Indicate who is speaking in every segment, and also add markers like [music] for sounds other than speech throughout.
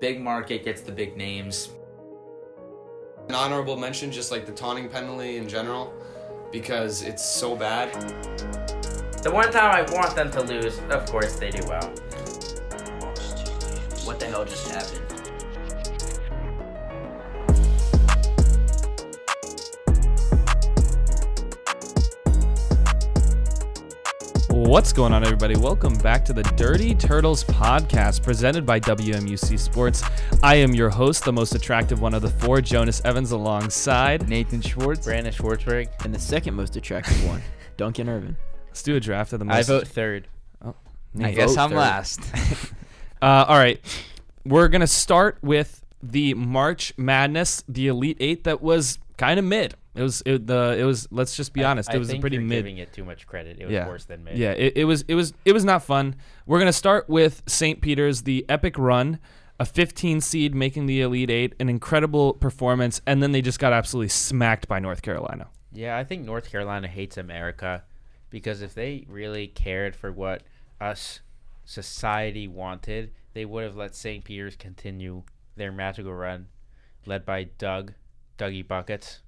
Speaker 1: Big market gets the big names.
Speaker 2: An honorable mention, just like the taunting penalty in general, because it's so bad.
Speaker 3: The one time I want them to lose, of course they do well.
Speaker 4: What the hell just happened?
Speaker 5: What's going on, everybody? Welcome back to the Dirty Turtles podcast presented by WMUC Sports. I am your host, the most attractive one of the four, Jonas Evans, alongside.
Speaker 6: Nathan Schwartz.
Speaker 3: Brandon Schwartzberg.
Speaker 4: And the second most attractive one, Duncan Irvin.
Speaker 5: Let's do a draft of the most.
Speaker 3: I vote third.
Speaker 6: I
Speaker 5: Nate.
Speaker 6: guess
Speaker 4: vote
Speaker 6: I'm
Speaker 4: third.
Speaker 6: last.
Speaker 5: Uh, all right. We're going to start with the March Madness, the Elite Eight that was kind of mid. It was, it, the, it was, let's just be honest, it was a pretty mid.
Speaker 3: giving it too much credit. It was worse than mid.
Speaker 5: Yeah, it, it was it was it was not fun. We're gonna start with St. Peter's, the epic run, a 15 seed making the Elite Eight, an incredible performance, and then they just got absolutely smacked by North Carolina.
Speaker 3: Yeah, I think North Carolina hates America because if they really cared for what us society wanted, they would have let St. Peter's continue their magical run led by Doug, Dougie Buckets.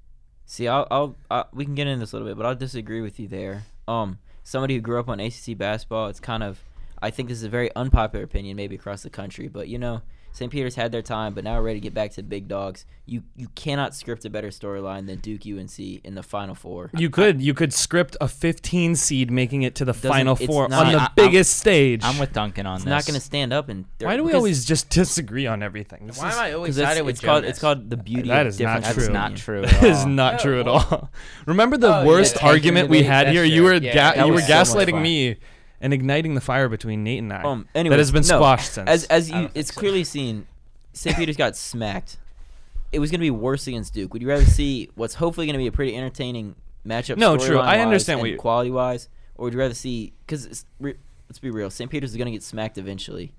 Speaker 4: See, I'll, I'll, i we can get into this a little bit, but I'll disagree with you there. Um, somebody who grew up on ACC basketball, it's kind of, I think this is a very unpopular opinion, maybe across the country, but you know, St. Peter's had their time, but now we're ready to get back to big dogs. You you cannot script a better storyline than Duke UNC in the Final Four.
Speaker 5: You could you could script a 15 seed making it to the
Speaker 4: Doesn't-
Speaker 5: Final
Speaker 4: it's
Speaker 5: Four
Speaker 4: not-
Speaker 5: on the
Speaker 6: I- I'm-
Speaker 5: biggest stage.
Speaker 6: I'm with Duncan on
Speaker 4: It's
Speaker 6: this.
Speaker 4: not going to stand up and.
Speaker 5: Why do we always just disagree on everything? This
Speaker 3: Why
Speaker 5: is- [laughs]
Speaker 3: am I always
Speaker 4: Because it's,
Speaker 3: sided with
Speaker 4: it's called
Speaker 3: Jonas?
Speaker 4: it's called the beauty.
Speaker 5: That
Speaker 4: of
Speaker 5: is not
Speaker 4: difference.
Speaker 6: That's
Speaker 5: true.
Speaker 6: not true. At
Speaker 5: that is
Speaker 6: all.
Speaker 5: not
Speaker 3: No,
Speaker 5: true at
Speaker 3: well-
Speaker 5: all. [laughs] Remember the
Speaker 3: Oh, yeah,
Speaker 5: worst
Speaker 3: the
Speaker 5: argument we
Speaker 3: debate,
Speaker 5: had
Speaker 3: that's
Speaker 5: here?
Speaker 3: true.
Speaker 5: You were ga-
Speaker 3: Yeah, that
Speaker 5: you were
Speaker 6: was so much
Speaker 5: gaslighting
Speaker 6: fun.
Speaker 5: me and igniting the fire between Nate and I.
Speaker 4: Um. Anyway,
Speaker 5: that has been
Speaker 4: no,
Speaker 5: squashed since.
Speaker 4: As as
Speaker 3: I don't
Speaker 4: you,
Speaker 3: think
Speaker 4: it's
Speaker 3: so.
Speaker 4: clearly seen, St. Peter's got smacked. It was going to be worse against Duke. Would you rather see what's hopefully going to be a pretty entertaining matchup?
Speaker 5: No, true. I
Speaker 4: storyline-wise
Speaker 5: understand
Speaker 4: and
Speaker 5: what you-
Speaker 4: quality wise, or would you rather see? Because re- let's be real, St. Peter's is going to get smacked eventually.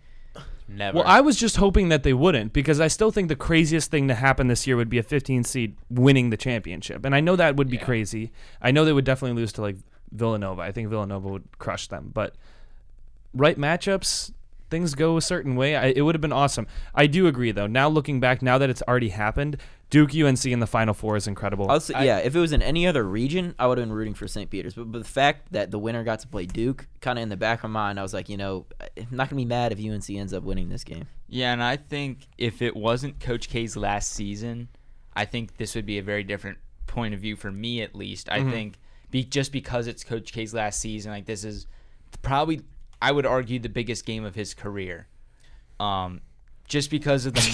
Speaker 3: Never.
Speaker 5: Well, I was just hoping that they wouldn't because I still think the craziest thing to happen this year would be a 15 seed winning the championship. And I know that would be
Speaker 3: Yeah.
Speaker 5: crazy. I know they would definitely lose to like Villanova. I think Villanova would crush them. But right matchups, things go a certain way. I, it would have been awesome. I do agree though. Now looking back, now that it's already happened, Duke UNC in the Final Four is incredible.
Speaker 4: Also, yeah, if it was in any other region, I would have been rooting for St. Peter's. But, but the fact that the winner got to play Duke, kind of in the back of my mind, I was like, you know, I'm not going to be mad if UNC ends up winning this game.
Speaker 6: Yeah, and I think if it wasn't Coach K's last season, I think this would be a very different point of view for me, at least. I think be, just because it's Coach K's last season, like this is probably, I would argue, the biggest game of his career. Um, just because of the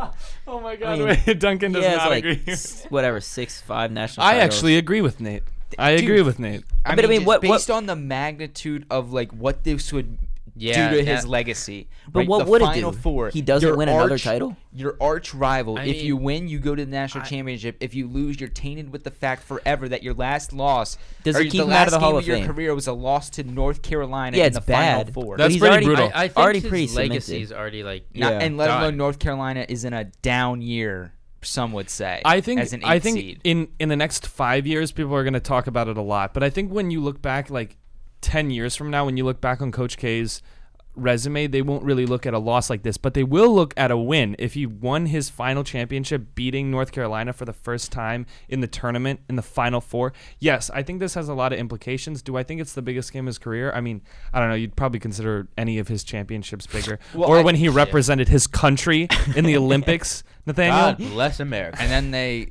Speaker 6: ma-
Speaker 5: oh my
Speaker 4: God,
Speaker 5: [laughs]
Speaker 4: mean,
Speaker 5: Duncan does
Speaker 4: yeah, it's
Speaker 5: not
Speaker 4: like
Speaker 5: agree.
Speaker 4: s- whatever six five national.
Speaker 5: I
Speaker 4: titles.
Speaker 5: actually agree with Nate. I
Speaker 6: Dude,
Speaker 5: agree with Nate.
Speaker 6: I
Speaker 4: But I
Speaker 6: mean,
Speaker 4: mean,
Speaker 6: just
Speaker 4: what- what-
Speaker 6: based on the magnitude of like what this would
Speaker 3: Yeah,
Speaker 6: do to
Speaker 3: that-
Speaker 6: his legacy.
Speaker 4: But
Speaker 6: right?
Speaker 4: what
Speaker 6: the
Speaker 4: would it
Speaker 6: Final
Speaker 4: do?
Speaker 6: Four.
Speaker 4: He doesn't
Speaker 6: your
Speaker 4: win another
Speaker 6: arch-
Speaker 4: title?
Speaker 6: Your arch rival.
Speaker 3: I
Speaker 6: if you
Speaker 3: mean,
Speaker 6: win, you go to the national championship. If you lose, you're tainted with the fact forever that your last loss
Speaker 4: Does
Speaker 6: or
Speaker 4: it keep
Speaker 6: the
Speaker 4: him out
Speaker 6: last
Speaker 4: of the Hall
Speaker 6: game
Speaker 4: of
Speaker 6: your
Speaker 4: Fame?
Speaker 6: career was a loss to North Carolina
Speaker 4: Yeah,
Speaker 6: in
Speaker 4: it's
Speaker 6: the
Speaker 4: bad.
Speaker 6: Final Four.
Speaker 5: That's
Speaker 4: he's
Speaker 5: pretty
Speaker 4: already-
Speaker 5: brutal.
Speaker 3: I, I think
Speaker 4: already
Speaker 3: his
Speaker 4: pretty cemented.
Speaker 3: legacy is already like
Speaker 6: Not-
Speaker 4: yeah.
Speaker 6: and let
Speaker 3: Done.
Speaker 6: alone North Carolina is in a down year, some would say.
Speaker 5: I think
Speaker 6: as an eight
Speaker 5: I think
Speaker 6: seed.
Speaker 5: in in the next five years, people are going to talk about it a lot. But I think when you look back, like ten years from now, when you look back on Coach K's resume, they won't really look at a loss like this, but they will look at a win. If he won his final championship, beating North Carolina for the first time in the tournament in the Final Four, yes, I think this has a lot of implications. Do I think it's the biggest game of his career? I mean, I don't know. You'd probably consider any of his championships bigger, or when he represented his country
Speaker 6: [laughs]
Speaker 5: in the Olympics. Nathaniel,
Speaker 3: God bless America.
Speaker 6: and then they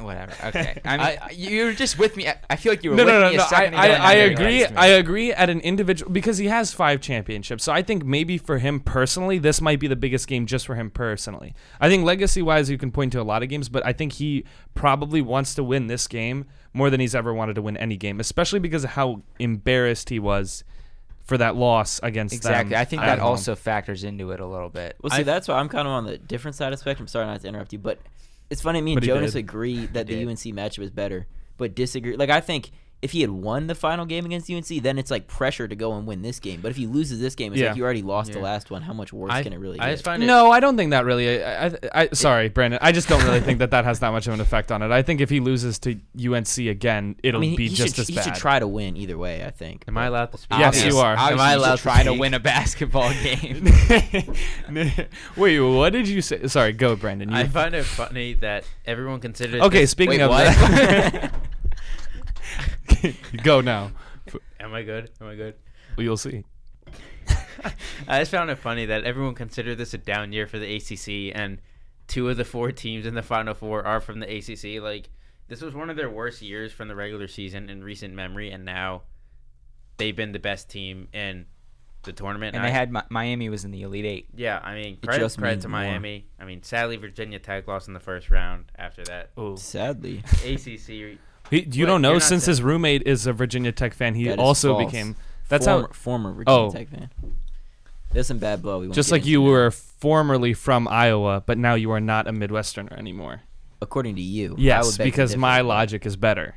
Speaker 6: whatever [laughs] okay i mean you were just with me I- i feel like you were
Speaker 5: no,
Speaker 6: with
Speaker 5: no, no,
Speaker 6: me
Speaker 5: no.
Speaker 6: a
Speaker 5: I,
Speaker 6: second
Speaker 5: I,
Speaker 6: ago and now
Speaker 5: I
Speaker 6: you're
Speaker 5: agree.
Speaker 6: against me.
Speaker 5: I agree at an individual because he has five championships. So I think maybe for him personally, this might be the biggest game just for him personally. I think legacy wise, you can point to a lot of games, but I think he probably wants to win this game more than he's ever wanted to win any game, especially because of how embarrassed he was for that loss against them
Speaker 6: exactly i think
Speaker 5: at
Speaker 6: that
Speaker 5: home.
Speaker 6: also factors into it a little bit
Speaker 4: Well, see, that's why I'm kind of on the different side of the spectrum. Sorry not to interrupt you, but it's funny. Me and
Speaker 5: But he
Speaker 4: Jonas
Speaker 5: did.
Speaker 4: agree that the
Speaker 6: did.
Speaker 4: UNC matchup is better, but disagree. Like I think if he had won the final game against UNC, then it's like pressure to go and win this game. But if he loses this game, it's
Speaker 5: Yeah.
Speaker 4: like you already lost
Speaker 3: Yeah.
Speaker 4: the last one. How much worse
Speaker 3: I,
Speaker 4: can it really
Speaker 3: I
Speaker 4: get?
Speaker 3: just find it.
Speaker 5: No, I don't think that really. I, I, I sorry, Brandon. I just don't really think that that has that much of an effect on it. I think if he loses to UNC again,
Speaker 4: I
Speaker 5: it'll
Speaker 4: mean, he-
Speaker 5: be
Speaker 4: he
Speaker 5: just
Speaker 4: should,
Speaker 5: as
Speaker 4: he
Speaker 5: bad.
Speaker 4: should try to win either way. I think.
Speaker 3: Am I allowed to speak?
Speaker 5: Yes, you are.
Speaker 6: Am I allowed to try to
Speaker 3: speak?
Speaker 6: win a [laughs] basketball game?
Speaker 5: Wait, what did you say? Sorry, go, Brandon. You,
Speaker 3: I find it funny that everyone
Speaker 5: [laughs]
Speaker 3: considers.
Speaker 5: okay,
Speaker 3: this-
Speaker 5: speaking
Speaker 6: Wait,
Speaker 5: of
Speaker 6: what?
Speaker 5: that, [laughs] go now.
Speaker 3: Am I good? Am I good?
Speaker 5: You'll see.
Speaker 3: I just found it funny that everyone considered this a down year for the ACC, and two of the four teams in the Final Four are from the ACC. Like, this was one of their worst years from the regular season in recent memory, and now they've been the best team in the tournament.
Speaker 6: and
Speaker 3: I-
Speaker 6: they had Mi- Miami was in the Elite Eight.
Speaker 3: yeah, I mean,
Speaker 4: It
Speaker 3: credit,
Speaker 4: just
Speaker 3: credit
Speaker 4: means
Speaker 3: to
Speaker 4: more.
Speaker 3: Miami. I mean, sadly, Virginia Tech lost in the first round.
Speaker 5: [laughs]
Speaker 3: After that,
Speaker 4: Sadly,
Speaker 3: ACC.
Speaker 5: He, you
Speaker 3: Wait,
Speaker 5: don't know
Speaker 3: you're not
Speaker 5: since
Speaker 3: saying-
Speaker 5: his roommate is a Virginia Tech fan. He
Speaker 4: That is
Speaker 5: also
Speaker 4: false.
Speaker 5: became. That's
Speaker 4: former,
Speaker 5: how.
Speaker 4: former Virginia
Speaker 5: Oh.
Speaker 4: Tech fan. There's some bad blood. We won't
Speaker 5: Just
Speaker 4: get
Speaker 5: like you
Speaker 4: into.
Speaker 5: were formerly from Iowa, but now you are not a Midwesterner anymore.
Speaker 4: according to you. I would
Speaker 5: Yes,
Speaker 4: beg to
Speaker 5: because
Speaker 4: differ.
Speaker 5: my logic is better.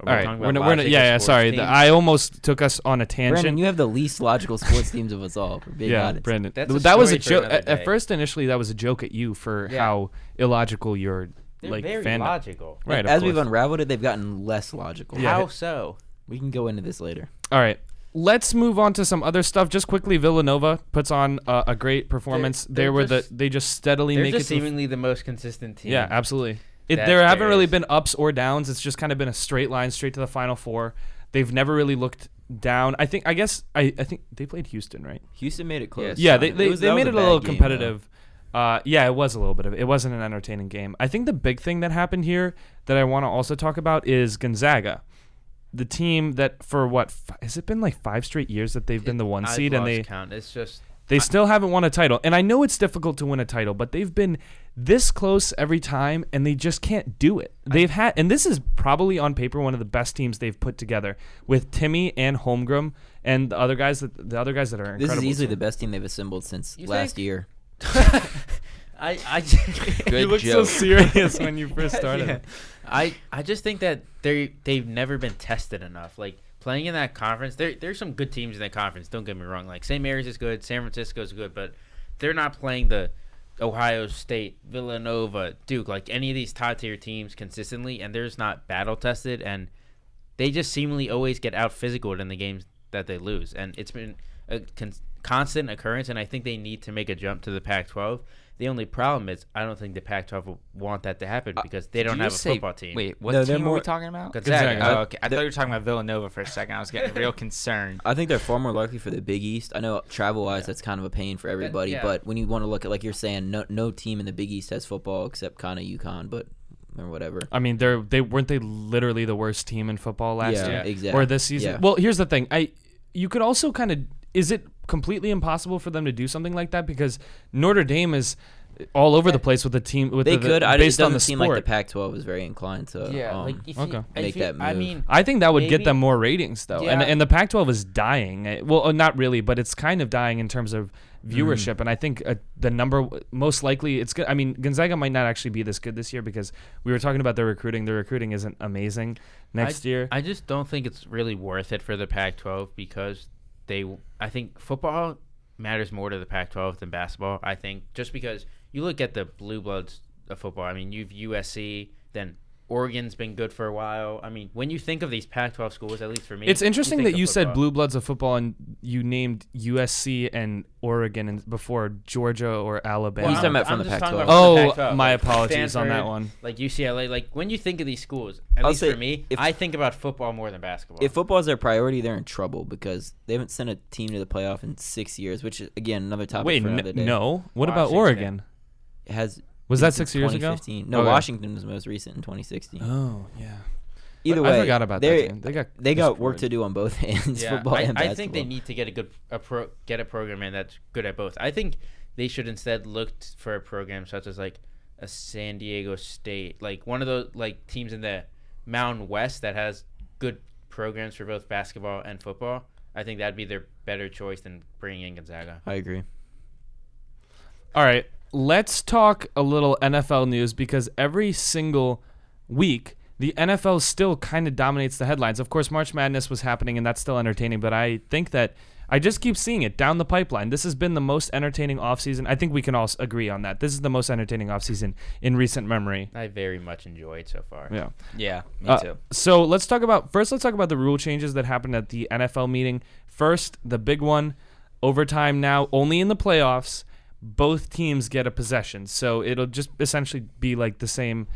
Speaker 3: Are we
Speaker 5: All right,
Speaker 3: talking
Speaker 5: we're
Speaker 3: about
Speaker 5: not, we're not,
Speaker 3: logic
Speaker 5: yeah,
Speaker 3: of
Speaker 5: yeah.
Speaker 3: sports
Speaker 5: Sorry, the-
Speaker 3: teams?
Speaker 5: I almost took us on a tangent.
Speaker 4: Brandon, you have the least logical sports teams of us all. For being
Speaker 5: yeah,
Speaker 4: honest.
Speaker 5: Brandon,
Speaker 3: That's
Speaker 5: Th-
Speaker 3: a
Speaker 5: that was a
Speaker 3: story for
Speaker 5: joke. At,
Speaker 3: another
Speaker 5: at
Speaker 3: day.
Speaker 5: first, initially, that was a joke at you for
Speaker 3: Yeah.
Speaker 5: how illogical your
Speaker 3: They're
Speaker 5: like
Speaker 3: very
Speaker 5: fan.
Speaker 3: logical.
Speaker 5: Right. of
Speaker 4: As we've
Speaker 5: course.
Speaker 4: unraveled it, they've gotten less logical.
Speaker 5: Yeah.
Speaker 3: How so?
Speaker 4: We can go into this later.
Speaker 5: All right. Let's move on to some other stuff. Just quickly, Villanova puts on uh, a great performance.
Speaker 3: they're
Speaker 5: they were the
Speaker 3: just-
Speaker 5: they just steadily
Speaker 3: They're
Speaker 5: make
Speaker 3: just
Speaker 5: it. to the-
Speaker 3: seemingly the most consistent team.
Speaker 5: yeah, absolutely. It,
Speaker 3: That
Speaker 5: there
Speaker 3: there
Speaker 5: haven't really
Speaker 3: is.
Speaker 5: been ups or downs. It's just kind of been a straight line straight to the Final Four. They've never really looked down. I think. I guess. I, I think they played Houston, right?
Speaker 4: Houston made it close.
Speaker 3: Yes.
Speaker 5: Yeah,
Speaker 4: Simon.
Speaker 5: they, they,
Speaker 4: was-
Speaker 5: they
Speaker 4: that was
Speaker 5: made it a
Speaker 4: bad
Speaker 5: little
Speaker 4: game, though.
Speaker 5: competitive. Uh, yeah, it was a little bit of it wasn't an entertaining game. I think the big thing that happened here that I want to also talk about is Gonzaga, the team that for what f- has it been like five straight years that they've been the one
Speaker 3: I've
Speaker 5: seed and
Speaker 3: lost
Speaker 5: they
Speaker 3: count.
Speaker 5: [laughs]
Speaker 3: It's just [laughs]
Speaker 5: they still haven't won a title. And I know it's difficult to win a title, but they've been this close every time and they just can't do it. They've had and this is probably on paper one of the best teams they've put together with Timmy and Holmgren and the other guys that the other guys that are
Speaker 4: This
Speaker 5: incredible.
Speaker 4: is easily
Speaker 5: too.
Speaker 4: the best team they've assembled since
Speaker 3: You
Speaker 4: last
Speaker 3: think?
Speaker 4: year.
Speaker 3: I I [laughs]
Speaker 6: Good
Speaker 5: you look
Speaker 6: joke.
Speaker 5: so
Speaker 4: [laughs]
Speaker 5: serious when you first started.
Speaker 3: Yeah. I I just think that they they've never been tested enough. Like playing in that conference, there there's some good teams in that conference. Don't get me wrong. Like St. Mary's is good, San Francisco's good, but they're not playing the Ohio State, Villanova, Duke, like any of these top tier teams consistently, and they're just not battle tested, and they just seemingly always get out physical in the games that they lose, and it's been a con- constant occurrence. And I think they need to make a jump to the Pac-12. The only problem is I don't think the Pac-12 will want that to
Speaker 4: Uh,
Speaker 3: happen because they don't
Speaker 6: Did you
Speaker 3: have a
Speaker 6: say-
Speaker 3: football team.
Speaker 6: Wait, what
Speaker 4: No, they're
Speaker 6: team are
Speaker 4: more-
Speaker 6: we talking about?
Speaker 3: Gonzaga.
Speaker 5: Gonzaga.
Speaker 6: Oh, okay. I thought you were talking about Villanova for a second. I was getting [laughs] real concerned.
Speaker 4: I think they're far more likely for the Big East. I know travel wise, that's kind of a pain for everybody.
Speaker 3: yeah.
Speaker 4: But when you want to look at, like you're saying, no, no team in the Big East has football except kind of UConn, but or whatever.
Speaker 5: I mean, they're they weren't they literally the worst team in football last
Speaker 4: yeah,
Speaker 5: year
Speaker 4: exactly.
Speaker 5: or this season.
Speaker 4: Yeah.
Speaker 5: Well, here's the thing. I you could also kind of is it completely impossible for them to do something like that because Notre Dame is all over the place with the team with
Speaker 4: they
Speaker 5: the, the-
Speaker 4: could. I, it
Speaker 5: based
Speaker 4: doesn't
Speaker 5: on the
Speaker 4: seem
Speaker 5: sport.
Speaker 4: like the Pac-12 is very inclined to.
Speaker 3: yeah,
Speaker 4: um,
Speaker 3: like if
Speaker 5: okay.
Speaker 3: you,
Speaker 4: Make
Speaker 3: if you-
Speaker 4: that
Speaker 3: I
Speaker 4: move.
Speaker 3: mean,
Speaker 5: I think that would get
Speaker 3: Maybe-
Speaker 5: them more ratings though. And
Speaker 3: Yeah.
Speaker 5: and the Pac-12 is dying. Eh, Well, uh, not really, but it's kind of dying in terms of viewership and I think uh, the number most likely it's good. I mean, Gonzaga might not actually be this good this year because we were talking about their recruiting. Their recruiting isn't amazing next
Speaker 3: I,
Speaker 5: year.
Speaker 3: I just don't think it's really worth it for the Pac-12 because they. I think football matters more to the Pac-12 than basketball. I think just because you look at the blue bloods of football. I mean, you've USC, then Oregon's been good for a while. I mean, when you think of these Pac-12 schools, at least for me,
Speaker 5: It's interesting
Speaker 3: think
Speaker 5: that
Speaker 3: of
Speaker 5: you said
Speaker 3: football.
Speaker 5: blue bloods of football and you named USC and Oregon and before Georgia or Alabama.
Speaker 3: Well,
Speaker 4: He's talking
Speaker 3: I'm-
Speaker 4: about from
Speaker 3: I'm
Speaker 4: the
Speaker 3: just talking
Speaker 4: Pac-12.
Speaker 3: about from the
Speaker 5: Oh,
Speaker 3: Pac-12,
Speaker 5: my
Speaker 3: like
Speaker 5: apologies on that
Speaker 3: Stanford,
Speaker 5: one.
Speaker 3: Like UCLA, like when you think of these schools, at
Speaker 4: I'll
Speaker 3: least
Speaker 4: say
Speaker 3: for me,
Speaker 4: if-
Speaker 3: I think about football more than basketball.
Speaker 4: if football's their priority, they're in trouble because they haven't sent a team to the playoff in six years, which is, again another topic
Speaker 5: Wait,
Speaker 4: for
Speaker 5: n-
Speaker 4: another day.
Speaker 5: no. What about
Speaker 3: Washington.
Speaker 5: Oregon?
Speaker 4: It has
Speaker 5: Was
Speaker 4: been
Speaker 5: that
Speaker 4: since
Speaker 5: six years ago?
Speaker 4: 2015. No,
Speaker 5: Okay.
Speaker 4: Washington was most recent in 2016.
Speaker 5: Oh, yeah.
Speaker 4: Either
Speaker 5: I
Speaker 4: way,
Speaker 5: forgot about that.
Speaker 4: they
Speaker 5: team. They got
Speaker 4: they got work to
Speaker 5: destroyed.
Speaker 4: do on both [laughs] ends,
Speaker 3: Yeah,
Speaker 4: football
Speaker 3: I,
Speaker 4: and
Speaker 3: I
Speaker 4: basketball.
Speaker 3: think they need to get a good a pro, get a program in that's good at both. I think they should instead look t- for a program such as like a San Diego State, like one of those like teams in the Mountain West that has good programs for both basketball and football. I think that'd be their better choice than bringing in Gonzaga.
Speaker 4: I agree.
Speaker 5: All right, let's talk a little NFL news because every single week the NFL still kind of dominates the headlines. Of course, March Madness was happening and that's still entertaining, but I think that I just keep seeing it down the pipeline. This has been the most entertaining offseason. I think we can all s- agree on that. This is the most entertaining offseason in recent memory.
Speaker 3: I very much enjoy it so far.
Speaker 5: Yeah.
Speaker 6: Yeah, me
Speaker 5: Uh,
Speaker 6: too.
Speaker 5: So let's talk about first. Let's talk about the rule changes that happened at the NFL meeting. First, the big one: overtime now only in the playoffs. Both teams get a possession, so it'll just essentially be like the same,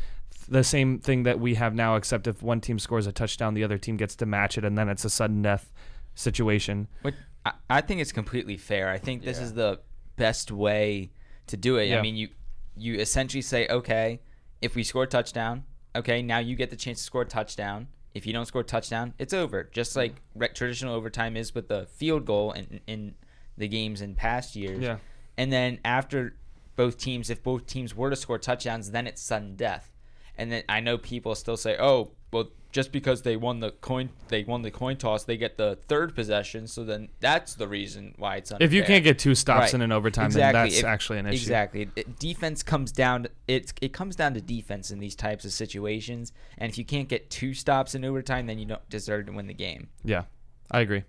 Speaker 5: the same thing that we have now, except if one team scores a touchdown, the other team gets to match it, and then it's a sudden death situation.
Speaker 6: Which I, I think it's completely fair. I think this is the best way to do it.
Speaker 5: Yeah.
Speaker 6: I mean, you you essentially say, okay, if we score a touchdown, okay, now you get the chance to score a touchdown. If you don't score a touchdown, it's over. Just like re- traditional overtime is with the field goal in, in the games in past years.
Speaker 5: Yeah.
Speaker 6: And then after both teams, if both teams were to score touchdowns, then it's sudden death. And then I know people still say, "Oh, well, just because they won the coin, they won the coin toss, they get the third possession." So then that's the reason why it's unfair.
Speaker 5: If you can't get two stops
Speaker 6: Right.
Speaker 5: in an overtime,
Speaker 6: Exactly.
Speaker 5: then that's
Speaker 6: If-
Speaker 5: actually an issue.
Speaker 6: Exactly. It- defense comes down. To, it's it comes down to defense in these types of situations. And if you can't get two stops in overtime, then you don't deserve to win the game.
Speaker 5: Yeah, I agree.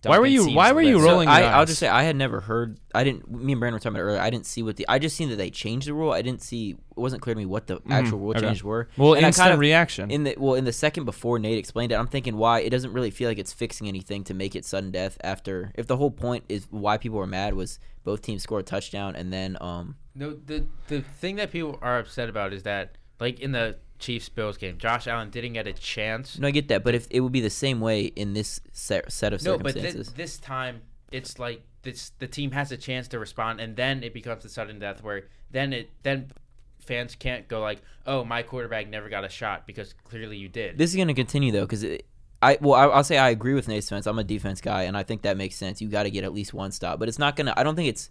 Speaker 6: Duncan
Speaker 5: why were you?
Speaker 6: seems
Speaker 5: Why were you
Speaker 6: lit.
Speaker 4: So
Speaker 5: rolling?
Speaker 4: I,
Speaker 5: your
Speaker 4: I'll
Speaker 5: eyes?
Speaker 4: just say I had never heard. I didn't. Me and Brandon were talking about it earlier. I didn't see what the. I just seen that they changed the rule. I didn't see. It wasn't clear to me what the actual rule
Speaker 5: Mm, okay.
Speaker 4: changes were.
Speaker 5: well,
Speaker 4: And I
Speaker 5: instant
Speaker 4: kind of-
Speaker 5: reaction.
Speaker 4: In the well, in the second before Nate explained it, I'm thinking why it doesn't really feel like it's fixing anything to make it sudden death. After if the whole point is why people were mad was both teams score a touchdown and then um
Speaker 3: No, the the thing that people are upset about is that like in the Chiefs Bills game, Josh Allen didn't get a chance.
Speaker 4: no I get that, but if it would be the same way in this set, set of
Speaker 3: No, but thi-
Speaker 4: circumstances.
Speaker 3: this time it's like this the team has a chance to respond and then it becomes a sudden death where then it then fans can't go like, "Oh, my quarterback never got a shot because clearly you did."
Speaker 4: This is going to continue though, because I well, I, I'll say I agree with Nate's defense. I'm a defense guy, and I think that makes sense. You got to get at least one stop, but it's not going to. I don't think it's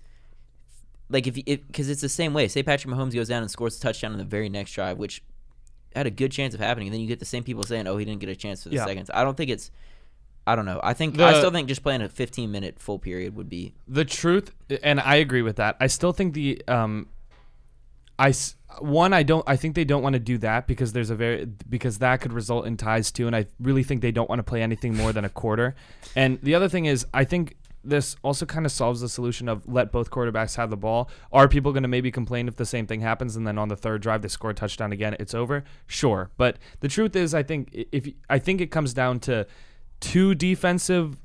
Speaker 4: like if because it's the same way. Say Patrick Mahomes goes down and scores a touchdown on the very next drive, which had a good chance of happening, and then you get the same people saying, "Oh, he didn't get a chance for the
Speaker 5: Yeah.
Speaker 4: seconds." I don't think it's. I don't know. I think I
Speaker 5: The-
Speaker 4: still think just playing a 15 minute full period would be
Speaker 5: the truth and i agree with that i still think the um i s- one i don't i think they don't want to do that because there's a very because that could result in ties too and i really think they don't want to play anything more than a quarter and the other thing is i think this also kind of solves the solution of let both quarterbacks have the ball. Are people going to maybe complain if the same thing happens and then on the third drive they score a touchdown again? It's over. Sure, but the truth is, I think if I think it comes down to two defensive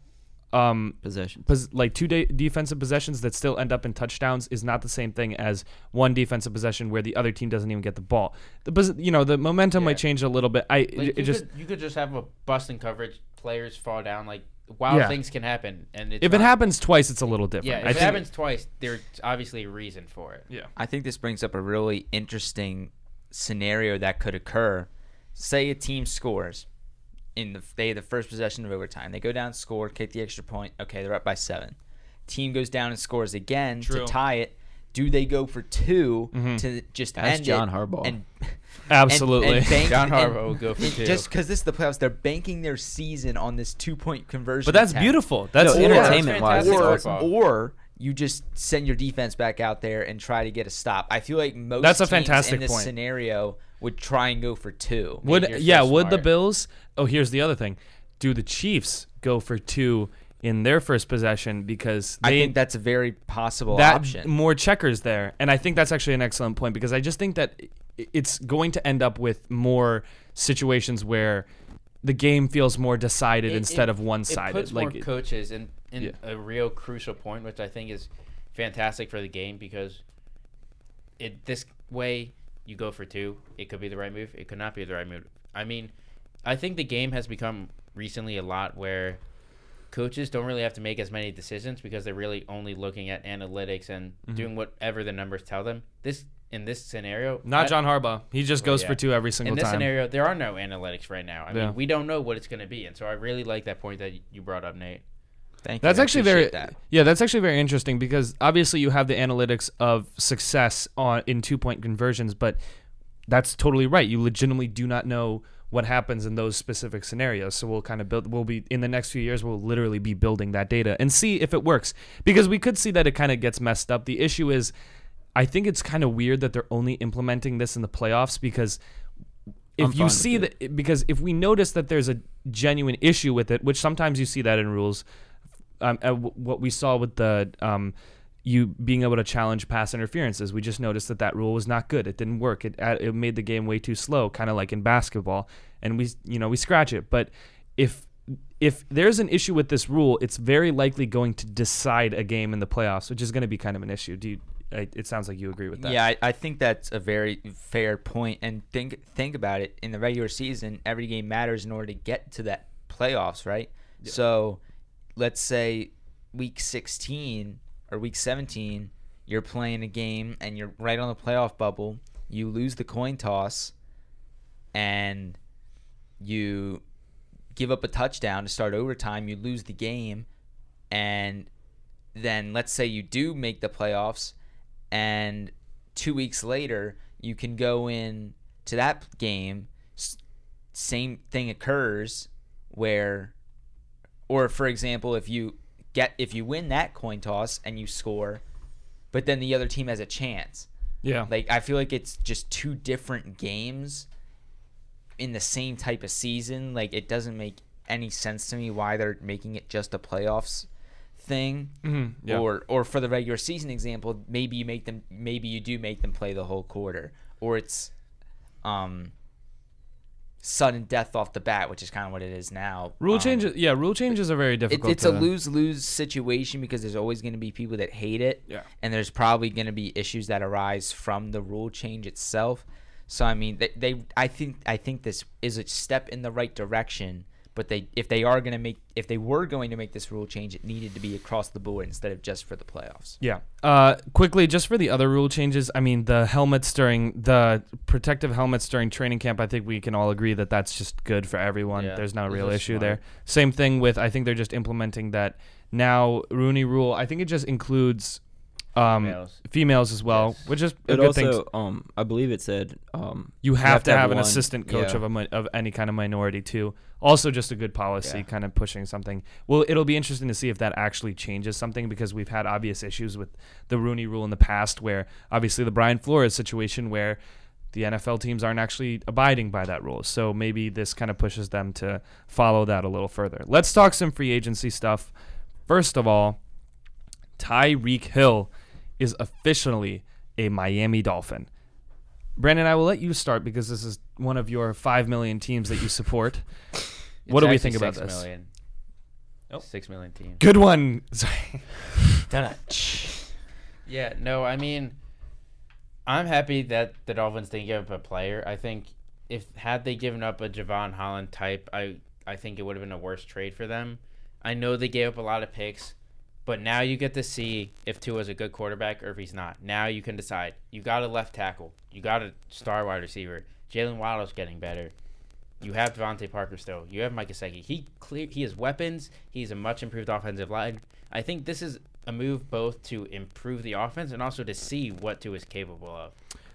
Speaker 5: um,
Speaker 4: possession.
Speaker 5: pos- like two de- defensive possessions that still end up in touchdowns is not the same thing as one defensive possession where the other team doesn't even get the ball. The pos- you know the momentum might change a little bit. I it-
Speaker 3: Like,
Speaker 5: it,
Speaker 3: you
Speaker 5: just
Speaker 3: could, you could just have a bust in coverage, players fall down like wild
Speaker 5: Yeah.
Speaker 3: things can happen and it's
Speaker 5: if it
Speaker 3: not-
Speaker 5: happens twice, it's a little different.
Speaker 3: Yeah, if
Speaker 5: I
Speaker 3: it
Speaker 5: think-
Speaker 3: happens twice, there's obviously a reason for it.
Speaker 5: Yeah.
Speaker 6: I think this brings up a really interesting scenario that could occur. Say a team scores in the they have the first possession of overtime. They go down, score, kick the extra point. Okay, they're up by seven. Team goes down and scores again
Speaker 5: True. Mm-hmm.
Speaker 6: to tie it. Do they go for 2 to just
Speaker 4: That's
Speaker 6: end
Speaker 4: John
Speaker 6: it
Speaker 5: [laughs]
Speaker 4: Harbaugh.
Speaker 6: and-
Speaker 5: Absolutely.
Speaker 6: bank-
Speaker 3: John
Speaker 6: and-
Speaker 3: Harbaugh will go for
Speaker 6: and
Speaker 3: two.
Speaker 6: Just because this is the playoffs, they're banking their season on this two point conversion.
Speaker 5: But that's
Speaker 6: attempt
Speaker 5: beautiful. That's
Speaker 4: No,
Speaker 5: or-
Speaker 4: entertainment. wise,
Speaker 3: fantastic
Speaker 6: or,
Speaker 3: football.
Speaker 6: or you just send your defense back out there and try to get a stop. I feel like most
Speaker 5: That's a
Speaker 6: teams
Speaker 5: fantastic
Speaker 6: in this
Speaker 5: point.
Speaker 6: scenario would try and go for two.
Speaker 5: Would
Speaker 3: you're so
Speaker 5: yeah? would the
Speaker 3: smart.
Speaker 5: Bills? Oh, here's the other thing. Do the Chiefs go for two in their first possession because
Speaker 6: I
Speaker 5: they
Speaker 6: think that's a very possible
Speaker 5: that
Speaker 6: option.
Speaker 5: more checkers there and i think that's actually an excellent point because i just think that i- it's going to end up with more situations where the game feels more decided
Speaker 3: It-
Speaker 5: instead
Speaker 3: it-
Speaker 5: of one-sided
Speaker 3: It puts
Speaker 5: like
Speaker 3: more coaches in, in
Speaker 5: Yeah.
Speaker 3: a real crucial point, which I think is fantastic for the game because it this way you go for two. It could be the right move. It could not be the right move. I mean, I think the game has become recently a lot where coaches don't really have to make as many decisions because they're really only looking at analytics and
Speaker 5: Mm-hmm.
Speaker 3: doing whatever the numbers tell them. This in this scenario,
Speaker 5: not
Speaker 3: I-
Speaker 5: john harbaugh he just goes
Speaker 3: yeah.
Speaker 5: for two every single
Speaker 3: in this
Speaker 5: time
Speaker 3: scenario, there are no analytics right now. I
Speaker 5: Yeah.
Speaker 3: mean, we don't know what it's going to be, and so I really like that point that you brought up, Nate.
Speaker 6: Thank you.
Speaker 5: That's
Speaker 6: I
Speaker 5: actually very
Speaker 6: appreciate that.
Speaker 5: yeah. That's actually very interesting because obviously you have the analytics of success on in two point conversions, but that's totally right. You legitimately do not know what happens in those specific scenarios. So we'll kind of build. We'll be in the next few years. We'll literally be building that data and see if it works because we could see that it kind of gets messed up. The issue is, I think it's kind of weird that they're only implementing this in the playoffs because
Speaker 4: I'm
Speaker 5: if
Speaker 4: fine
Speaker 5: you
Speaker 4: with
Speaker 5: see
Speaker 4: it.
Speaker 5: that because if we notice that there's a genuine issue with it, which sometimes you see that in rules, um, uh, w- what we saw with the um, you being able to challenge pass interferences, we just noticed that that rule was not good. It didn't work. It uh, it made the game way too slow, kind of like in basketball. And we s- you know we scratch it, but if if there's an issue with this rule, it's very likely going to decide a game in the playoffs, which is going to be kind of an issue. Do you? I, it sounds like you agree with that.
Speaker 6: Yeah, I, I think that's a very fair point. And think think about it. In the regular season, every game matters in order to get to that playoffs, right? So, let's say week 16 or week 17, you're playing a game and you're right on the playoff bubble. You lose the coin toss, and you give up a touchdown to start overtime. You lose the game, and then let's say you do make the playoffs and two weeks later you can go in to that game s- same thing occurs where or for example if you get if you win that coin toss and you score but then the other team has a chance
Speaker 5: Yeah.
Speaker 6: like i feel like it's just two different games in the same type of season like it doesn't make any sense to me why they're making it just a playoffs thing
Speaker 5: Mhm, yeah.
Speaker 6: or or for the regular season example maybe you make them maybe you do make them play the whole quarter or it's um sudden death off the bat which is kind of what it is now
Speaker 5: Rule
Speaker 6: Um,
Speaker 5: changes, yeah, rule changes are very
Speaker 6: it,
Speaker 5: difficult.
Speaker 6: it's a
Speaker 5: to-
Speaker 6: lose lose situation because there's always going to be people that hate it.
Speaker 5: Yeah.
Speaker 6: And there's probably going to be issues that arise from the rule change itself. So I mean, they, they I think I think this is a step in the right direction. But they if they are going to make if they were going to make this rule change, it needed to be across the board instead of just for the playoffs.
Speaker 5: Yeah. Uh, quickly, just for the other rule changes, I mean, the helmets during the protective helmets during training camp, I think we can all agree that that's just good for everyone.
Speaker 3: Yeah,
Speaker 5: There's no
Speaker 3: those
Speaker 5: real
Speaker 3: are
Speaker 5: issue
Speaker 3: smart.
Speaker 5: there. Same thing with, I think they're just implementing that now Rooney rule. I think it just includes um, females.
Speaker 3: Females.
Speaker 5: as well,
Speaker 3: Yes.
Speaker 5: which is a
Speaker 4: It
Speaker 5: good thing.
Speaker 4: also, um, I believe it said, um,
Speaker 5: You have, to have, an
Speaker 4: one.
Speaker 5: assistant coach
Speaker 4: Yeah.
Speaker 5: of a mi- of any kind of minority too. Also, just a good policy,
Speaker 3: Yeah.
Speaker 5: kind of pushing something. Well, it'll be interesting to see if that actually changes something because we've had obvious issues with the Rooney Rule in the past, where obviously the Brian Flores situation, where the NFL teams aren't actually abiding by that rule. So maybe this kind of pushes them to follow that a little further. Let's talk some free agency stuff. First of all, Tyreek Hill is officially a Miami Dolphin. Brandon, I will let you start because this is one of your five million teams that you
Speaker 3: [laughs]
Speaker 5: support. what
Speaker 3: It's
Speaker 5: do we
Speaker 3: actually
Speaker 5: think about
Speaker 3: six
Speaker 5: this?
Speaker 3: million.
Speaker 5: Oh.
Speaker 3: Six million team.
Speaker 5: Good one. [laughs] Sorry.
Speaker 3: Yeah, no, I mean, I'm happy that the Dolphins didn't give up a player. I think if had they given up a Javon Holland type, I I think it would have been a worse trade for them. I know they gave up a lot of picks, but now you get to see if Tua's a good quarterback or if he's not. Now you can decide. You got a left tackle. You got a star wide receiver. Jalen Waddle's getting better. You have Devontae Parker still. You have Mike Gesicki. He clear. He has weapons. He's a much improved offensive line. I think this is a move both to improve the offense and also to see what Tua is capable of.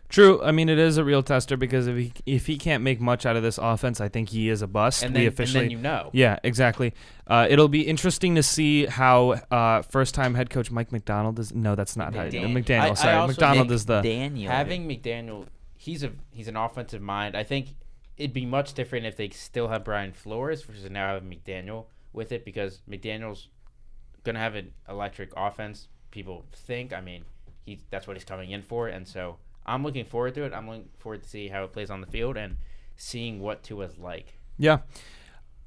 Speaker 5: True. I mean, it is a real tester because if he if he can't make much out of this offense, I think he is a bust.
Speaker 3: And
Speaker 5: we
Speaker 3: then,
Speaker 5: officially
Speaker 3: and then you know.
Speaker 5: Yeah, exactly. Uh, it'll be interesting to see how uh, first-time head coach Mike McDonald is. No, that's not how
Speaker 3: McDaniel.
Speaker 5: McDaniel.
Speaker 3: I- I
Speaker 5: sorry,
Speaker 3: also
Speaker 5: McDonald
Speaker 3: think
Speaker 5: is the.
Speaker 6: Daniel
Speaker 3: Having McDaniel, he's a he's an offensive mind. I think it'd be much different if they still have Brian Flores versus now have McDaniel with it because McDaniel's gonna have an electric offense. People think. I mean, he that's what he's coming in for, and so I'm looking forward to it. I'm looking forward to see how it plays on the field and seeing what Tua's like.
Speaker 5: Yeah.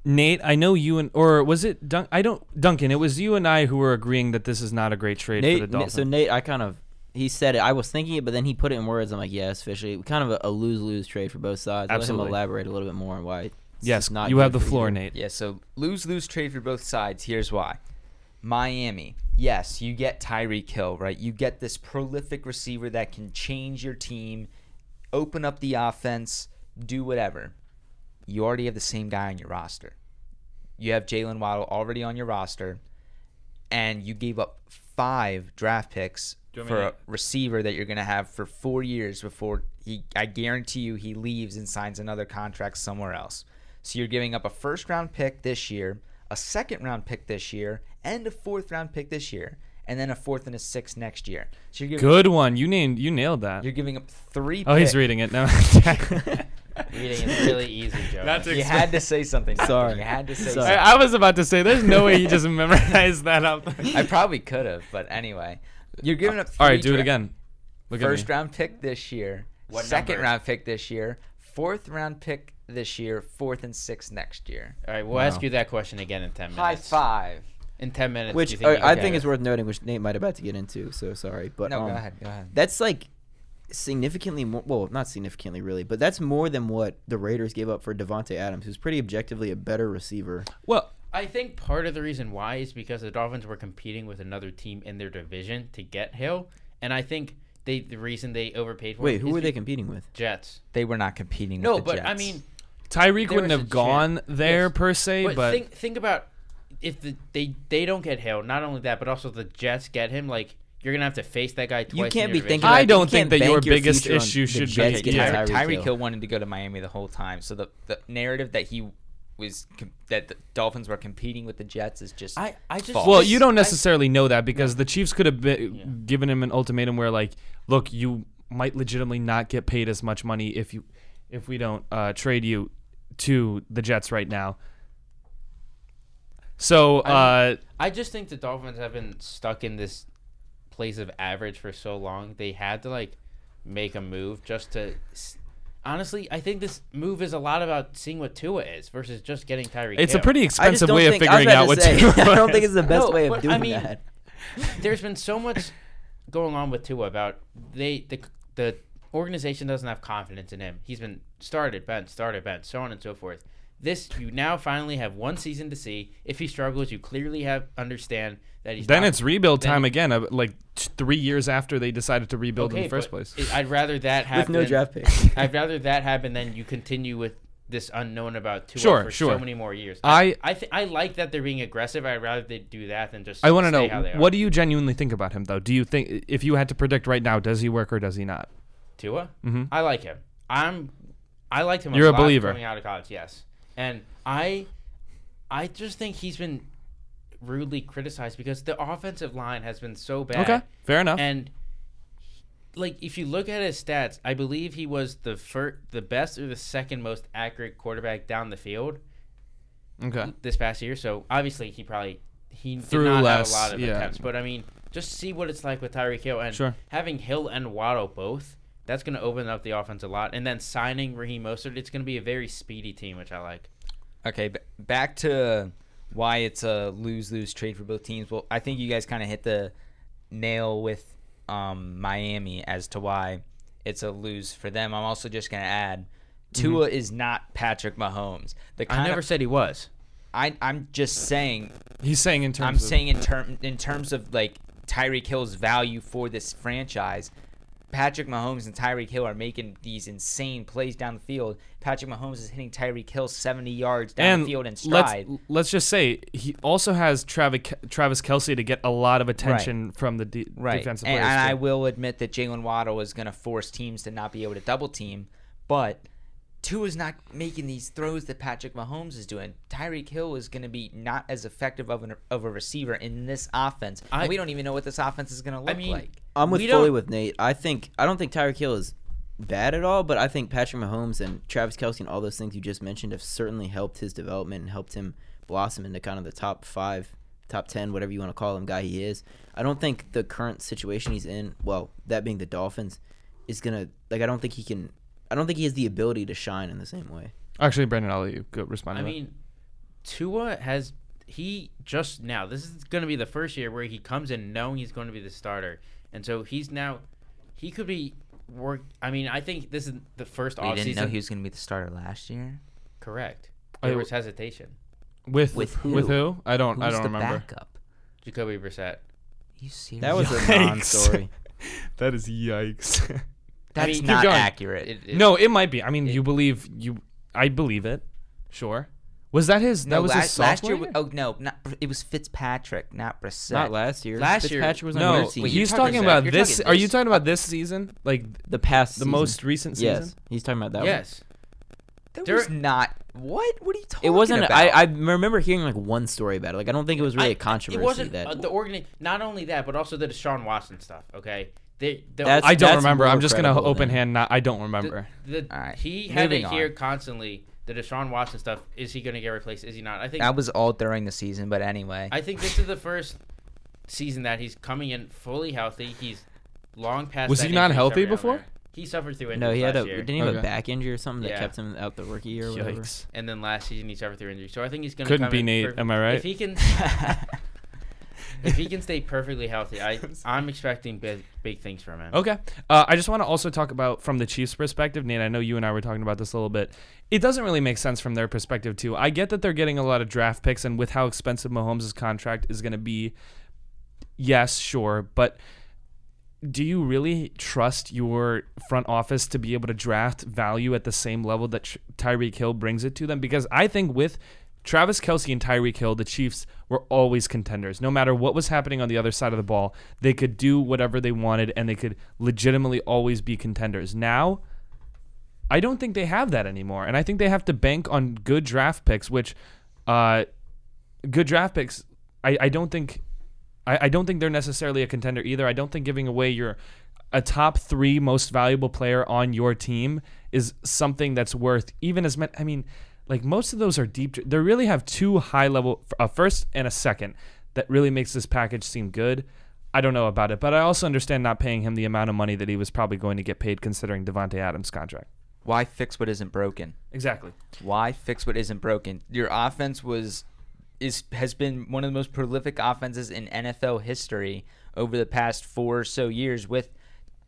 Speaker 5: Nate, I know you and or was it Dun- I don't Duncan, it was you and I who were agreeing that this is not a great trade for the
Speaker 4: Nate. Na-
Speaker 5: Dolphins.
Speaker 4: so Nate, I kind of, he said it. I was thinking it, but then he put it in words. I'm like, yeah, it's officially kind of a, a lose lose trade for both sides. Let
Speaker 5: Absolutely.
Speaker 4: him elaborate a little bit more on why. It's
Speaker 5: yes,
Speaker 4: just not
Speaker 5: you
Speaker 4: good
Speaker 5: have the
Speaker 4: for
Speaker 5: floor,
Speaker 4: either.
Speaker 5: Nate.
Speaker 6: Yeah, so lose lose trade for both sides. Here's why. Miami, yes, you get Tyreek Hill, right? You get this prolific receiver that can change your team, open up the offense, do whatever. You already have the same guy on your roster. You have Jalen Waddle already on your roster, and you gave up five draft picks
Speaker 5: you want
Speaker 6: for
Speaker 5: me
Speaker 6: a receiver that you're going to have for four years before he. I guarantee you, he leaves and signs another contract somewhere else. So you're giving up a first round pick this year, a second round pick this year, and a fourth round pick this year, and then a fourth and a sixth next year. So you're giving,
Speaker 5: Good one. You named you nailed that.
Speaker 6: You're giving up three.
Speaker 5: [laughs] Oh, he's
Speaker 6: picks.
Speaker 5: reading it now.
Speaker 3: Reading is
Speaker 6: [laughs]
Speaker 3: really easy, Joe.
Speaker 5: That's
Speaker 6: You
Speaker 5: ex-
Speaker 6: had to say something. Nathan.
Speaker 4: Sorry.
Speaker 6: You had to say
Speaker 4: Sorry.
Speaker 5: I,
Speaker 6: something.
Speaker 5: I was about to say, there's no way you just memorized that [laughs] up.
Speaker 6: I probably could have, but anyway. You're giving up.
Speaker 5: All right,
Speaker 6: three
Speaker 5: do it
Speaker 6: dra-
Speaker 5: again. Look at me.
Speaker 6: First round pick this year.
Speaker 1: What
Speaker 6: second
Speaker 1: number?
Speaker 6: round pick this year. Fourth round pick this year. Fourth and sixth next year.
Speaker 3: All right, we'll ask you that question again in ten
Speaker 6: High
Speaker 3: minutes.
Speaker 6: five.
Speaker 3: In ten minutes, do
Speaker 4: which
Speaker 3: you
Speaker 4: uh,
Speaker 3: you
Speaker 4: I
Speaker 3: can-
Speaker 4: think is worth noting, which Nate might about to get into. So sorry, but
Speaker 6: No,
Speaker 4: um,
Speaker 6: go ahead. Go ahead.
Speaker 4: that's like significantly more. Well, not significantly really, but that's more than what the Raiders gave up for Devonte Adams, who's pretty objectively a better receiver.
Speaker 5: Well,
Speaker 3: I think part of the reason why is because the Dolphins were competing with another team in their division to get Hill, and I think they the reason they overpaid for
Speaker 4: Wait,
Speaker 3: him
Speaker 4: who
Speaker 3: is
Speaker 4: were they
Speaker 3: be-
Speaker 4: competing with?
Speaker 3: Jets.
Speaker 6: They were not competing.
Speaker 3: No,
Speaker 6: with the
Speaker 3: but I
Speaker 6: Jets.
Speaker 3: mean,
Speaker 5: Tyreek
Speaker 3: There
Speaker 5: wouldn't
Speaker 3: was
Speaker 5: have
Speaker 3: a
Speaker 5: gone
Speaker 3: chance.
Speaker 5: there
Speaker 3: Yes.
Speaker 5: per se,
Speaker 3: but,
Speaker 5: but,
Speaker 3: think think about if the, they they don't get Hill. Not only that, but also the Jets get him. Like you're gonna have to face that guy twice.
Speaker 4: You
Speaker 3: in
Speaker 4: can't
Speaker 3: your
Speaker 4: be
Speaker 3: division.
Speaker 4: thinking.
Speaker 5: I
Speaker 4: like, you
Speaker 5: don't think
Speaker 4: can't
Speaker 5: that your
Speaker 4: bank your
Speaker 5: biggest
Speaker 4: future on
Speaker 5: issue
Speaker 4: the
Speaker 5: should be-
Speaker 4: Jets getting
Speaker 5: Yeah.
Speaker 6: Tyreek,
Speaker 4: Tyreek Hill.
Speaker 6: wanted to go to Miami the whole time, so the the narrative that he was com- that the Dolphins were competing with the Jets is just
Speaker 3: I I just
Speaker 6: False.
Speaker 5: Well, you don't necessarily know that because the Chiefs could have been, given him an ultimatum where, like, look, you might legitimately not get paid as much money if you if we don't uh, trade you to the Jets right now. So, uh,
Speaker 3: I just think the Dolphins have been stuck in this place of average for so long. They had to like make a move just to. s- Honestly, I think this move is a lot about seeing what Tua is versus just getting Tyreek.
Speaker 5: it's a
Speaker 3: Hill.
Speaker 5: pretty
Speaker 4: I just
Speaker 5: expensive
Speaker 4: don't
Speaker 5: way of
Speaker 4: think, I was
Speaker 5: figuring
Speaker 4: about
Speaker 5: out
Speaker 4: to
Speaker 5: what
Speaker 4: say,
Speaker 5: to
Speaker 4: [laughs] I
Speaker 5: [laughs]
Speaker 4: don't think it's the best
Speaker 3: No,
Speaker 4: way of
Speaker 3: but I
Speaker 4: doing
Speaker 3: mean-
Speaker 4: that.
Speaker 3: [laughs] There's been so much going on with Tua about they the the organization doesn't have confidence in him. He's been started, bench, started, bench, so on and so forth. This you now finally have one season to see. If he struggles, you clearly have understand that he's
Speaker 5: Then
Speaker 3: not-
Speaker 5: it's rebuild
Speaker 3: then-
Speaker 5: time again, uh, like t- three years after they decided to rebuild in
Speaker 3: Okay,
Speaker 5: the first
Speaker 3: but
Speaker 5: place.
Speaker 3: it- I'd rather that
Speaker 4: With
Speaker 3: happen.
Speaker 4: no draft pick.
Speaker 3: [laughs] I'd rather that happen than you continue with this unknown about Tua
Speaker 5: Sure,
Speaker 3: for
Speaker 5: sure.
Speaker 3: so many more years.
Speaker 5: I-
Speaker 3: I th- I like that they're being aggressive. I'd rather they do that than just.
Speaker 5: I want to
Speaker 3: stay
Speaker 5: know
Speaker 3: how they are.
Speaker 5: what do you genuinely think about him, though? Do you think if you had to predict right now, does he work or does he not?
Speaker 3: Tua. I like him. I'm. I liked him.
Speaker 5: Mm-hmm. You're a
Speaker 3: lot
Speaker 5: believer.
Speaker 3: coming out of college. Yes, and I, I just think he's been rudely criticized because the offensive line has been so bad.
Speaker 5: Okay, fair enough.
Speaker 3: And like if you look at his stats, I believe he was the fir- the best or the second most accurate quarterback down the field
Speaker 5: okay,
Speaker 3: this past year. So obviously he probably he
Speaker 5: Threw
Speaker 3: did not
Speaker 5: less,
Speaker 3: have a lot of
Speaker 5: yeah.
Speaker 3: attempts. But I mean, just see what it's like with Tyreek Hill and
Speaker 5: Sure.
Speaker 3: having Hill and Waddle both. That's going to open up the offense a lot, and then signing Raheem Mostert, it's going to be a very speedy team, which I like.
Speaker 6: Okay, b- back to why it's a lose lose trade for both teams. Well, I think you guys kind of hit the nail with um, Miami as to why it's a lose for them. I'm also just going to add Tua
Speaker 5: Mm-hmm.
Speaker 6: is not Patrick Mahomes. The kind
Speaker 3: I never
Speaker 6: of,
Speaker 3: said he was.
Speaker 6: I, I'm just saying
Speaker 5: he's saying in terms.
Speaker 6: I'm
Speaker 5: of,
Speaker 6: saying in term in terms of like Tyreek Hill's value for this franchise, Patrick Mahomes and Tyreek Hill are making these insane plays down the field. Patrick Mahomes is hitting Tyreek Hill 70 yards down
Speaker 5: and
Speaker 6: the field in
Speaker 5: let's
Speaker 6: stride.
Speaker 5: let's just say he also has Travis Travis Kelsey to get a lot of attention from the de-
Speaker 6: Right. And,
Speaker 5: defensive
Speaker 6: and
Speaker 5: players.
Speaker 6: I
Speaker 5: too.
Speaker 6: will admit that Jalen Waddle is going to force teams to not be able to double team, but two is not making these throws that Patrick Mahomes is doing. Tyreek Hill is going to be not as effective of, an, of a receiver in this offense. And
Speaker 3: I-
Speaker 6: we don't even know what this offense is going to look
Speaker 3: I mean,
Speaker 6: like.
Speaker 4: I'm with
Speaker 3: we
Speaker 4: fully
Speaker 3: don't-
Speaker 4: with Nate. I think I don't think Tyreek Hill is bad at all, but I think Patrick Mahomes and Travis Kelsey and all those things you just mentioned have certainly helped his development and helped him blossom into kind of the top five, top ten, whatever you want to call him, guy he is. I don't think the current situation he's in, well, that being the Dolphins, is gonna like I don't think he can I don't think he has the ability to shine in the same way.
Speaker 5: Actually, Brandon, I'll let you go respond.
Speaker 3: I
Speaker 5: to that.
Speaker 3: mean, Tua has he just now. This is going to be the first year where he comes in knowing he's going to be the starter, and so he's now he could be work. I mean, I think this is the first
Speaker 6: We
Speaker 3: offseason.
Speaker 6: didn't know he was Oh, going to be the starter last year.
Speaker 3: Correct.
Speaker 5: I-
Speaker 3: There was hesitation.
Speaker 5: with
Speaker 4: with who?
Speaker 5: With who? I don't.
Speaker 6: Who's
Speaker 5: I don't
Speaker 6: the
Speaker 5: remember.
Speaker 6: backup?
Speaker 3: Jacoby Brissett.
Speaker 6: You serious? [laughs]
Speaker 4: That was
Speaker 5: Yikes.
Speaker 4: a non story.
Speaker 5: That is yikes. [laughs]
Speaker 6: That's
Speaker 3: mean, keep
Speaker 6: not
Speaker 5: going.
Speaker 6: accurate.
Speaker 3: It- it-
Speaker 5: no, it might be. I mean, you believe you. I believe it. Sure. Was that his? that was
Speaker 6: la-
Speaker 5: his sophomore
Speaker 6: year. Oh no, not it was Fitzpatrick, not Brissett.
Speaker 4: [laughs] Not last year.
Speaker 3: Last year-
Speaker 4: Fitzpatrick was on
Speaker 5: No,
Speaker 4: your team.
Speaker 6: wait,
Speaker 5: he's
Speaker 6: you're talking
Speaker 5: talking
Speaker 6: about-
Speaker 5: about
Speaker 6: you're
Speaker 5: this.
Speaker 6: talking
Speaker 5: Are you
Speaker 6: this-
Speaker 5: talking about this season? Like
Speaker 4: the past
Speaker 5: the
Speaker 4: season.
Speaker 5: most recent season?
Speaker 4: Yes. He's talking about that one.
Speaker 3: Yes.
Speaker 6: There
Speaker 3: There-
Speaker 6: was not. What? What are you talking
Speaker 4: It wasn't.
Speaker 6: about?
Speaker 4: I, I remember hearing like one story about it. Like I don't think it was really a controversy.
Speaker 3: It wasn't
Speaker 4: that
Speaker 3: uh, the organ. Not only that, but also the Deshaun Watson stuff. Okay, they, the,
Speaker 4: That's-
Speaker 5: I don't
Speaker 4: that's
Speaker 5: remember.
Speaker 4: more
Speaker 5: I'm just gonna
Speaker 4: credible
Speaker 5: open
Speaker 4: than-
Speaker 5: hand. Not, I don't
Speaker 3: the-
Speaker 5: remember.
Speaker 3: the-
Speaker 6: Alright,
Speaker 3: he had
Speaker 6: moving
Speaker 3: to hear
Speaker 6: on.
Speaker 3: constantly the Deshaun Watson stuff. Is he going to get replaced? Is he not? I think
Speaker 6: that was all during the season, but anyway.
Speaker 3: I think this is the first season that he's coming in fully healthy. He's long past.
Speaker 5: Was
Speaker 3: that
Speaker 5: he not
Speaker 3: injury
Speaker 5: healthy
Speaker 3: suffered
Speaker 5: before?
Speaker 3: earlier. He suffered through injury.
Speaker 4: no, he had a
Speaker 3: last year.
Speaker 4: didn't he have a
Speaker 5: Okay.
Speaker 4: back injury or something that
Speaker 3: Yeah.
Speaker 4: kept him out the rookie year or whatever.
Speaker 5: Yikes.
Speaker 3: and then last season he suffered through injury. So I think he's going to
Speaker 5: Couldn't
Speaker 3: come
Speaker 5: be
Speaker 3: in
Speaker 5: Nate,
Speaker 3: perfect-
Speaker 5: am I right?
Speaker 3: If he can,
Speaker 6: [laughs]
Speaker 3: if he can stay perfectly healthy, I I'm expecting big, big things from him.
Speaker 5: Okay. Uh, I just want to also talk about from the Chiefs' perspective, Nate. I know you and I were talking about this a little bit. It doesn't really make sense from their perspective too. I get that they're getting a lot of draft picks, and with how expensive Mahomes' contract is going to be, yes, sure, but do you really trust your front office to be able to draft value at the same level that Tr- Tyreek Hill brings it to them? Because I think with Travis Kelsey and Tyreek Hill, the Chiefs were always contenders. No matter what was happening on the other side of the ball, they could do whatever they wanted and they could legitimately always be contenders. Now, I don't think they have that anymore. And I think they have to bank on good draft picks, which uh, good draft picks, I, I don't think I, I don't think they're necessarily a contender either. I don't think giving away your a top three most valuable player on your team is something that's worth even as much. I mean, like most of those are deep. They really have two high level, a first and a second, that really makes this package seem good. I don't know about it, but I also understand not paying him the amount of money that he was probably going to get paid considering Devonte Adams' contract.
Speaker 6: Why fix what isn't broken?
Speaker 5: Exactly.
Speaker 6: Why fix what isn't broken? Your offense was is has been one of the most prolific offenses in NFL history over the past four or so years with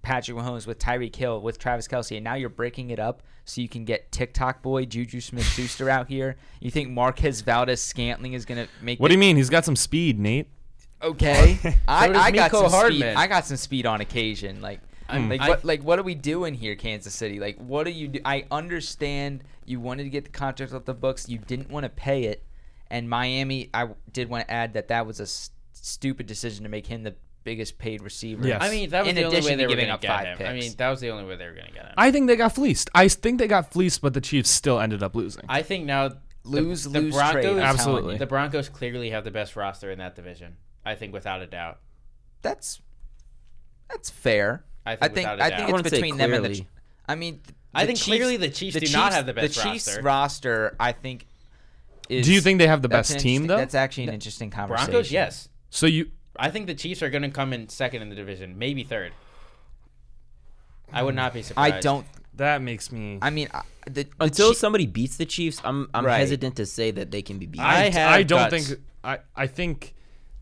Speaker 6: Patrick Mahomes, with Tyreek Hill, with Travis Kelsey, and now you're breaking it up so you can get TikTok boy Juju Smith Schuster out here. You think Marquez Valdez Scantling is gonna make
Speaker 5: What
Speaker 6: the-
Speaker 5: do you mean? He's got some speed, Nate.
Speaker 3: [laughs]
Speaker 6: Okay, I,
Speaker 3: does
Speaker 6: I got
Speaker 3: Miko
Speaker 6: some
Speaker 3: Hardman. Hmm.
Speaker 6: speed. I got some speed on occasion. Like, like what? Like what are we doing here, Kansas City? Like, what are you? Do- I understand you wanted to get the contract off the books. You didn't want to pay it, and Miami. I w- did want to add that that was a s- stupid decision to make him the biggest paid receiver.
Speaker 5: Yes.
Speaker 3: I mean, that was
Speaker 6: In
Speaker 3: the only
Speaker 6: addition
Speaker 3: way
Speaker 6: to
Speaker 3: they were
Speaker 6: giving
Speaker 3: going to
Speaker 6: up
Speaker 3: get
Speaker 6: five
Speaker 3: him. I
Speaker 6: picks.
Speaker 3: mean, that was the only way they were going to get him. I,
Speaker 5: I think they got fleeced. I think they got fleeced, but the Chiefs still ended up losing.
Speaker 3: think now
Speaker 6: lose
Speaker 3: the, the
Speaker 6: lose
Speaker 3: Broncos,
Speaker 6: trade. I'm telling
Speaker 5: Absolutely.
Speaker 6: you.
Speaker 3: The Broncos clearly have the best roster in that division. I think without a doubt.
Speaker 6: That's that's fair.
Speaker 3: I
Speaker 6: I
Speaker 3: think
Speaker 6: think
Speaker 3: without a
Speaker 6: I
Speaker 3: doubt.
Speaker 6: think
Speaker 4: I
Speaker 6: it's
Speaker 4: wouldn't say
Speaker 6: between them and the.
Speaker 4: clearly.
Speaker 6: Ch- I mean, th-
Speaker 3: I think clearly the Chiefs do not have the best
Speaker 6: The Chiefs
Speaker 3: roster.
Speaker 6: roster, I think. Is,
Speaker 5: Do you think they have the
Speaker 6: that's
Speaker 5: best
Speaker 6: an
Speaker 5: team
Speaker 6: interesting-
Speaker 5: though?
Speaker 6: That's actually an interesting conversation.
Speaker 3: Broncos, yes.
Speaker 5: so you
Speaker 3: I think the Chiefs are going to come in second in the division, maybe third. I would not be surprised.
Speaker 6: I don't.
Speaker 5: that makes me.
Speaker 6: I mean, I, the, the
Speaker 4: Until
Speaker 6: Chi-
Speaker 4: somebody beats the Chiefs, I'm I'm
Speaker 6: Right.
Speaker 4: hesitant to say that they can be beat.
Speaker 3: I have
Speaker 5: I don't
Speaker 3: guts.
Speaker 5: think I, I think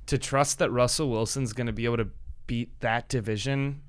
Speaker 5: to trust that Russell Wilson's going to be able to beat that division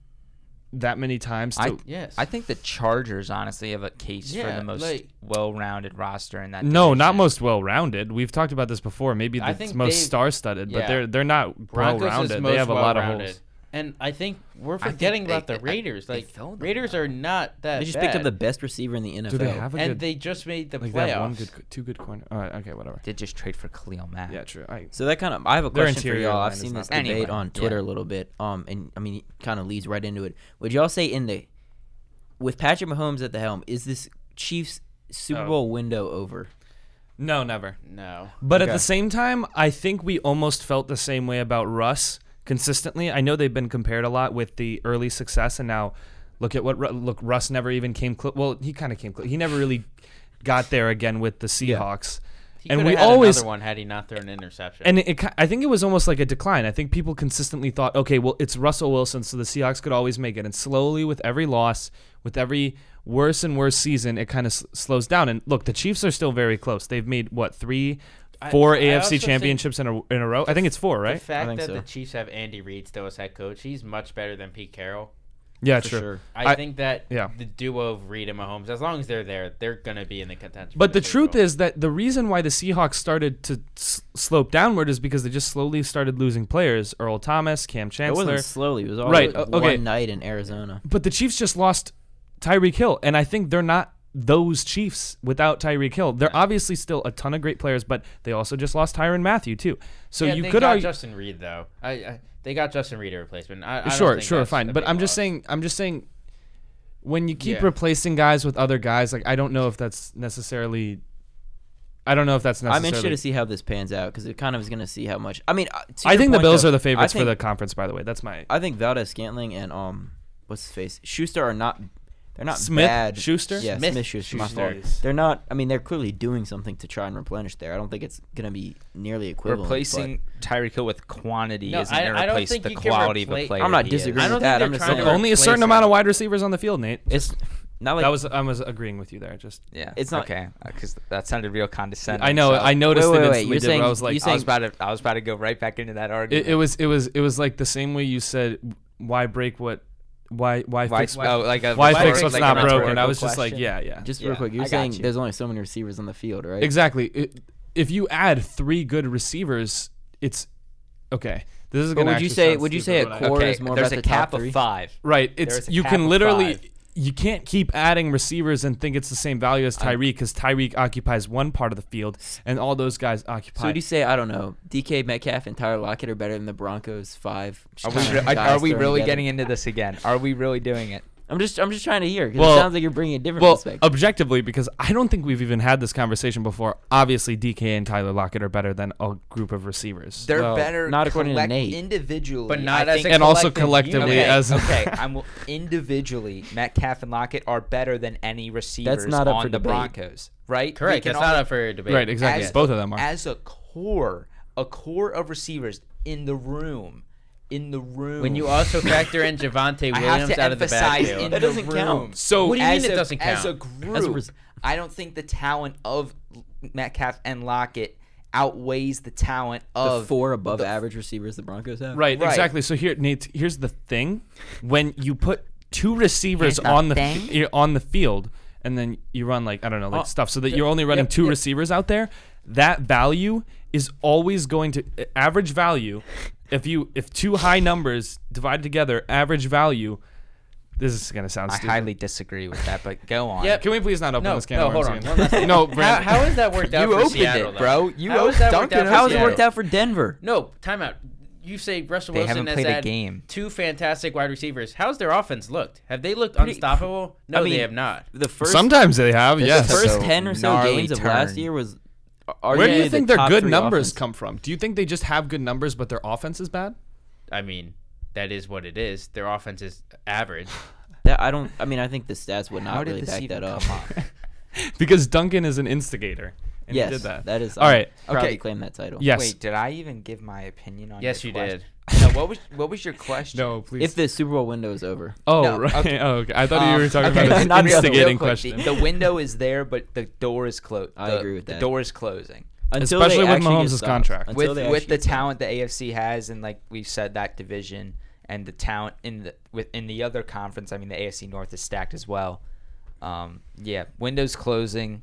Speaker 5: that many times to,
Speaker 6: I-
Speaker 3: Yes.
Speaker 6: I think the Chargers honestly have a case for
Speaker 3: Yeah,
Speaker 6: the most
Speaker 3: like-
Speaker 6: well-rounded roster in that.
Speaker 5: No,
Speaker 6: division.
Speaker 5: not most well-rounded. We've talked about this before. Maybe
Speaker 3: I
Speaker 5: the
Speaker 3: think
Speaker 5: most
Speaker 3: they-
Speaker 5: star-studded, but
Speaker 3: yeah.
Speaker 5: they're they're not
Speaker 3: Broncos is
Speaker 5: well-rounded.
Speaker 3: most
Speaker 5: They have a lot of holes.
Speaker 3: well-rounded. And I think we're
Speaker 6: think
Speaker 3: forgetting
Speaker 6: they-
Speaker 3: about the
Speaker 6: I-
Speaker 3: Raiders.
Speaker 6: they
Speaker 3: like
Speaker 6: fell them
Speaker 3: Raiders are not that.
Speaker 4: They just picked up
Speaker 3: bad.
Speaker 4: the best receiver in the NFL.
Speaker 5: Do they have a
Speaker 3: and
Speaker 5: good?
Speaker 3: they just made the
Speaker 5: like they have one
Speaker 3: playoffs.
Speaker 5: good, two good corner. All right, okay, whatever.
Speaker 6: Did just trade for Khalil Mack.
Speaker 5: Yeah, true. I,
Speaker 4: So that kind of I have a
Speaker 5: Their
Speaker 4: question for
Speaker 5: interior
Speaker 4: y'all.
Speaker 5: line
Speaker 4: I've
Speaker 5: is
Speaker 4: seen
Speaker 5: not
Speaker 4: this
Speaker 6: bad.
Speaker 4: debate
Speaker 6: Anyway,
Speaker 4: on Twitter a little bit. Um, and I mean, it kind of leads right into it. Would y'all say in the with Patrick Mahomes at the helm, is this Chiefs Super
Speaker 5: Oh.
Speaker 4: Bowl window over?
Speaker 5: no, never.
Speaker 3: No.
Speaker 5: But at the same time, I think we almost felt the same way about Russ consistently. I know they've been compared a lot with the early success, and now look at what Ru- look Russ never even came close. Well, he kind of came close. He never really got there again with the Seahawks,
Speaker 3: He
Speaker 5: and
Speaker 3: could've
Speaker 5: we
Speaker 3: had
Speaker 5: always
Speaker 3: another one had he not thrown an interception.
Speaker 5: and it, ki- I think it was almost like a decline. I think people consistently thought, okay, well, it's Russell Wilson, so the Seahawks could always make it. And slowly, with every loss, with every worse and worse season, it kind of s- slows down. And look, the Chiefs are still very close. They've made what three,
Speaker 3: I-
Speaker 5: four
Speaker 3: I
Speaker 5: AFC
Speaker 3: also think
Speaker 5: championships in a in a row. I think it's four,
Speaker 3: The
Speaker 5: right?
Speaker 3: fact
Speaker 4: think
Speaker 3: that
Speaker 4: so.
Speaker 3: the Chiefs have Andy Reid still as head coach, he's much better than Pete Carroll.
Speaker 5: Yeah,
Speaker 4: for
Speaker 5: true.
Speaker 4: sure.
Speaker 3: I,
Speaker 5: I-
Speaker 3: think that
Speaker 5: yeah.
Speaker 3: the duo of Reid and Mahomes, as long as they're there, they're gonna be in the contention. for
Speaker 5: But the
Speaker 3: Super
Speaker 5: truth
Speaker 3: Bowl.
Speaker 5: is that the reason why the Seahawks started to s- slope downward is because they just slowly started losing players: Earl Thomas, Cam
Speaker 4: It
Speaker 5: Chancellor.
Speaker 4: wasn't slowly. It was all
Speaker 5: Right,
Speaker 4: right.
Speaker 5: uh, okay.
Speaker 4: One night in Arizona.
Speaker 5: But the Chiefs just lost Tyreek Hill, and I think they're not those Chiefs without Tyreek Hill. They're obviously still a ton of great players, but they also just lost Tyron Matthew too. So
Speaker 3: yeah,
Speaker 5: you
Speaker 3: they
Speaker 5: could
Speaker 3: got
Speaker 5: argue,
Speaker 3: Justin Reed though. I, I they got Justin Reed a replacement. I, I don't
Speaker 5: sure,
Speaker 3: think
Speaker 5: sure,
Speaker 3: that's
Speaker 5: fine.
Speaker 3: a
Speaker 5: But
Speaker 3: big
Speaker 5: I'm just
Speaker 3: loss.
Speaker 5: saying, I'm just saying, when you keep
Speaker 2: Yeah.
Speaker 5: replacing guys with other guys, like I don't know if that's necessarily. I don't know if that's
Speaker 4: I'm
Speaker 5: necessarily.
Speaker 4: interested to see how this pans out because it kind of is going to see how much. I mean, uh, to
Speaker 5: I
Speaker 4: your
Speaker 5: think the
Speaker 4: point,
Speaker 5: Bills
Speaker 4: though,
Speaker 5: are the
Speaker 4: I
Speaker 5: favorites for
Speaker 4: think-
Speaker 5: the conference. By the way, that's my
Speaker 4: I think Valdez Scantling and um, what's his face Schuster are not. They're not
Speaker 5: Smith
Speaker 4: bad.
Speaker 5: Schuster?
Speaker 4: yeah,
Speaker 3: Smith
Speaker 4: Smith, Schuster.
Speaker 3: Schuster.
Speaker 4: my fault. They're not. I mean, they're clearly doing something to try and replenish there. I don't think it's gonna be nearly equivalent. but-
Speaker 6: Replacing Tyreek Hill with quantity
Speaker 3: No,
Speaker 6: isn't
Speaker 3: I-
Speaker 6: going
Speaker 3: I
Speaker 6: to
Speaker 3: don't
Speaker 6: replace
Speaker 3: think
Speaker 6: the
Speaker 3: you can
Speaker 6: quality of a
Speaker 3: replace-
Speaker 6: player.
Speaker 4: I'm not
Speaker 6: he is.
Speaker 4: disagreeing
Speaker 3: I don't
Speaker 4: with that.
Speaker 3: think
Speaker 4: I'm
Speaker 3: they're
Speaker 4: just
Speaker 3: trying
Speaker 4: saying
Speaker 3: to
Speaker 5: only a
Speaker 3: replace
Speaker 5: certain
Speaker 3: him.
Speaker 5: amount of wide receivers on the field, Nate.
Speaker 4: it's not like
Speaker 5: that was I was agreeing with you there. Just
Speaker 6: Yeah,
Speaker 4: It's not-
Speaker 6: okay because that sounded real condescending.
Speaker 5: I know
Speaker 6: so-
Speaker 5: I noticed
Speaker 4: Wait, wait,
Speaker 5: it
Speaker 4: wait,
Speaker 5: instantly
Speaker 4: you're
Speaker 5: did,
Speaker 4: saying-
Speaker 5: but I was like
Speaker 4: you
Speaker 6: I
Speaker 4: saying-
Speaker 6: was about to. I was about to go right back into that argument.
Speaker 5: it, it was it was it was like the same way you said why break what why why,
Speaker 6: why,
Speaker 5: fix
Speaker 6: oh, like a,
Speaker 5: why,
Speaker 6: why
Speaker 5: fix
Speaker 6: break,
Speaker 5: what's
Speaker 6: like,
Speaker 5: not
Speaker 6: a
Speaker 5: broken. I
Speaker 6: rhetorical
Speaker 5: was just like
Speaker 6: question?
Speaker 5: yeah yeah
Speaker 4: just
Speaker 6: Yeah,
Speaker 4: real quick.
Speaker 6: I
Speaker 4: You're
Speaker 6: got
Speaker 4: saying
Speaker 6: you.
Speaker 4: there's only so many receivers on the field, right?
Speaker 5: exactly. It- if you add three good receivers, it's okay. This is
Speaker 4: But
Speaker 5: gonna.
Speaker 4: would you
Speaker 5: actually
Speaker 4: say-
Speaker 5: sound
Speaker 4: would you
Speaker 5: stupid,
Speaker 4: say a
Speaker 5: but I-
Speaker 4: core- Or
Speaker 6: okay,
Speaker 4: is more
Speaker 6: there's
Speaker 4: about
Speaker 6: a
Speaker 4: the top
Speaker 6: cap
Speaker 4: three?
Speaker 6: of five.
Speaker 5: [laughs] Right.
Speaker 6: There is
Speaker 5: It's
Speaker 6: a
Speaker 5: you
Speaker 6: cap
Speaker 5: can
Speaker 6: of
Speaker 5: literally
Speaker 6: five.
Speaker 5: you can't keep adding receivers and think it's the same value as Tyreek because Tyreek occupies one part of the field and all those guys occupy.
Speaker 4: So would you say I don't know? DK Metcalf and Tyler Lockett are better than the Broncos five.
Speaker 6: Are
Speaker 5: [laughs]
Speaker 6: we,
Speaker 4: kind
Speaker 6: re-
Speaker 4: of guys
Speaker 6: are we
Speaker 4: thrown
Speaker 6: really
Speaker 4: together?
Speaker 6: getting into this again? Are we really doing it?
Speaker 4: I'm just I'm just trying to hear because
Speaker 5: Well-
Speaker 4: it sounds like you're bringing a different
Speaker 5: well,
Speaker 4: perspective.
Speaker 5: objectively, because I don't think we've even had this conversation before. Obviously, DK and Tyler Lockett are better than a group of receivers.
Speaker 6: They're
Speaker 4: Well,
Speaker 6: better
Speaker 4: not according to
Speaker 6: collect-
Speaker 4: Nate.
Speaker 6: individually,
Speaker 1: But not
Speaker 6: I
Speaker 1: as
Speaker 6: think-
Speaker 1: a
Speaker 5: and also
Speaker 1: collective
Speaker 5: collectively
Speaker 6: okay,
Speaker 5: as [laughs]
Speaker 6: okay. I'm individually Metcalf and Lockett are better than any receivers
Speaker 4: not up
Speaker 6: on
Speaker 4: for
Speaker 6: the
Speaker 4: debate.
Speaker 6: Broncos, right? We
Speaker 3: Correct.
Speaker 6: can
Speaker 3: That's
Speaker 6: all-
Speaker 3: not up for debate.
Speaker 5: right, exactly.
Speaker 6: As-
Speaker 5: Both of them are.
Speaker 6: as a core, a core of receivers in the room, in the room.
Speaker 3: When
Speaker 6: [laughs]
Speaker 3: you also factor in Javante
Speaker 6: I have
Speaker 3: Williams
Speaker 6: to
Speaker 3: out of the
Speaker 6: emphasize
Speaker 3: backfield.
Speaker 6: in
Speaker 4: That
Speaker 6: the
Speaker 4: doesn't
Speaker 6: room.
Speaker 4: count.
Speaker 5: So-
Speaker 3: What do you mean
Speaker 6: as
Speaker 3: it
Speaker 6: a-
Speaker 3: doesn't
Speaker 6: As a
Speaker 3: count?
Speaker 6: group,
Speaker 4: As a res-
Speaker 6: I don't think the talent of Metcalf and Lockett outweighs the talent
Speaker 4: the
Speaker 6: of
Speaker 4: four above average receivers the Broncos have.
Speaker 5: right,
Speaker 6: right.
Speaker 5: exactly. So here, Nate, here's the thing: when you put two
Speaker 6: Here's
Speaker 5: receivers
Speaker 6: the
Speaker 5: on the
Speaker 6: thing.
Speaker 5: f- on the field, and then you run like I don't know, like stuff, so that you're only running two receivers out there, that value is always going to uh, average value. If you if two high numbers divided together, average value. This is gonna sound
Speaker 6: I
Speaker 5: stupid.
Speaker 6: highly disagree with that, but go
Speaker 3: [laughs]
Speaker 6: on.
Speaker 3: Yep.
Speaker 5: Can we please not open
Speaker 3: No,
Speaker 5: this can?
Speaker 3: no,
Speaker 5: of worms
Speaker 3: hold on.
Speaker 5: again?
Speaker 3: One last
Speaker 5: [laughs]
Speaker 3: thing.
Speaker 5: no,
Speaker 3: How,
Speaker 5: Brandon.
Speaker 3: how has that worked out
Speaker 6: You
Speaker 3: for
Speaker 6: opened
Speaker 3: Seattle,
Speaker 6: it,
Speaker 3: though?
Speaker 6: bro. You
Speaker 3: How
Speaker 6: op-
Speaker 3: has that
Speaker 6: dunked
Speaker 3: worked
Speaker 6: it
Speaker 3: out
Speaker 6: on
Speaker 3: for
Speaker 4: How has it
Speaker 3: Seattle?
Speaker 4: worked out for Denver?
Speaker 3: No, timeout. You say Russell
Speaker 6: They
Speaker 3: Wilson
Speaker 6: haven't
Speaker 3: has
Speaker 6: played a
Speaker 3: had
Speaker 6: game.
Speaker 3: two fantastic wide receivers. How's their offense looked? Have they looked
Speaker 4: Pretty-
Speaker 3: unstoppable? No,
Speaker 4: I mean,
Speaker 3: they have not.
Speaker 4: The first
Speaker 5: Sometimes they have,
Speaker 4: the
Speaker 5: yes.
Speaker 4: first
Speaker 6: So
Speaker 4: ten or so
Speaker 6: gnarly
Speaker 4: games of last
Speaker 6: turn.
Speaker 4: year was.
Speaker 5: Where do
Speaker 4: arguably
Speaker 5: you
Speaker 4: the
Speaker 5: think their
Speaker 4: top
Speaker 5: good
Speaker 4: three
Speaker 5: numbers
Speaker 4: offense.
Speaker 5: come from? Do you think they just have good numbers, but their offense is bad?
Speaker 3: I mean, that is what it is. Their offense is [sighs] average.
Speaker 4: That I don't. I mean, I think the stats would
Speaker 6: How
Speaker 4: not
Speaker 6: did
Speaker 4: really
Speaker 6: this
Speaker 4: back
Speaker 6: even
Speaker 4: that up.
Speaker 6: come
Speaker 3: [laughs]
Speaker 6: up?
Speaker 5: Because Duncan is an instigator. And
Speaker 4: yes,
Speaker 5: he did that.
Speaker 4: that is.
Speaker 5: All right.
Speaker 4: I Probably
Speaker 6: Okay.
Speaker 4: claim that title.
Speaker 5: Yes.
Speaker 6: Wait, did I even give my opinion on?
Speaker 3: yes,
Speaker 6: your
Speaker 3: you
Speaker 6: question?
Speaker 3: did.
Speaker 6: [laughs] No, what was what
Speaker 3: [laughs]
Speaker 6: was your question?
Speaker 5: No, please.
Speaker 4: If the Super Bowl window is over,
Speaker 5: oh,
Speaker 6: no,
Speaker 5: right.
Speaker 6: okay.
Speaker 5: [laughs] Oh, okay. I thought you were
Speaker 6: Um,
Speaker 5: talking
Speaker 6: [laughs]
Speaker 4: okay,
Speaker 5: about an
Speaker 4: not the other way.
Speaker 5: instigating
Speaker 6: Real quick,
Speaker 5: question.
Speaker 6: The, the window is there, but the door is closed.
Speaker 4: I agree with that.
Speaker 6: The door is closing.
Speaker 4: until
Speaker 5: Especially
Speaker 4: they
Speaker 5: with
Speaker 4: actually get
Speaker 5: Mahomes'
Speaker 4: stopped.
Speaker 5: contract.
Speaker 4: Until they
Speaker 6: with with
Speaker 4: actually
Speaker 6: the
Speaker 4: get stopped.
Speaker 6: talent the AFC has, and like we've said, that division and the talent in the with in the other conference. I mean, the AFC North is stacked as well. Um, yeah, windows closing.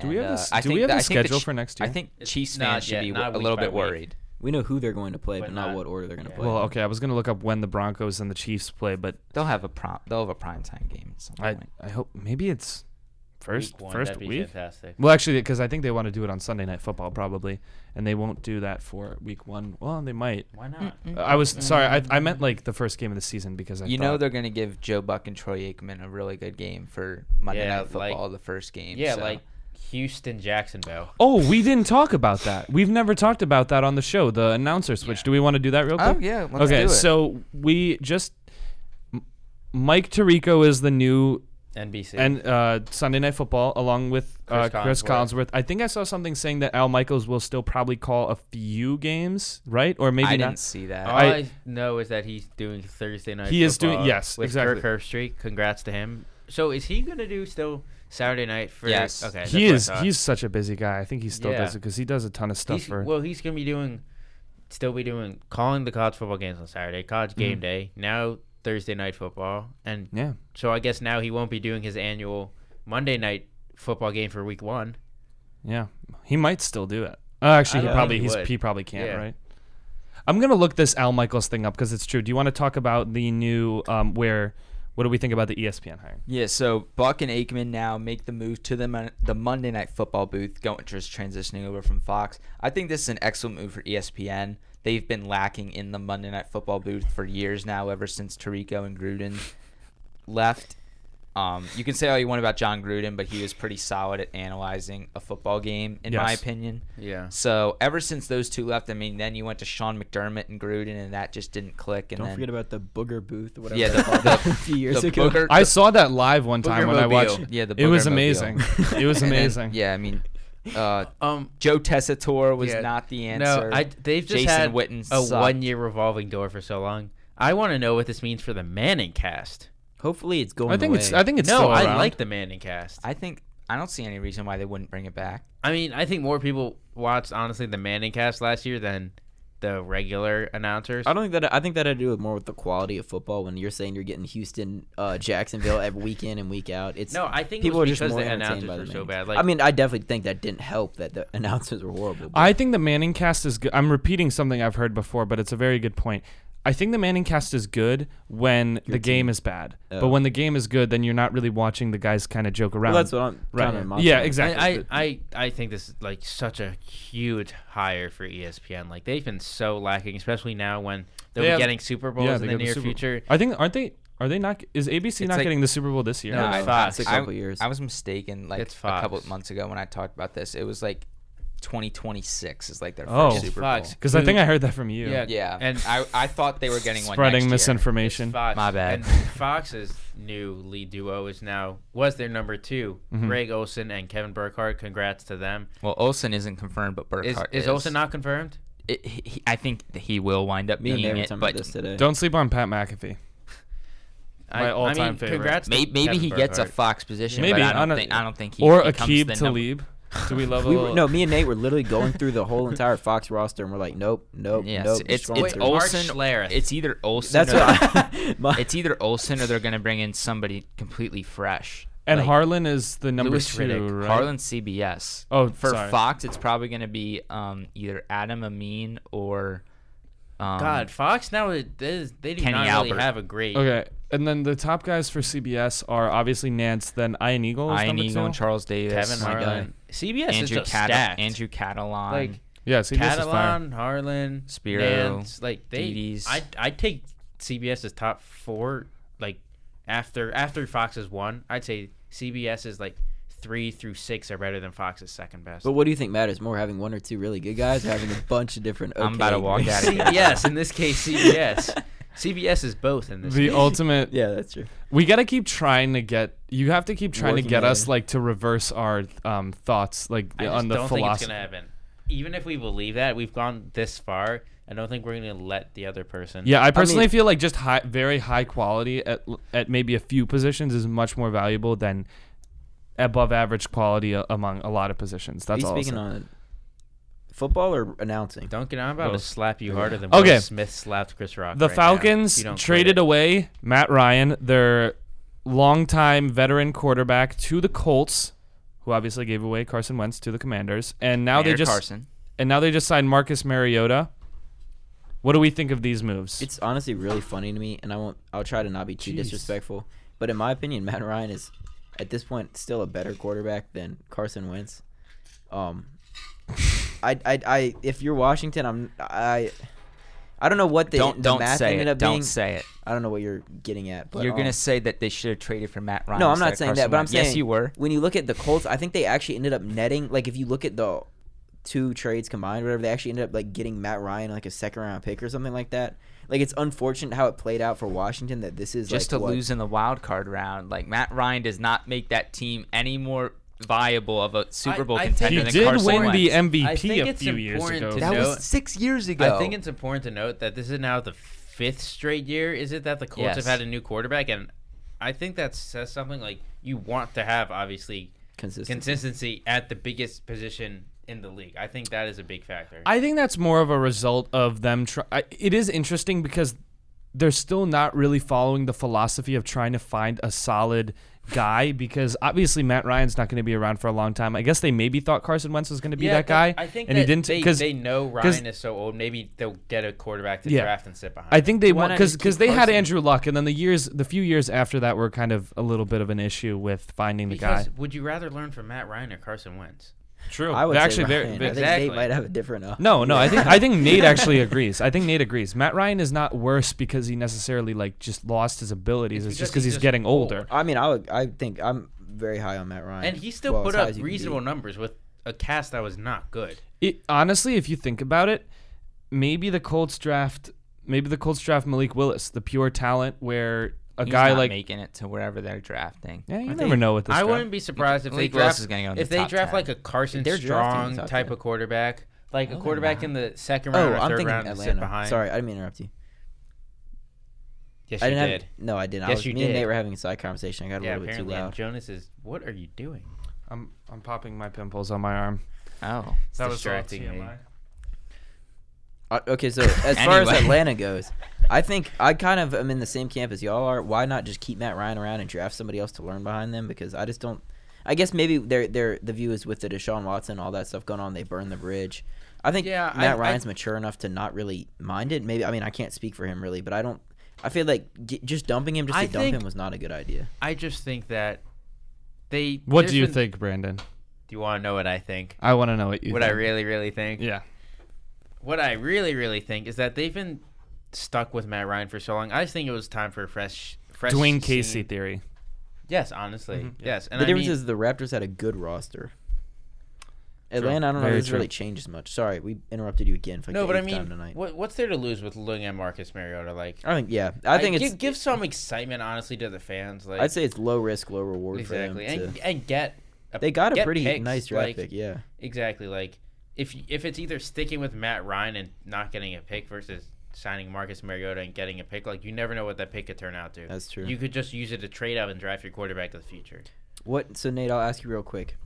Speaker 5: Do we
Speaker 6: and,
Speaker 5: have
Speaker 6: uh,
Speaker 5: this-
Speaker 6: I
Speaker 5: do
Speaker 6: think
Speaker 5: we have
Speaker 6: that-
Speaker 5: the
Speaker 6: I think
Speaker 5: schedule
Speaker 6: Ch-
Speaker 5: for next
Speaker 6: I
Speaker 5: year?
Speaker 6: think
Speaker 3: It's
Speaker 6: Chiefs
Speaker 3: not
Speaker 6: fans should
Speaker 3: yet,
Speaker 6: be a
Speaker 3: not week
Speaker 6: little
Speaker 3: by
Speaker 6: bit
Speaker 3: week.
Speaker 6: worried.
Speaker 4: We know who they're going to play, but,
Speaker 3: But
Speaker 4: not,
Speaker 3: not-
Speaker 4: what order they're going to
Speaker 3: yeah.
Speaker 4: play.
Speaker 5: Well, okay. I was going to look up when the Broncos and the Chiefs play, but
Speaker 6: They'll have a prom. They'll have a primetime game. At some
Speaker 5: I,
Speaker 6: point.
Speaker 5: I hope maybe it's first
Speaker 3: Week one,
Speaker 5: first
Speaker 3: that'd be
Speaker 5: week.
Speaker 3: fantastic.
Speaker 5: Well, actually, because I think they want to do it on Sunday Night Football probably, and they won't do that for week one. Well, they might.
Speaker 3: Why not?
Speaker 5: I was sorry. I, I meant like the first game of the season because I
Speaker 6: You
Speaker 5: thought,
Speaker 6: know they're going to give Joe Buck and Troy Aikman a really good game for Monday
Speaker 3: Yeah,
Speaker 6: Night
Speaker 3: like-
Speaker 6: Football, the first game.
Speaker 3: Yeah,
Speaker 6: so.
Speaker 3: like Houston, Jacksonville.
Speaker 5: Oh, we didn't talk about that. We've never talked about that on the show. The announcer switch. Do we want to do that real quick?
Speaker 6: Oh, yeah, let's
Speaker 5: okay,
Speaker 6: do it.
Speaker 5: so we just M- Mike Tirico is the new
Speaker 3: NBC.
Speaker 5: and uh, Sunday Night Football, along with uh, Chris,
Speaker 3: Chris
Speaker 5: Collinsworth. I think I saw something saying that Al Michaels will still probably call a few games, right? Or maybe
Speaker 6: I
Speaker 5: not. Uh,
Speaker 6: didn't see that.
Speaker 3: all
Speaker 5: I-
Speaker 3: I, know is that he's doing Thursday night.
Speaker 5: He is doing-
Speaker 3: Football
Speaker 5: yes,
Speaker 3: with
Speaker 5: exactly.
Speaker 3: Kirk Herbstreit. Congrats to him. So is he gonna do still Saturday night for?
Speaker 6: Yes.
Speaker 3: Okay.
Speaker 5: he
Speaker 3: that's
Speaker 5: is.
Speaker 3: what I thought.
Speaker 5: He's such a busy guy. I think he still does
Speaker 3: Yeah.
Speaker 5: it because he does a ton of stuff
Speaker 3: He's-
Speaker 5: for.
Speaker 3: Well, he's gonna be doing, still be doing, calling the college football games on Saturday, college game
Speaker 5: Mm-hmm.
Speaker 3: day. Now Thursday night football, and
Speaker 5: yeah.
Speaker 3: so I guess now he won't be doing his annual Monday night football game for week one.
Speaker 5: Yeah, he might still do it. Uh, actually,
Speaker 3: I
Speaker 5: he
Speaker 3: don't
Speaker 5: probably
Speaker 3: think he
Speaker 5: he's,
Speaker 3: would.
Speaker 5: he probably can't.
Speaker 3: Yeah.
Speaker 5: Right. I'm gonna look this Al Michaels thing up because it's true. Do you want to talk about the new um, where? What do we think about the E ESPN hiring?
Speaker 6: Yeah, so Buck and Aikman now make the move to the mon- the Monday Night Football booth, going just transitioning over from Fox. I think this is an excellent move for E ESPN. They've been lacking in the Monday Night Football booth for years now, ever since Tarico and Gruden left. Um, you can say all you want about John Gruden, but he was pretty solid at analyzing a football game, in my
Speaker 5: Yes.
Speaker 6: opinion.
Speaker 3: Yeah.
Speaker 6: So ever since those two left, I mean, then you went to Sean McDermott and Gruden, and that just didn't click. And
Speaker 4: Don't
Speaker 6: then
Speaker 4: forget about the booger booth. Whatever
Speaker 6: yeah, the,
Speaker 4: they
Speaker 6: [laughs]
Speaker 4: called it
Speaker 6: the,
Speaker 4: [laughs] a few years
Speaker 6: the
Speaker 4: ago.
Speaker 6: Booker-
Speaker 5: I saw that live one time when I
Speaker 6: Boogermobile.
Speaker 5: watched.
Speaker 6: Yeah, the
Speaker 5: it was
Speaker 6: Boogermobile.
Speaker 5: amazing. it
Speaker 6: [laughs]
Speaker 5: was
Speaker 6: and then-
Speaker 5: amazing.
Speaker 6: yeah, I mean, uh,
Speaker 3: Um.
Speaker 6: Joe Tessitore was
Speaker 3: Yeah.
Speaker 6: not the answer.
Speaker 3: No, I, they've just
Speaker 6: Jason
Speaker 3: had
Speaker 6: Witten
Speaker 3: a
Speaker 6: sucked.
Speaker 3: one-year revolving door for so long. I want to know what this means for the Manning cast.
Speaker 4: Hopefully, it's going.
Speaker 5: I think it's.
Speaker 4: away.
Speaker 5: I think it's.
Speaker 3: no,
Speaker 5: still
Speaker 3: I
Speaker 5: around.
Speaker 3: like the Manning cast.
Speaker 6: I think I don't see any reason why they wouldn't bring it back.
Speaker 3: I mean, I think more people watched honestly the Manning cast last year than the regular announcers.
Speaker 4: I don't think that. I think that had to do with more with the quality of football. When you're saying you're getting Houston, uh, Jacksonville every week in and week out, it's
Speaker 3: No, I think
Speaker 4: people
Speaker 3: it
Speaker 4: are
Speaker 3: was
Speaker 4: just
Speaker 3: because
Speaker 4: more
Speaker 3: the
Speaker 4: entertained
Speaker 3: announcers
Speaker 4: by
Speaker 3: were
Speaker 4: the
Speaker 3: so
Speaker 4: names.
Speaker 3: bad. Like,
Speaker 4: I mean, I definitely think that didn't help that the [laughs] announcers were horrible. but-
Speaker 5: I think the Manning cast is good. I'm repeating something I've heard before, but it's a very good point. I think the Manning cast is good when the game is bad. But
Speaker 4: Oh.
Speaker 5: when the game is good, then you're not really watching the guys kind of joke around.
Speaker 4: well, that's what I'm
Speaker 5: right.
Speaker 4: kind of
Speaker 5: yeah, exactly.
Speaker 3: I, I, I, I think this is like such a huge hire for E ESPN. Like they've been so lacking, especially now when they'll
Speaker 5: They
Speaker 3: be
Speaker 5: have-
Speaker 3: getting Super Bowls
Speaker 5: yeah,
Speaker 3: in
Speaker 5: they
Speaker 3: the
Speaker 5: got the
Speaker 3: near
Speaker 5: Super-
Speaker 3: future.
Speaker 5: I think aren't they? Are they not? Is ABC
Speaker 6: It's
Speaker 5: not
Speaker 6: like-
Speaker 5: getting the Super Bowl this year?
Speaker 3: No,
Speaker 6: I,
Speaker 3: it's Fox.
Speaker 4: It's a
Speaker 6: I-
Speaker 4: couple years.
Speaker 6: I was mistaken. Like
Speaker 3: It's
Speaker 6: a couple
Speaker 3: Fox.
Speaker 6: months ago when I talked about this, it was like 2026 is like their
Speaker 5: Oh.
Speaker 6: first
Speaker 5: It's
Speaker 6: Super
Speaker 3: Fox.
Speaker 6: Bowl.
Speaker 5: Because I
Speaker 3: Who-
Speaker 5: think I heard that from you.
Speaker 3: Yeah,
Speaker 6: Yeah,
Speaker 3: And-
Speaker 6: and I, I thought they were getting one.
Speaker 5: Spreading
Speaker 6: next year.
Speaker 5: misinformation.
Speaker 3: Fox.
Speaker 6: My bad. [laughs]
Speaker 3: And Fox's new lead duo is now was their number 2
Speaker 5: Mhm.
Speaker 3: Greg Olson and Kevin Burkhardt. Congrats to them.
Speaker 6: Well, Olsen isn't confirmed, but
Speaker 3: Is
Speaker 6: Burkhardt
Speaker 3: is Olson not confirmed?
Speaker 6: It, he, he- I think that he will wind up
Speaker 4: Me and
Speaker 6: being
Speaker 4: Nate were
Speaker 6: it,
Speaker 4: talking
Speaker 6: but
Speaker 4: about this today.
Speaker 5: Don't sleep on Pat McAfee. My all-time
Speaker 3: I mean,
Speaker 5: favorite.
Speaker 3: Congrats. to
Speaker 6: may, maybe
Speaker 3: Kevin
Speaker 6: he gets a
Speaker 3: Burkhardt.
Speaker 6: Fox position.
Speaker 5: Maybe,
Speaker 6: but I
Speaker 5: I
Speaker 6: don't,
Speaker 5: don't-
Speaker 6: think, I don't think he
Speaker 5: or
Speaker 6: becomes
Speaker 5: Akib
Speaker 6: the number- [laughs]
Speaker 5: Talib. [laughs] Do we love a
Speaker 4: We were,
Speaker 5: little-
Speaker 4: no, me and Nate were literally
Speaker 3: [laughs]
Speaker 4: going through the whole entire Fox roster, and we're like, nope, nope,
Speaker 6: Yes,
Speaker 4: nope.
Speaker 6: it's
Speaker 4: scrolling
Speaker 6: it's
Speaker 4: through.
Speaker 3: Mark
Speaker 6: Olsen.
Speaker 3: Schlereth.
Speaker 6: It's either Olsen.
Speaker 4: That's
Speaker 6: or
Speaker 4: what
Speaker 6: [laughs]
Speaker 4: I, [laughs] my,
Speaker 6: it's either Olsen or they're going to bring in somebody completely fresh.
Speaker 5: And
Speaker 6: Like,
Speaker 5: Harlan is the number
Speaker 3: Louis
Speaker 5: two,
Speaker 3: Riddick.
Speaker 5: right?
Speaker 6: Harlan CBS.
Speaker 5: Oh,
Speaker 6: for
Speaker 5: sorry.
Speaker 6: Fox, it's probably going to be um, either Adam Amin or um,
Speaker 3: God, Fox now is, is- they do
Speaker 6: Kenny
Speaker 3: not really
Speaker 6: Albert.
Speaker 3: have a great.
Speaker 5: Okay, and then the top guys for CBS are obviously Nance, then Ian Eagle. Is
Speaker 6: Ian
Speaker 5: number
Speaker 6: Eagle
Speaker 5: two?
Speaker 6: and Charles Davis,
Speaker 3: Kevin
Speaker 6: my guy.
Speaker 3: Harlan, CBS is
Speaker 6: Andrew
Speaker 3: just
Speaker 6: Cat-
Speaker 3: stacked.
Speaker 6: Andrew Catalan.
Speaker 3: like
Speaker 5: Yeah, CBS is fire.
Speaker 3: Catalan, Harlan,
Speaker 6: Spiro,
Speaker 3: Nance, like they.
Speaker 6: Dedes.
Speaker 3: I I take CBS's top four like after after Fox's one. I'd say CBS is like three through six are better than Fox's second best. [laughs]
Speaker 4: but what do you think matters more, having one or two really good guys, or having a bunch of different? Okay
Speaker 6: I'm about to walk
Speaker 4: guys? [laughs]
Speaker 6: out of here.
Speaker 3: CBS in this case, [laughs] CBS, CBS is both in
Speaker 6: [laughs]
Speaker 3: this.
Speaker 5: The
Speaker 3: case.
Speaker 5: ultimate.
Speaker 4: yeah, that's true.
Speaker 5: We gotta keep trying to get. You have to keep trying
Speaker 4: Working
Speaker 5: to get
Speaker 4: at
Speaker 5: us
Speaker 4: it.
Speaker 5: like to reverse our um, thoughts, like
Speaker 3: I just
Speaker 5: on the
Speaker 3: don't think it's
Speaker 5: philosophy.
Speaker 3: gonna happen. Even if we believe that we've gone this far, I don't think we're gonna let the other person.
Speaker 5: Yeah, I personally
Speaker 4: mean-
Speaker 5: feel like just high, very high quality at at maybe a few positions is much more valuable than above average quality a, among a lot of positions. That's
Speaker 4: Are
Speaker 5: all.
Speaker 4: you
Speaker 5: I'll
Speaker 4: speaking
Speaker 5: say.
Speaker 4: on football or announcing?
Speaker 3: Don't get. I'm about to
Speaker 5: Both.
Speaker 3: slap you harder than
Speaker 5: Okay.
Speaker 3: Will Smith slapped Chris Rock.
Speaker 5: The
Speaker 3: right now, if
Speaker 5: Falcons
Speaker 3: you don't quit
Speaker 5: traded
Speaker 3: it.
Speaker 5: away Matt Ryan, their longtime veteran quarterback, to the Colts, who obviously gave away Carson Wentz to the Commanders, and now Oh, they
Speaker 6: Mayor
Speaker 5: just
Speaker 6: Carson.
Speaker 5: and now they just signed Marcus Mariota. What do we think of these moves?
Speaker 4: It's honestly really funny to me, and I won't. I'll try to not be too
Speaker 5: Jeez.
Speaker 4: disrespectful, but in my opinion, Matt Ryan is at this point still a better quarterback than Carson Wentz. Um, I, I, I, if you're Washington, I'm, I, I don't know what they
Speaker 6: don't
Speaker 4: the
Speaker 6: don't
Speaker 4: math
Speaker 6: say
Speaker 4: ended
Speaker 6: it.
Speaker 4: up
Speaker 6: Don't
Speaker 4: being.
Speaker 6: say it.
Speaker 4: I don't know what you're getting at, but
Speaker 6: You're gonna
Speaker 4: um,
Speaker 6: say that they should have traded for Matt Ryan.
Speaker 4: no, I'm
Speaker 6: instead
Speaker 4: not
Speaker 6: of
Speaker 4: saying
Speaker 6: Carson
Speaker 4: that, but I'm
Speaker 6: Wentz.
Speaker 4: saying
Speaker 6: yes, you were.
Speaker 4: When you look at the Colts, I think they actually ended up netting. Like if you look at the two trades combined, whatever, they actually ended up like getting Matt Ryan like a second round pick or something like that. Like it's unfortunate how it played out for Washington that this is
Speaker 6: Just
Speaker 4: like,
Speaker 6: to
Speaker 4: what-
Speaker 6: lose in the wild card round, like Matt Ryan does not make that team any more viable of a Super
Speaker 3: I-
Speaker 6: Bowl
Speaker 3: I think-
Speaker 6: contender
Speaker 5: he
Speaker 3: and
Speaker 6: than
Speaker 5: did
Speaker 6: Carson
Speaker 5: win
Speaker 6: Wentz.
Speaker 5: the
Speaker 3: I
Speaker 5: MVP
Speaker 3: think
Speaker 5: a
Speaker 3: it's
Speaker 5: few years
Speaker 3: important
Speaker 5: ago.
Speaker 3: to
Speaker 6: That
Speaker 3: No.
Speaker 6: was six years ago.
Speaker 3: I think it's important to note that this is now the fifth straight year. Is it that the Colts
Speaker 6: Yes.
Speaker 3: have had a new quarterback, and I think that says something. Like you want to have obviously
Speaker 4: consistent.
Speaker 3: consistency at the biggest position in the league. I think that is a big factor.
Speaker 5: I think that's more of a result of them. Try- I, it is interesting because they're still not really following the philosophy of trying to find a solid guy because obviously Matt Ryan's not going to be around for a long time. I guess they maybe thought Carson Wentz was going to be
Speaker 3: Yeah,
Speaker 5: that guy,
Speaker 3: I think
Speaker 5: and
Speaker 3: that
Speaker 5: he didn't.
Speaker 3: They,
Speaker 5: Because
Speaker 3: they know Ryan is so old. Maybe they'll get a quarterback to
Speaker 5: Yeah.
Speaker 3: draft and sit behind.
Speaker 5: I think they
Speaker 4: Why
Speaker 5: want
Speaker 4: not
Speaker 5: because
Speaker 4: just keep
Speaker 5: because they had
Speaker 4: Carson?
Speaker 5: Andrew Luck, and then the years, the few years after that were kind of a little bit of an issue with finding the
Speaker 3: because
Speaker 5: guy.
Speaker 3: would you rather learn from Matt Ryan or Carson Wentz?
Speaker 5: True.
Speaker 4: I would say
Speaker 5: actually
Speaker 4: Ryan.
Speaker 5: very.
Speaker 4: I
Speaker 5: very-
Speaker 4: think Nate
Speaker 1: Exactly.
Speaker 4: might have a different. Uh,
Speaker 5: no, no. I think I think Nate actually agrees. I think Nate agrees. Matt Ryan is not worse because he necessarily like just lost his abilities. It's,
Speaker 3: It's
Speaker 5: just Oh, uh,
Speaker 3: because
Speaker 5: because
Speaker 3: he's
Speaker 5: he's
Speaker 3: just
Speaker 5: getting
Speaker 3: old.
Speaker 5: older.
Speaker 4: I mean, I would. I think I'm very high on Matt Ryan.
Speaker 3: And he still
Speaker 4: Well,
Speaker 3: put
Speaker 4: as high
Speaker 3: up
Speaker 4: as you can be. Oh,
Speaker 3: reasonable numbers with a cast that was not good.
Speaker 5: It, honestly, if you think about it, maybe the Colts draft, maybe the Colts draft Malik Willis, the pure talent, where a
Speaker 6: He's
Speaker 5: guy
Speaker 6: not
Speaker 5: like
Speaker 6: making it to wherever they're drafting.
Speaker 5: yeah, you
Speaker 6: Aren't
Speaker 5: never
Speaker 6: they-
Speaker 5: know with this.
Speaker 3: I
Speaker 5: draft.
Speaker 3: wouldn't be surprised if they
Speaker 6: Malik Willis
Speaker 3: draft
Speaker 6: is gonna go in
Speaker 3: if
Speaker 6: the
Speaker 3: they
Speaker 6: top
Speaker 3: draft
Speaker 6: 10.
Speaker 3: like a Carson
Speaker 4: They're drafting in
Speaker 3: Strong
Speaker 4: the top
Speaker 3: type
Speaker 4: 10.
Speaker 3: of quarterback, like
Speaker 4: No,
Speaker 3: a
Speaker 4: they're
Speaker 3: quarterback
Speaker 4: not.
Speaker 3: in the second round
Speaker 4: Oh,
Speaker 3: or
Speaker 4: I'm
Speaker 3: third
Speaker 4: thinking
Speaker 3: round to sit
Speaker 4: Atlanta.
Speaker 3: behind.
Speaker 4: Sorry, I didn't mean to interrupt you.
Speaker 3: yes,
Speaker 4: I
Speaker 3: you
Speaker 4: didn't
Speaker 3: did.
Speaker 4: have. No, I didn't. I
Speaker 3: Yes,
Speaker 4: was,
Speaker 3: you
Speaker 4: me and
Speaker 3: did.
Speaker 4: Nate were having a side conversation. I got a
Speaker 3: yeah,
Speaker 4: little bit too
Speaker 3: apparently. And
Speaker 4: loud.
Speaker 3: Jonas is. What are you doing?
Speaker 5: I'm I'm popping my pimples on my arm.
Speaker 6: Oh,
Speaker 3: It's distracting me.
Speaker 4: Uh, okay, so as far as
Speaker 6: Anyway.
Speaker 4: Atlanta goes, I think I kind of am in the same camp as y'all are. Why not just keep Matt Ryan around and draft somebody else to learn behind them? Because I just don't. I guess maybe their their the view is with the Deshaun Watson all that stuff going on, they burn the bridge. I think
Speaker 3: Yeah, I-
Speaker 4: Matt
Speaker 3: I-
Speaker 4: Ryan's mature enough to not really mind it. Maybe I mean I can't speak for him really, but I don't. I feel like g- just dumping him just to
Speaker 3: I
Speaker 4: dump
Speaker 3: think-
Speaker 4: him was not a good idea.
Speaker 3: I just think that they.
Speaker 5: What
Speaker 3: there's
Speaker 5: do you
Speaker 3: been-
Speaker 5: think, Brandon?
Speaker 3: Do you want to know what I think?
Speaker 5: I want to know what you.
Speaker 3: what
Speaker 5: think.
Speaker 3: I really, really think.
Speaker 5: Yeah.
Speaker 3: What I really, really think is that they've been stuck with Matt Ryan for so long. I just think it was time for a fresh, fresh.
Speaker 5: Dwayne Casey
Speaker 3: scene.
Speaker 5: theory.
Speaker 3: Yes, honestly. Yes,
Speaker 4: Mm-hmm.
Speaker 3: and
Speaker 4: the
Speaker 3: I
Speaker 4: difference
Speaker 3: mean,
Speaker 4: is the Raptors had a good roster. Atlanta, I don't know
Speaker 5: Very
Speaker 4: if this
Speaker 5: true.
Speaker 4: really changed much. Sorry, we interrupted you again for like
Speaker 3: no,
Speaker 4: the
Speaker 3: but I
Speaker 4: eighth time
Speaker 3: mean,
Speaker 4: tonight.
Speaker 3: what, what's there to lose with looking at Marcus Mariota? Like,
Speaker 4: I think yeah, I think
Speaker 3: give,
Speaker 4: it's.
Speaker 3: give some excitement, honestly, to the fans. Like,
Speaker 4: I'd say it's low risk, low reward
Speaker 3: exactly,
Speaker 4: for them.
Speaker 3: and
Speaker 4: to-
Speaker 3: and get. a-
Speaker 4: they got a
Speaker 3: get
Speaker 4: pretty
Speaker 3: picks,
Speaker 4: nice draft
Speaker 3: like,
Speaker 4: pick, yeah.
Speaker 3: Exactly, like if y- if it's either sticking with Matt Ryan and not getting a pick versus signing Marcus Mariota and getting a pick, like you never know what that pick could turn out to.
Speaker 4: That's true.
Speaker 3: You could just use it to trade up and draft your quarterback of the future.
Speaker 4: What? So Nate, I'll ask you real quick.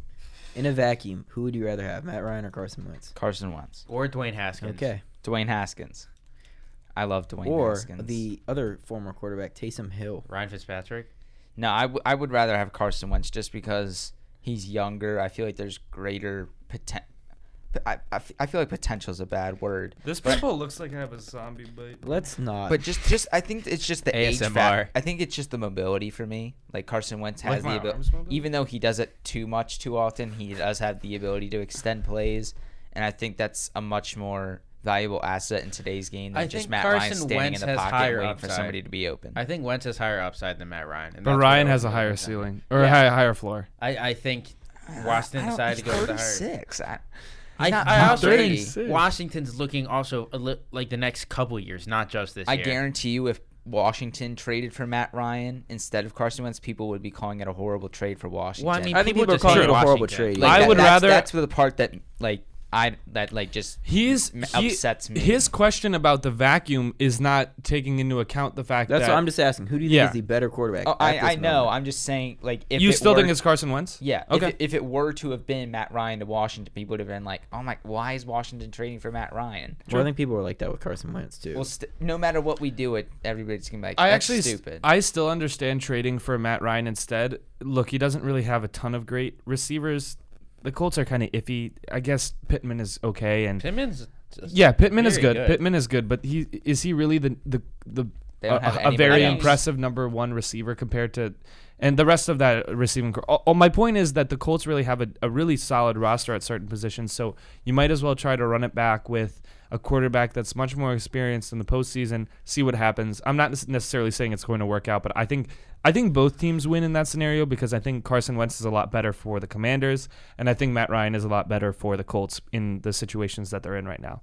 Speaker 4: In a vacuum, who would you rather have, Matt Ryan or Carson Wentz?
Speaker 6: Carson Wentz,
Speaker 3: Or Dwayne Haskins.
Speaker 4: Okay.
Speaker 6: Dwayne Haskins. I love Dwayne
Speaker 4: or
Speaker 6: Haskins.
Speaker 4: the other former quarterback, Taysom Hill.
Speaker 3: Ryan Fitzpatrick.
Speaker 6: No, I, w- I would rather have Carson Wentz just because he's younger. I feel like there's greater potential. I, I, f- I feel like potential is a bad word,
Speaker 5: This pimple looks like I have a zombie bite.
Speaker 4: Let's not.
Speaker 6: but just just I think it's just the age.
Speaker 3: ASMR.
Speaker 6: Fact. I think it's just the mobility for me. Like Carson Wentz
Speaker 5: Like
Speaker 6: has
Speaker 5: my
Speaker 6: the
Speaker 5: arms
Speaker 6: ability,
Speaker 5: mobility?
Speaker 6: even though he does it too much too often, he does have the ability to extend plays, and I think that's a much more valuable asset in today's game than
Speaker 3: I
Speaker 6: just
Speaker 3: think
Speaker 6: Matt Ryan
Speaker 3: Carson
Speaker 6: standing
Speaker 3: Wentz
Speaker 6: in the
Speaker 3: has
Speaker 6: pocket
Speaker 3: higher
Speaker 6: waiting for
Speaker 3: upside.
Speaker 6: somebody to be open.
Speaker 3: I think Wentz is higher upside than Matt Ryan. and
Speaker 5: But
Speaker 3: that's what
Speaker 5: Ryan
Speaker 3: I
Speaker 5: has a
Speaker 3: would
Speaker 5: higher
Speaker 3: recommend.
Speaker 5: ceiling or
Speaker 3: Yeah.
Speaker 5: high, higher floor.
Speaker 3: I, I think Washington
Speaker 6: I don't-
Speaker 3: decided to
Speaker 6: he's
Speaker 3: go with the higher.
Speaker 6: 36. I,
Speaker 3: I,
Speaker 6: not
Speaker 3: I
Speaker 6: top
Speaker 3: also
Speaker 6: 30.
Speaker 3: think Washington's looking also a li- like the next couple years, not just this
Speaker 6: I
Speaker 3: year.
Speaker 6: guarantee you, if Washington traded for Matt Ryan instead of Carson Wentz, people would be calling it a horrible trade for Washington.
Speaker 3: Well, I mean,
Speaker 4: I think people are
Speaker 3: just
Speaker 4: calling
Speaker 3: hate
Speaker 4: it a horrible
Speaker 3: Washington.
Speaker 4: trade.
Speaker 5: I
Speaker 6: that-
Speaker 5: would
Speaker 6: that's-
Speaker 5: rather-
Speaker 6: That's the part that like I that like just
Speaker 5: He's
Speaker 6: m-
Speaker 5: he-
Speaker 6: upsets me.
Speaker 5: His question about the vacuum is not taking into account the fact
Speaker 4: That's
Speaker 5: that
Speaker 4: what I'm just asking. Who do you
Speaker 5: Yeah.
Speaker 4: think is the better quarterback?
Speaker 6: oh,
Speaker 4: at
Speaker 6: I I
Speaker 4: this
Speaker 6: know.
Speaker 4: moment?
Speaker 6: I'm just saying like if
Speaker 5: you
Speaker 6: it
Speaker 5: still
Speaker 6: were,
Speaker 5: think it's Carson
Speaker 6: [laughs]
Speaker 5: Wentz.
Speaker 6: yeah.
Speaker 5: Okay.
Speaker 6: If it, if it were to have been Matt Ryan to Washington, people would have been like, oh my, why is Washington trading for Matt Ryan?
Speaker 4: Well, I think people were like that with Carson Wentz too.
Speaker 6: Well, st- no matter what we do, it everybody's gonna be like,
Speaker 5: I
Speaker 6: that's
Speaker 5: actually, s-
Speaker 6: stupid.
Speaker 5: I still understand trading for Matt Ryan instead. Look, he doesn't really have a ton of great receivers. The Colts are kind of iffy. I guess Pittman is okay, and
Speaker 3: Pittman's just
Speaker 5: yeah, Pittman is
Speaker 3: very
Speaker 5: good. Pittman is good, but he is he really the the the
Speaker 6: They
Speaker 5: a,
Speaker 6: don't have
Speaker 5: a- a
Speaker 6: anybody
Speaker 5: very
Speaker 6: else.
Speaker 5: impressive number one receiver compared to, and the rest of that receiving. cor- Oh, oh, my point is that the Colts really have a, a really solid roster at certain positions, so you might as well try to run it back with a quarterback that's much more experienced in the postseason. See what happens. I'm not nes- necessarily saying it's going to work out, but I think I think both teams win in that scenario because I think Carson Wentz is a lot better for the Commanders, and I think Matt Ryan is a lot better for the Colts in the situations that they're in right now.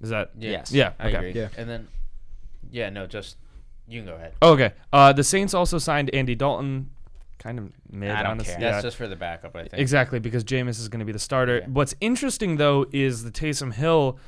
Speaker 5: Is that
Speaker 6: Yes.
Speaker 5: yeah,
Speaker 3: I
Speaker 5: okay.
Speaker 3: agree.
Speaker 4: Yeah.
Speaker 3: And then, yeah, no, just you can go ahead.
Speaker 5: Okay. Uh, the Saints also signed Andy Dalton, kind of mid.
Speaker 6: I don't
Speaker 5: honestly.
Speaker 6: care.
Speaker 3: That's
Speaker 5: Yeah.
Speaker 3: just for the backup, I think.
Speaker 5: Exactly, because Jameis is going to be the starter.
Speaker 3: Yeah.
Speaker 5: What's interesting though is the Taysom Hill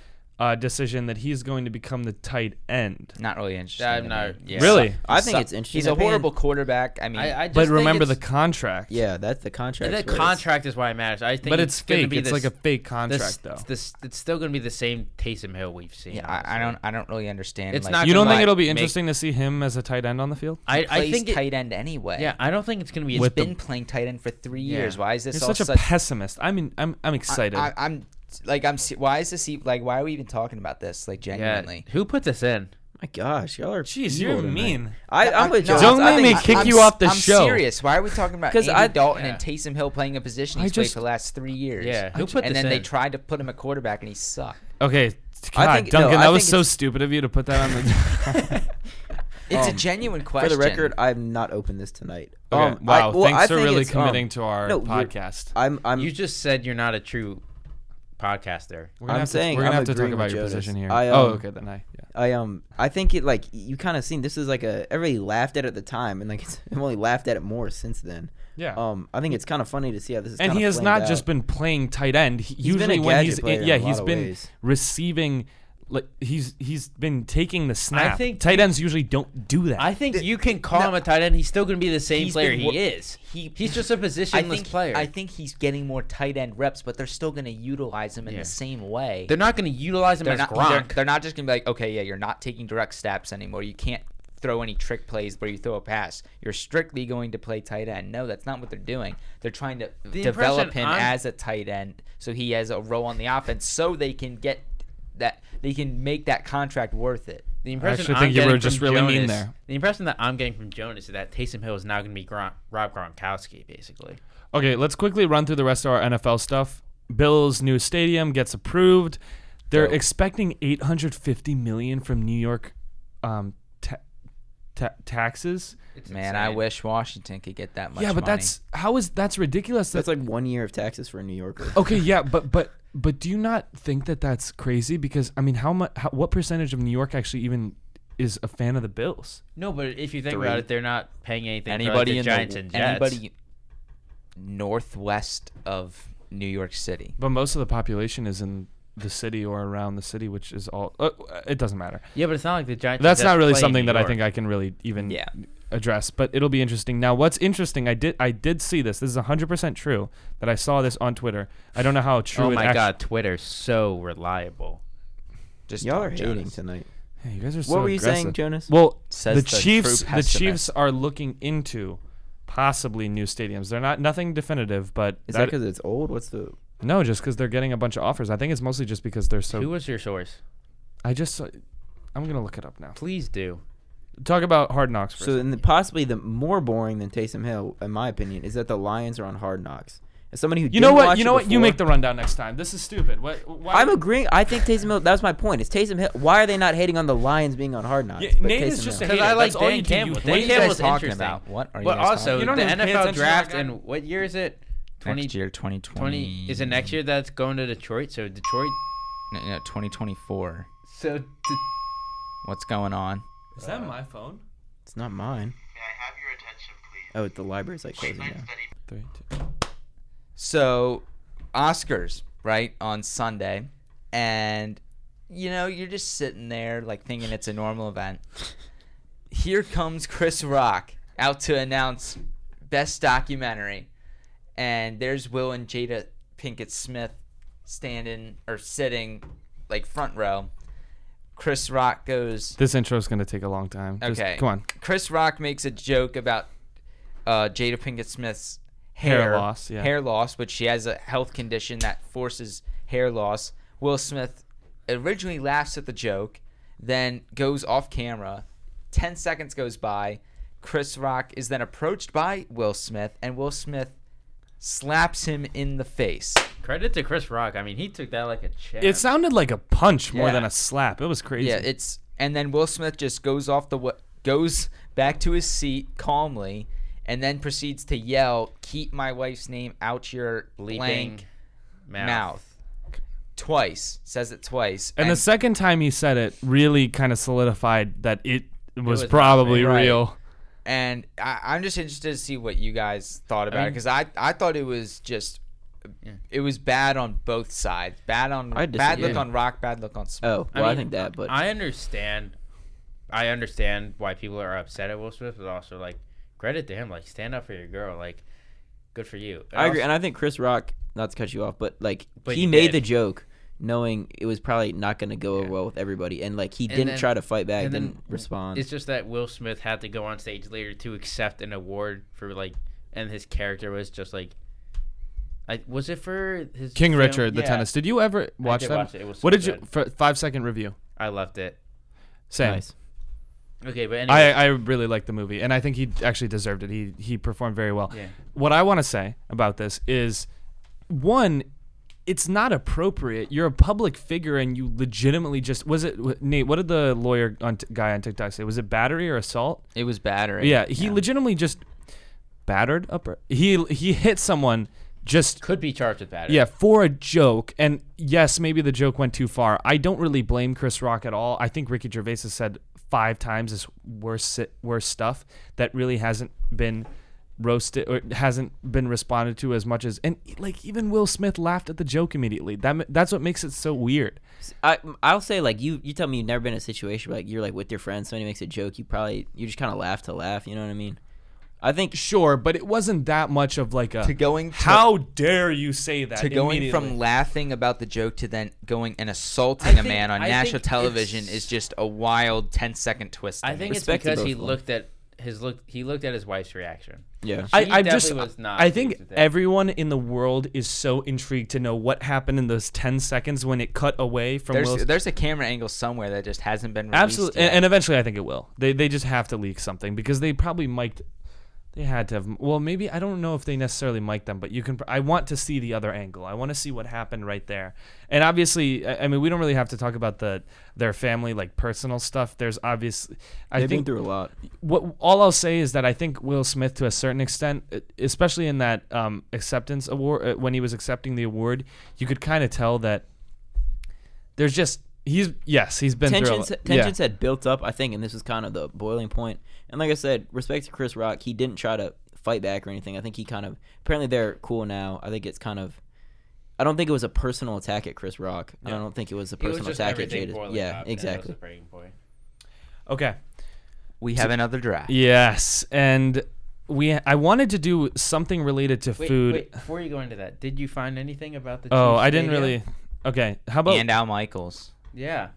Speaker 5: uh, decision that he's going to become the tight end.
Speaker 6: not really interested.
Speaker 3: I'm
Speaker 6: to
Speaker 3: not.
Speaker 6: me.
Speaker 3: Yeah.
Speaker 5: Really?
Speaker 4: I think
Speaker 6: Su-
Speaker 4: it's interesting.
Speaker 6: He's a
Speaker 4: They're paying-
Speaker 6: horrible quarterback. I mean,
Speaker 3: I, I just
Speaker 5: But
Speaker 3: think
Speaker 5: remember the
Speaker 3: it's-
Speaker 5: contract.
Speaker 4: Yeah, that's the contract.
Speaker 3: that contract is why it matters. I think,
Speaker 5: But it's
Speaker 3: gonna
Speaker 5: fake.
Speaker 3: Be
Speaker 5: It's
Speaker 3: this,
Speaker 5: like a fake
Speaker 3: this-
Speaker 5: contract though.
Speaker 3: This, it's still going to be the same Taysom Hill we've seen.
Speaker 6: yeah, I, I don't.
Speaker 3: honestly.
Speaker 6: I don't really understand.
Speaker 3: It's
Speaker 6: like,
Speaker 3: not
Speaker 5: you don't
Speaker 3: gonna
Speaker 5: think
Speaker 3: lie,
Speaker 5: it'll be
Speaker 3: make-
Speaker 5: interesting to see him as a tight end on the field?
Speaker 3: I, I
Speaker 6: plays
Speaker 3: think. It,
Speaker 6: tight end anyway.
Speaker 3: yeah, I don't think it's going to be.
Speaker 6: he's
Speaker 3: as
Speaker 5: With the-
Speaker 6: been playing tight end for three
Speaker 3: Yeah.
Speaker 6: years. Why is this
Speaker 5: You're
Speaker 6: all
Speaker 5: such a
Speaker 6: such?
Speaker 5: pessimist. I mean, I'm I'm excited.
Speaker 6: I, am like I'm. se- Why is this? e- Like why are we even talking about this? Like
Speaker 3: yeah.
Speaker 6: genuinely.
Speaker 3: Who put this in?
Speaker 4: My gosh, y'all are
Speaker 5: Jeez,
Speaker 4: evil
Speaker 5: you're
Speaker 4: tonight.
Speaker 5: mean.
Speaker 4: I, I'm with
Speaker 6: No,
Speaker 4: Josh.
Speaker 5: Don't
Speaker 6: I
Speaker 5: make
Speaker 6: think-
Speaker 5: me kick
Speaker 6: I'm
Speaker 5: you
Speaker 6: s-
Speaker 5: off the
Speaker 6: I'm
Speaker 5: show.
Speaker 6: serious. Why are we talking about
Speaker 4: 'Cause
Speaker 6: Andy
Speaker 4: I-
Speaker 6: Dalton
Speaker 3: Yeah.
Speaker 6: and Taysom Hill playing a position
Speaker 5: I
Speaker 6: he's played
Speaker 5: just-
Speaker 6: for the last three years?
Speaker 3: Yeah, who
Speaker 6: and
Speaker 3: put this
Speaker 6: then they
Speaker 3: in?
Speaker 6: tried to put him at quarterback, and he sucked.
Speaker 5: Okay, God,
Speaker 4: think- no,
Speaker 5: Duncan,
Speaker 4: I
Speaker 5: that was
Speaker 4: think
Speaker 5: so
Speaker 4: it's-
Speaker 5: stupid of you to put that
Speaker 4: [laughs]
Speaker 5: on the. [laughs]
Speaker 6: It's a
Speaker 4: Um,
Speaker 6: genuine
Speaker 4: For
Speaker 6: question.
Speaker 4: the record, I'm not open this tonight.
Speaker 5: Okay,
Speaker 4: Um, I-
Speaker 5: wow,
Speaker 4: well,
Speaker 5: thanks
Speaker 4: I
Speaker 5: for
Speaker 4: think
Speaker 5: really
Speaker 4: it's, um,
Speaker 5: committing to our
Speaker 4: no, you're-
Speaker 5: podcast.
Speaker 4: I'm I'm
Speaker 3: You just said you're not a true podcaster.
Speaker 5: We're gonna
Speaker 4: I'm
Speaker 5: have to-
Speaker 4: saying
Speaker 5: we're gonna have
Speaker 4: I'm
Speaker 5: to talk
Speaker 4: agreeing
Speaker 5: about
Speaker 4: with
Speaker 5: your
Speaker 4: Jonas.
Speaker 5: position here.
Speaker 4: I,
Speaker 5: oh,
Speaker 4: um,
Speaker 5: okay, then I. Yeah.
Speaker 4: I um I think it like you kind of seen this is like a everybody laughed at it at the time and like [laughs] it's, I've only laughed at it more since then.
Speaker 5: Yeah.
Speaker 4: Um, I think it's kind of funny to see how this is.
Speaker 5: and
Speaker 4: kinda
Speaker 5: he has
Speaker 4: flamed
Speaker 5: not
Speaker 4: out.
Speaker 5: just been playing tight end. He,
Speaker 4: He's been
Speaker 5: usually
Speaker 4: a
Speaker 5: when
Speaker 4: gadget
Speaker 5: he's
Speaker 4: player in
Speaker 5: yeah,
Speaker 4: a
Speaker 5: he's
Speaker 4: lot of
Speaker 5: been
Speaker 4: ways.
Speaker 5: receiving like he's he's been taking the snap.
Speaker 3: think
Speaker 5: tight
Speaker 3: he-
Speaker 5: ends usually don't do that.
Speaker 3: I think you can call him a tight end. He's still going to be the same
Speaker 6: He's
Speaker 3: player
Speaker 6: been
Speaker 3: he
Speaker 6: wor-
Speaker 3: is.
Speaker 6: he-
Speaker 3: he's just a
Speaker 6: I
Speaker 3: positionless
Speaker 6: think,
Speaker 3: player.
Speaker 6: I think he's getting more tight end reps, but they're still going to utilize him in
Speaker 3: Yeah.
Speaker 6: the same way.
Speaker 3: they're not going to utilize him
Speaker 6: They're
Speaker 3: as
Speaker 6: not, they're,
Speaker 3: Gronk.
Speaker 6: they're not just going to be like, okay, yeah, you're not taking direct steps anymore. You can't throw any trick plays where you throw a pass. You're strictly going to play tight end. No, that's not what they're doing. They're trying to
Speaker 3: The
Speaker 6: develop him
Speaker 3: impression I'm-
Speaker 6: as a tight end so he has a role on the offense so they can get that they can make that contract worth it.
Speaker 3: The impression
Speaker 5: actually
Speaker 3: I'm
Speaker 5: think you
Speaker 3: getting
Speaker 5: were just
Speaker 3: from
Speaker 5: really mean
Speaker 3: Jonas,
Speaker 5: there.
Speaker 3: The impression that I'm getting from Jonas is that Taysom Hill is now going to be Gron- Rob Gronkowski, basically.
Speaker 5: okay, let's quickly run through the rest of our NFL stuff. Bill's new stadium gets approved. They're
Speaker 6: Dope.
Speaker 5: expecting 850 million from New York um, ta- ta- taxes.
Speaker 6: Man, I wish Washington could get that much
Speaker 5: yeah, but
Speaker 6: money.
Speaker 5: that's how is that's ridiculous.
Speaker 4: that's like one year of taxes for a New Yorker.
Speaker 5: [laughs] Okay, yeah, but but but do you not think that that's crazy? Because I mean, how much? How, what percentage of New York actually even is a fan of the Bills?
Speaker 3: No, but if you think
Speaker 4: Three.
Speaker 3: about it, they're not paying anything. for, like,
Speaker 6: anybody
Speaker 3: the
Speaker 6: in
Speaker 3: Giants
Speaker 6: the,
Speaker 3: and Jets.
Speaker 6: anybody northwest of New York City.
Speaker 5: But most of the population is in the city or around the city, which is all. Uh, it doesn't matter.
Speaker 3: Yeah, but it's not like the Giants. and
Speaker 5: That's
Speaker 3: Jets
Speaker 5: not really
Speaker 3: play in
Speaker 5: something
Speaker 3: New
Speaker 5: that I
Speaker 3: York.
Speaker 5: think I can really even
Speaker 6: Yeah.
Speaker 5: address. But it'll be interesting. Now, what's interesting? I did I did see this. This is hundred percent true. That I saw this on Twitter. I don't know how true.
Speaker 3: Oh
Speaker 5: it
Speaker 3: my
Speaker 5: actu-
Speaker 3: God, Twitter's so reliable.
Speaker 6: Just
Speaker 4: Y'all are
Speaker 6: talk,
Speaker 4: hating
Speaker 6: Jonas.
Speaker 4: tonight.
Speaker 5: Hey, you guys are so
Speaker 4: what were you saying,
Speaker 5: aggressive.
Speaker 4: Jonas?
Speaker 5: Well,
Speaker 6: Says
Speaker 5: the
Speaker 6: the true
Speaker 5: Chiefs, the
Speaker 6: pessimist.
Speaker 5: Chiefs are looking into possibly new stadiums. They're not nothing definitive, but
Speaker 4: is that
Speaker 5: that-
Speaker 4: because it's old? What's the?
Speaker 5: no, just because they're getting a bunch of offers. I think it's mostly just because they're
Speaker 3: Who
Speaker 5: so.
Speaker 3: was your source?
Speaker 5: I just, saw- I'm gonna look it up now.
Speaker 3: Please do.
Speaker 5: Talk about hard knocks. For a
Speaker 4: So
Speaker 5: second.
Speaker 4: and the, possibly the more boring than Taysom Hill, in my opinion, is that the Lions are on Hard Knocks. As somebody who
Speaker 5: you know
Speaker 4: didn't
Speaker 5: what?
Speaker 4: watch
Speaker 5: You
Speaker 4: it
Speaker 5: know what? You
Speaker 4: before-
Speaker 5: make the rundown next time. This is stupid. What? Why?
Speaker 4: I'm agreeing. I think Taysom Hill. That's my point. Is Taysom Hill? Why are they not hating on the Lions being on Hard Knocks?
Speaker 5: Yeah,
Speaker 4: but
Speaker 5: Nate is
Speaker 4: Taysom
Speaker 5: just a
Speaker 4: Hill?
Speaker 3: 'Cause
Speaker 5: hater.
Speaker 3: I like
Speaker 5: That's all
Speaker 3: Dan
Speaker 5: you do.
Speaker 3: Campbell.
Speaker 5: You
Speaker 3: Dan
Speaker 5: hate-
Speaker 6: What are you guys
Speaker 3: Campbell's
Speaker 6: talking
Speaker 3: interesting.
Speaker 6: about? What are you
Speaker 3: But
Speaker 6: guys
Speaker 3: also,
Speaker 6: talking
Speaker 5: You
Speaker 3: the
Speaker 5: don't even pay
Speaker 3: NFL
Speaker 5: attention to
Speaker 3: draft
Speaker 5: that guy.
Speaker 3: and what year is it?
Speaker 6: about?
Speaker 3: 20,
Speaker 6: next year, 2020.
Speaker 3: 20 is it next year that's going to Detroit? So Detroit.
Speaker 6: No, no, 2024.
Speaker 3: So d-
Speaker 6: What's going on?
Speaker 5: Is that my phone?
Speaker 4: It's not mine.
Speaker 7: May I have your attention, please?
Speaker 4: Oh, the library's like closing down.
Speaker 7: Study
Speaker 5: Three, two.
Speaker 6: So, Oscars, right, on Sunday. And, you know, you're just sitting there, like, thinking it's a normal event. Here comes Chris Rock out to announce Best Documentary. And there's Will and Jada Pinkett Smith standing or sitting, like, front row. Chris Rock goes,
Speaker 5: This intro is gonna take a long time. Just-
Speaker 6: Okay.
Speaker 5: come on.
Speaker 6: Chris Rock makes a joke about uh, Jada Pinkett Smith's
Speaker 5: Hair
Speaker 6: hair,
Speaker 5: loss, yeah.
Speaker 6: hair loss, but she has a health condition that forces hair loss. Will Smith originally laughs at the joke, then goes off camera. Ten seconds goes by. Chris Rock is then approached by Will Smith, and Will Smith slaps him in the face.
Speaker 3: credit to Chris Rock. I mean, he took that like a champ.
Speaker 5: It sounded like a punch more
Speaker 6: Yeah.
Speaker 5: than a slap. It was crazy.
Speaker 6: Yeah, it's and then Will Smith just goes off the wa- goes back to his seat calmly, and then proceeds to yell, "Keep my wife's name out your
Speaker 3: leaping
Speaker 6: blank mouth. Twice says it twice,
Speaker 5: and the second time he said it really kind of solidified that it was,
Speaker 3: was
Speaker 5: probably
Speaker 6: happening. Right.
Speaker 5: real.
Speaker 6: and I, I'm just interested to see what you guys thought about it
Speaker 3: mean-
Speaker 6: 'cause it because I I thought it was just. It was bad on both sides. Bad on
Speaker 4: I
Speaker 6: bad look
Speaker 4: disagree.
Speaker 6: on Rock. Bad look on Smith.
Speaker 4: Oh, well, I,
Speaker 3: mean,
Speaker 4: think that. But
Speaker 3: I understand. I understand why people are upset at Will Smith, but also like credit to him. Like stand up for your girl. Like good for you. And
Speaker 4: I agree,
Speaker 3: also-
Speaker 4: and I think Chris Rock. Not to cut you off, but like
Speaker 3: But
Speaker 4: he
Speaker 3: he
Speaker 4: made
Speaker 3: did.
Speaker 4: the joke, knowing it was probably not going to go over well with everybody, and like he didn't
Speaker 3: then-
Speaker 4: try to fight back,
Speaker 3: and then
Speaker 4: didn't respond.
Speaker 3: It's just that Will Smith had to go on stage later to accept an award for like, and his character was just like, I was it for his
Speaker 5: King
Speaker 3: film?
Speaker 5: Richard, the
Speaker 3: Yeah.
Speaker 5: tennis. Did you ever watch
Speaker 3: did
Speaker 5: that?
Speaker 3: watch it. It was
Speaker 5: what
Speaker 3: so
Speaker 5: did you? For five second review.
Speaker 3: I loved it.
Speaker 5: Same.
Speaker 4: Nice.
Speaker 3: Okay, but anyway,
Speaker 5: I, I really like the movie, and I think he actually deserved it. He he performed very well.
Speaker 3: Yeah.
Speaker 5: What I want to say about this is, one, it's not appropriate. You're a public figure, and you legitimately just was it w- Nate? What did the lawyer on t- guy on TikTok say? Was it battery or assault?
Speaker 6: It was battery.
Speaker 5: Yeah, he legitimately just battered upper. He he hit someone just
Speaker 3: could be charged with battery.
Speaker 5: yeah, for a joke. And yes, maybe the joke went too far. I don't really blame Chris Rock at all. I think Ricky Gervais has said five times his worst si- worst stuff that really hasn't been roasted or hasn't been responded to as much as and like even Will Smith laughed at the joke immediately. That ma- that's what makes it so weird.
Speaker 4: I I'll say like you you tell me you've never been in a situation where, like you're like with your friends somebody makes a joke you probably you just kind of laugh to laugh you know what I mean I think
Speaker 5: Sure, but it wasn't that much of like a
Speaker 6: To going to-
Speaker 5: how dare you say that
Speaker 6: to going
Speaker 5: immediately.
Speaker 6: from laughing about the joke to then going and assaulting a
Speaker 3: think-
Speaker 6: man on
Speaker 3: I
Speaker 6: national
Speaker 3: think
Speaker 6: television
Speaker 3: it's-
Speaker 6: is just a wild 10 second twist.
Speaker 3: I
Speaker 6: to
Speaker 3: think
Speaker 6: me.
Speaker 3: it's
Speaker 4: Respect to
Speaker 3: because
Speaker 4: both
Speaker 3: he
Speaker 4: of them.
Speaker 3: looked at his look. He looked at his wife's reaction.
Speaker 4: yeah
Speaker 5: I,
Speaker 3: She
Speaker 5: I'm
Speaker 3: definitely
Speaker 5: just.
Speaker 3: was not
Speaker 5: I think
Speaker 3: pleased with that.
Speaker 5: everyone in the world is so intrigued to know what happened in those ten seconds when it cut away from.
Speaker 6: there's
Speaker 5: Will's,
Speaker 6: there's a camera angle somewhere that just hasn't been released.
Speaker 5: absolutely,
Speaker 6: yet.
Speaker 5: and, and eventually, I think it will. They they just have to leak something because they probably mic'd. They had to have. Well, maybe I don't know if they necessarily mic'd them, but you can. pr- I want to see the other angle. I want to see what happened right there. And obviously, I, I mean, we don't really have to talk about the their family like personal stuff. There's obviously. I
Speaker 4: they've been
Speaker 5: think
Speaker 4: through a lot
Speaker 5: what all I'll say is that I think Will Smith, to a certain extent, e- especially in that um, acceptance award, uh, when he was accepting the award, you could kind of tell that there's just he's yes he's been through a
Speaker 4: tensions
Speaker 5: lot.
Speaker 3: uh,
Speaker 4: tensions had built up I think and this was kind of the boiling point and like I said respect to Chris Rock he didn't try to fight back or anything I think he kind of apparently they're cool now I think it's kind of I don't think it was a personal attack at Chris Rock I don't think it was a
Speaker 3: It was
Speaker 4: personal
Speaker 3: just
Speaker 4: attack at
Speaker 3: everything
Speaker 4: Jada
Speaker 3: boiling up,
Speaker 4: yeah
Speaker 3: and that was
Speaker 4: exactly
Speaker 3: the breaking point.
Speaker 5: yeah okay
Speaker 6: we have another draft.
Speaker 5: yes and we I wanted to do something related to
Speaker 3: Wait,
Speaker 5: food.
Speaker 3: wait, before you go into that, did you find anything about the?
Speaker 5: oh,
Speaker 3: Chiefs
Speaker 5: I didn't
Speaker 3: video?
Speaker 5: really. Okay, how about?
Speaker 6: And Al Michaels.
Speaker 3: Yeah.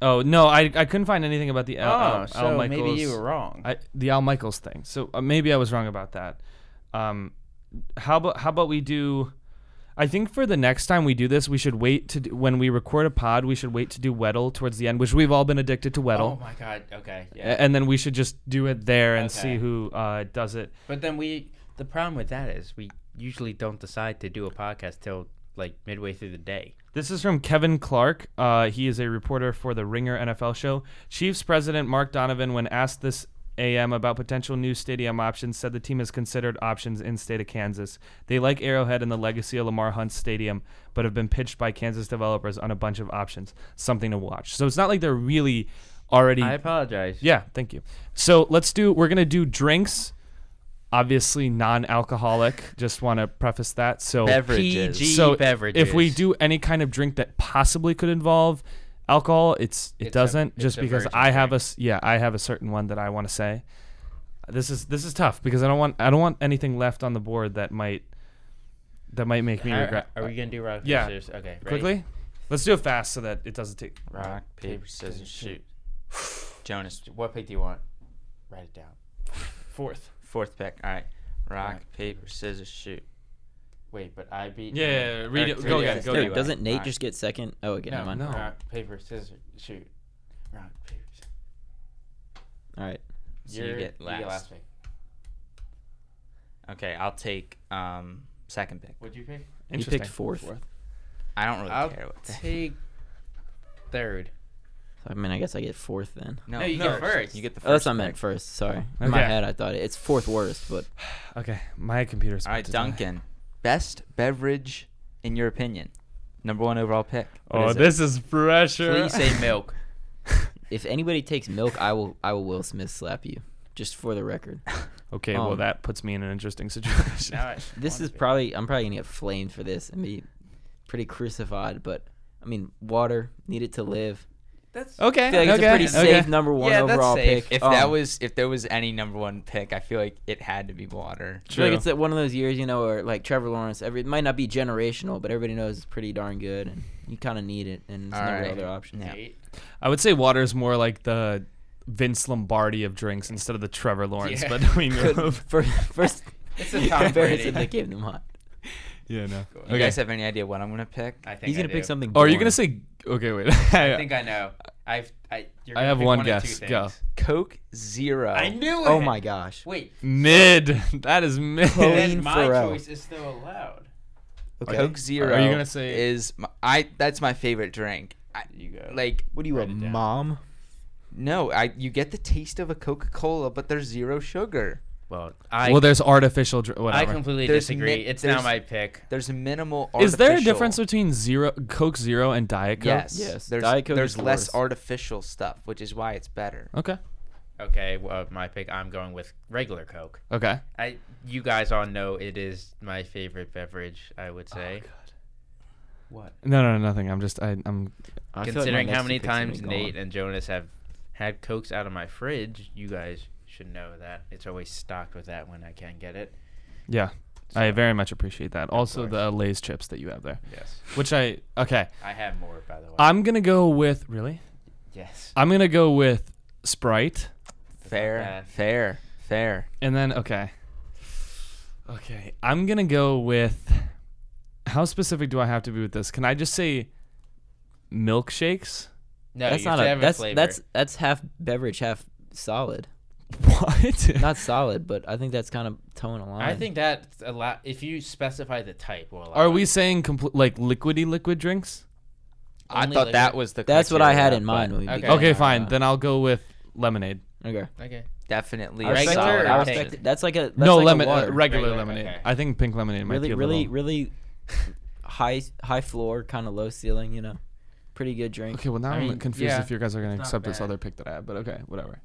Speaker 5: oh no, I I couldn't find anything about the Al, Al-
Speaker 3: Oh, so
Speaker 5: Al Michaels.
Speaker 3: maybe you were wrong.
Speaker 5: I, the Al Michaels thing. So uh, maybe I was wrong about that. Um, how about how about we do? I think for the next time we do this, we should wait to do, when we record a pod. We should wait to do Weddle towards the end, which we've all been addicted to
Speaker 3: oh
Speaker 5: Weddle,
Speaker 3: my god. Okay.
Speaker 5: A-
Speaker 3: Yeah.
Speaker 5: and then we should just do it there and see
Speaker 3: Okay.
Speaker 5: who uh, does it.
Speaker 3: But then we, the problem with that is we usually don't decide to do a podcast till like midway through the day.
Speaker 5: This is from Kevin Clark. Uh, he is a reporter for the Ringer NFL show. Chiefs president Mark Donovan, when asked this AM about potential new stadium options, said the team has considered options in state of Kansas. They like Arrowhead and the legacy of Lamar Hunt Stadium, but have been pitched by Kansas developers on a bunch of options. Something to watch. So it's not like they're really already.
Speaker 3: I apologize.
Speaker 5: yeah, thank you. So let's do. We're gonna do drinks. Obviously non-alcoholic. Just want to preface that. So
Speaker 6: Oh, Beverages.
Speaker 3: PG
Speaker 5: so
Speaker 3: beverages.
Speaker 5: if we do any kind of drink that possibly could involve alcohol, it's it
Speaker 3: It's a-
Speaker 5: doesn't
Speaker 3: it's
Speaker 5: just
Speaker 3: a
Speaker 5: because
Speaker 3: virgin
Speaker 5: I have a s- yeah I have a certain one that I want to say. This is this is tough because I don't want I don't want anything left on the board that might that might make me
Speaker 3: Are-
Speaker 5: regret.
Speaker 3: Are, we gonna do rock
Speaker 5: Yeah.
Speaker 3: paper scissors? Okay. ready?
Speaker 5: quickly? Let's do it fast so that it doesn't take.
Speaker 6: Rock, paper, scissors, shoot.
Speaker 3: [sighs]
Speaker 6: Jonas,
Speaker 3: What pick do you want? Write it down.
Speaker 5: Fourth.
Speaker 6: fourth pick. All right. Rock, paper, scissors, shoot.
Speaker 3: Wait, but I beat.
Speaker 5: Yeah, yeah, yeah, read it.
Speaker 3: Alright,
Speaker 5: Go
Speaker 3: read it.
Speaker 5: again. Go
Speaker 4: Dude,
Speaker 5: again.
Speaker 4: doesn't Nate
Speaker 6: Alright.
Speaker 4: just get second? Oh, again,
Speaker 3: No,
Speaker 4: never mind.
Speaker 5: no.
Speaker 3: Rock, paper, scissors, shoot. Rock, paper, scissors.
Speaker 4: All right.
Speaker 6: So you
Speaker 3: You're-
Speaker 6: get last.
Speaker 3: pick.
Speaker 6: Okay, I'll take um second pick.
Speaker 3: What'd you pick?
Speaker 4: He
Speaker 5: Interesting.
Speaker 4: picked fourth.
Speaker 6: I don't really
Speaker 3: I'll
Speaker 6: care what.
Speaker 3: [laughs] take third.
Speaker 4: I mean, I guess I get fourth then.
Speaker 3: No, you get first.
Speaker 6: You get the first.
Speaker 4: Oh, that's not
Speaker 6: pick.
Speaker 4: meant first. Sorry. In my
Speaker 5: Okay.
Speaker 4: head, I thought it. It's fourth worst, but
Speaker 5: Okay, my computer's.
Speaker 6: All
Speaker 5: about
Speaker 6: right,
Speaker 5: to die.
Speaker 6: Duncan. Best beverage in your opinion? Number one overall pick. What
Speaker 5: Oh,
Speaker 6: is it?
Speaker 5: this is pressure.
Speaker 3: Please say milk.
Speaker 4: if anybody takes milk, I will. I will Will Smith slap you. Just for the
Speaker 3: [laughs]
Speaker 4: record,
Speaker 5: [laughs] okay, well
Speaker 4: Um,
Speaker 5: that puts me in an interesting situation.
Speaker 3: Now I
Speaker 4: this
Speaker 3: wanna
Speaker 4: is
Speaker 3: be-
Speaker 4: probably. I'm probably gonna get flamed for this and be pretty crucified. But I mean, water needed to live.
Speaker 3: That's
Speaker 5: okay,
Speaker 4: I feel like
Speaker 5: okay,
Speaker 4: it's a pretty
Speaker 5: okay.
Speaker 4: safe number one
Speaker 3: Yeah, that's
Speaker 4: overall
Speaker 3: safe.
Speaker 4: pick.
Speaker 6: If
Speaker 4: Um,
Speaker 6: that was if there was any number one pick, I feel like it had to be water.
Speaker 4: I feel like
Speaker 5: True.
Speaker 4: it's that one of those years, you know, where like Trevor Lawrence, every it might not be generational, but everybody knows it's pretty darn good, and you kind of need it, and there's no
Speaker 6: Alright.
Speaker 4: real other option.
Speaker 6: Yeah.
Speaker 4: [laughs]
Speaker 3: eight.
Speaker 5: I would say water is more like the Vince Lombardi of drinks instead of the Trevor Lawrence,
Speaker 3: Yeah.
Speaker 5: but [laughs] we
Speaker 4: Good.
Speaker 5: move. [laughs]
Speaker 4: First, first
Speaker 3: [laughs] It's a Tom
Speaker 4: comparison
Speaker 3: Brady.
Speaker 4: that gave them hot.
Speaker 5: Yeah, no.
Speaker 6: You guys have any idea what I'm gonna pick?
Speaker 3: I think
Speaker 4: He's
Speaker 3: I
Speaker 4: gonna pick
Speaker 3: do.
Speaker 4: something.
Speaker 5: Oh, are you gonna
Speaker 4: boring.
Speaker 5: say? Okay, wait. [laughs]
Speaker 3: I think I know. I've I. You're
Speaker 5: I
Speaker 3: gonna
Speaker 5: have
Speaker 3: pick
Speaker 5: one
Speaker 3: of two
Speaker 5: guess. Go.
Speaker 3: things.
Speaker 6: Coke Zero.
Speaker 3: I knew
Speaker 4: [laughs]
Speaker 3: it.
Speaker 4: Oh my gosh.
Speaker 3: Wait.
Speaker 5: mid. [laughs] That is mid.
Speaker 4: Chloe
Speaker 3: Then my
Speaker 4: Farrell.
Speaker 3: choice is still allowed.
Speaker 4: Okay.
Speaker 6: Coke Zero.
Speaker 5: Are you gonna say-
Speaker 6: is my, I? That's my favorite drink. I,
Speaker 3: You go.
Speaker 6: like
Speaker 4: What are you, a
Speaker 3: Write it down.
Speaker 4: mom?
Speaker 6: no, I you get the taste of a Coca Cola, but there's zero sugar.
Speaker 3: Well, I
Speaker 5: well, there's artificial. Dr-
Speaker 3: I
Speaker 5: whatever.
Speaker 3: completely
Speaker 6: There's
Speaker 3: disagree.
Speaker 6: mi-
Speaker 3: it's now
Speaker 6: there's-
Speaker 3: my pick.
Speaker 6: There's minimal.
Speaker 5: is there a
Speaker 6: artificial-
Speaker 5: difference between zero Coke Zero and Diet Coke?
Speaker 6: Yes.
Speaker 4: Yes,
Speaker 6: There's
Speaker 4: Diet Coke
Speaker 6: there's
Speaker 4: is Oh.
Speaker 6: less
Speaker 4: worse.
Speaker 6: artificial stuff, which is why it's better.
Speaker 5: Okay.
Speaker 3: Okay, well, my pick. I'm going with regular Coke.
Speaker 5: Okay.
Speaker 3: I you guys all know it is my favorite beverage. I would say,
Speaker 6: What?
Speaker 5: No, no, no, nothing. I'm just. I, I'm.
Speaker 4: I feel like my
Speaker 3: considering
Speaker 4: next
Speaker 3: how
Speaker 4: two
Speaker 3: many
Speaker 4: picks are
Speaker 3: times
Speaker 4: gonna be
Speaker 3: Nate
Speaker 4: gone.
Speaker 3: and Jonas have had Cokes out of my fridge, you guys should know that it's always stocked with that when I can get it.
Speaker 5: Yeah. I very much appreciate that. Also,
Speaker 3: course.
Speaker 5: the Lay's chips that you have there,
Speaker 3: Yes,
Speaker 5: which I. Okay.
Speaker 3: I have more by the way.
Speaker 5: I'm gonna go with. Really?
Speaker 3: yes,
Speaker 5: I'm gonna go with Sprite,
Speaker 6: Fair,
Speaker 3: bad.
Speaker 6: fair, fair.
Speaker 5: and then okay. Okay. I'm gonna go with. How specific do I have to be with this? Can I just say
Speaker 4: [laughs]
Speaker 5: milkshakes?
Speaker 3: no,
Speaker 4: that's
Speaker 3: your
Speaker 4: not a.
Speaker 3: favorite
Speaker 4: That's
Speaker 3: flavor.
Speaker 4: that's that's half beverage, half solid.
Speaker 5: What?
Speaker 4: Not solid, but I think that's kind of towing a line.
Speaker 3: I think that's a lot. If you specify the type, will allow
Speaker 5: Are
Speaker 3: it.
Speaker 5: we saying compl- like liquidy liquid drinks?
Speaker 6: I
Speaker 3: Only
Speaker 6: thought
Speaker 3: liquid.
Speaker 6: that was the.
Speaker 4: that's what I had
Speaker 6: criteria,
Speaker 4: in mind
Speaker 6: but
Speaker 4: when we
Speaker 3: Okay.
Speaker 4: began.
Speaker 5: Okay,
Speaker 4: our,
Speaker 5: fine.
Speaker 4: uh,
Speaker 5: Then I'll go with lemonade.
Speaker 4: okay.
Speaker 3: Okay.
Speaker 6: Definitely,
Speaker 4: I
Speaker 6: a
Speaker 4: respect,
Speaker 3: Regular
Speaker 6: solid
Speaker 3: or
Speaker 4: I
Speaker 6: option.
Speaker 3: pink?
Speaker 4: respect it. That's like a that's
Speaker 5: no,
Speaker 4: like a
Speaker 5: lemon, uh,
Speaker 4: water.
Speaker 5: regular,
Speaker 3: Regular,
Speaker 5: lemonade.
Speaker 3: okay.
Speaker 5: I think pink lemonade might be
Speaker 4: really,
Speaker 5: a
Speaker 4: really,
Speaker 5: little.
Speaker 4: really high high floor, kind of low ceiling. You know, pretty good drink.
Speaker 5: Okay, well now
Speaker 3: I
Speaker 5: I am
Speaker 3: mean,
Speaker 5: confused
Speaker 3: yeah,
Speaker 5: if you guys are gonna
Speaker 3: not
Speaker 5: accept this
Speaker 3: bad.
Speaker 5: other pick that I have, but okay, whatever.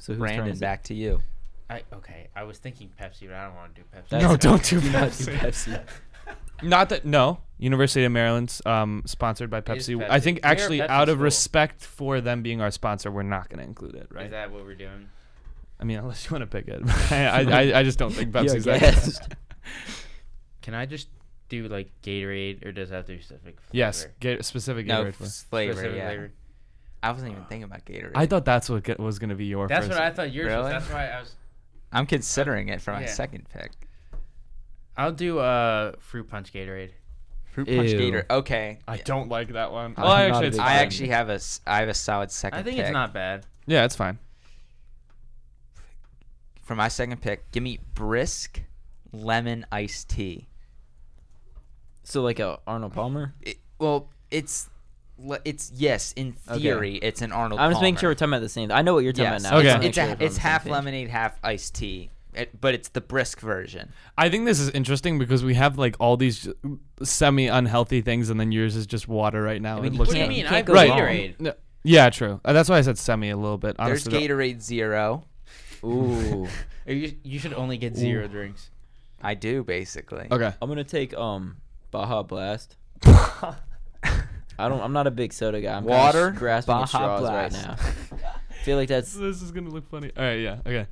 Speaker 4: So who's turn
Speaker 6: Brandon,
Speaker 4: is it?
Speaker 6: back to you.
Speaker 3: I okay. I was thinking Pepsi, but I don't want to do Pepsi.
Speaker 4: That's
Speaker 5: No,
Speaker 4: fine.
Speaker 5: don't do
Speaker 4: Do [laughs] not do
Speaker 5: Pepsi.
Speaker 3: [laughs]
Speaker 4: Pepsi.
Speaker 5: Not that no. University of Maryland's um, sponsored by
Speaker 3: Is
Speaker 5: Pepsi. I
Speaker 3: Pepsi.
Speaker 5: think
Speaker 3: We are
Speaker 5: actually
Speaker 3: Pepsi
Speaker 5: out of
Speaker 3: school.
Speaker 5: respect for them being our sponsor, we're not gonna include it, right?
Speaker 3: Is that what we're doing?
Speaker 5: I mean, unless you want to pick it, [laughs] I, I, I just don't [laughs] think
Speaker 4: You're
Speaker 5: Pepsi's
Speaker 4: a
Speaker 5: that.
Speaker 4: guest.
Speaker 3: Can I just do like Gatorade, or does that have to be specific?
Speaker 5: [laughs] Yes,
Speaker 3: flavor?
Speaker 5: get specific
Speaker 6: No
Speaker 5: Gatorade
Speaker 6: f-
Speaker 5: flavor.
Speaker 6: flavor.
Speaker 3: Specific
Speaker 6: yeah.
Speaker 3: flavor?
Speaker 6: I wasn't even thinking about Gatorade.
Speaker 5: I thought that's what get, was gonna be your
Speaker 3: That's
Speaker 5: first.
Speaker 3: what I thought yours
Speaker 6: Really?
Speaker 3: was. That's why I was.
Speaker 6: I'm considering it for my
Speaker 3: Yeah.
Speaker 6: second pick.
Speaker 3: I'll do uh fruit punch Gatorade.
Speaker 6: Fruit punch
Speaker 4: Ew.
Speaker 6: Gatorade. Okay.
Speaker 5: I don't like that one.
Speaker 4: I'm
Speaker 5: Well,
Speaker 4: not
Speaker 5: actually,
Speaker 4: a
Speaker 5: it's
Speaker 4: big
Speaker 5: fine.
Speaker 6: I
Speaker 4: fan.
Speaker 6: actually have a s- I have a solid second.
Speaker 3: I think
Speaker 6: pick.
Speaker 3: it's not bad.
Speaker 5: yeah, it's fine.
Speaker 6: for my second pick. Give me brisk lemon iced tea.
Speaker 4: So like a Arnold Palmer.
Speaker 6: It, well, it's le- it's yes in
Speaker 4: Okay.
Speaker 6: theory it's an Arnold.
Speaker 4: I'm just making
Speaker 6: Palmer.
Speaker 4: sure we're talking about the same. I know what you're talking
Speaker 6: Yes.
Speaker 4: about now. I just
Speaker 5: Okay.
Speaker 4: wanna make
Speaker 6: It's
Speaker 4: sure we're
Speaker 6: a,
Speaker 4: on
Speaker 6: it's
Speaker 4: the same
Speaker 6: half
Speaker 4: page.
Speaker 6: lemonade, half iced tea, It- but it's the brisk version.
Speaker 5: I think this is interesting because we have like all these semi unhealthy things, and then yours is just water right now.
Speaker 4: I mean,
Speaker 5: It
Speaker 4: you
Speaker 5: looks
Speaker 3: What do you
Speaker 4: can't-
Speaker 5: like-
Speaker 3: mean?
Speaker 4: can't
Speaker 3: I have
Speaker 4: go
Speaker 5: Right.
Speaker 3: Gatorade.
Speaker 5: No. Yeah, true. Uh, that's why I said semi a little bit. Honestly,
Speaker 6: There's Gatorade Zero.
Speaker 4: Ooh,
Speaker 3: Or [laughs] You, you should only get zero drinks.
Speaker 6: I do basically.
Speaker 5: Okay.
Speaker 4: I'm gonna take um Baja Blast.
Speaker 6: [laughs]
Speaker 4: I don't. I'm not a big soda guy. I'm kinda
Speaker 6: Water,
Speaker 4: grasping at
Speaker 6: Baja
Speaker 4: straws right now. [laughs]
Speaker 6: Blast.
Speaker 4: I feel like that's.
Speaker 5: This is gonna look funny. All right. Yeah. Okay.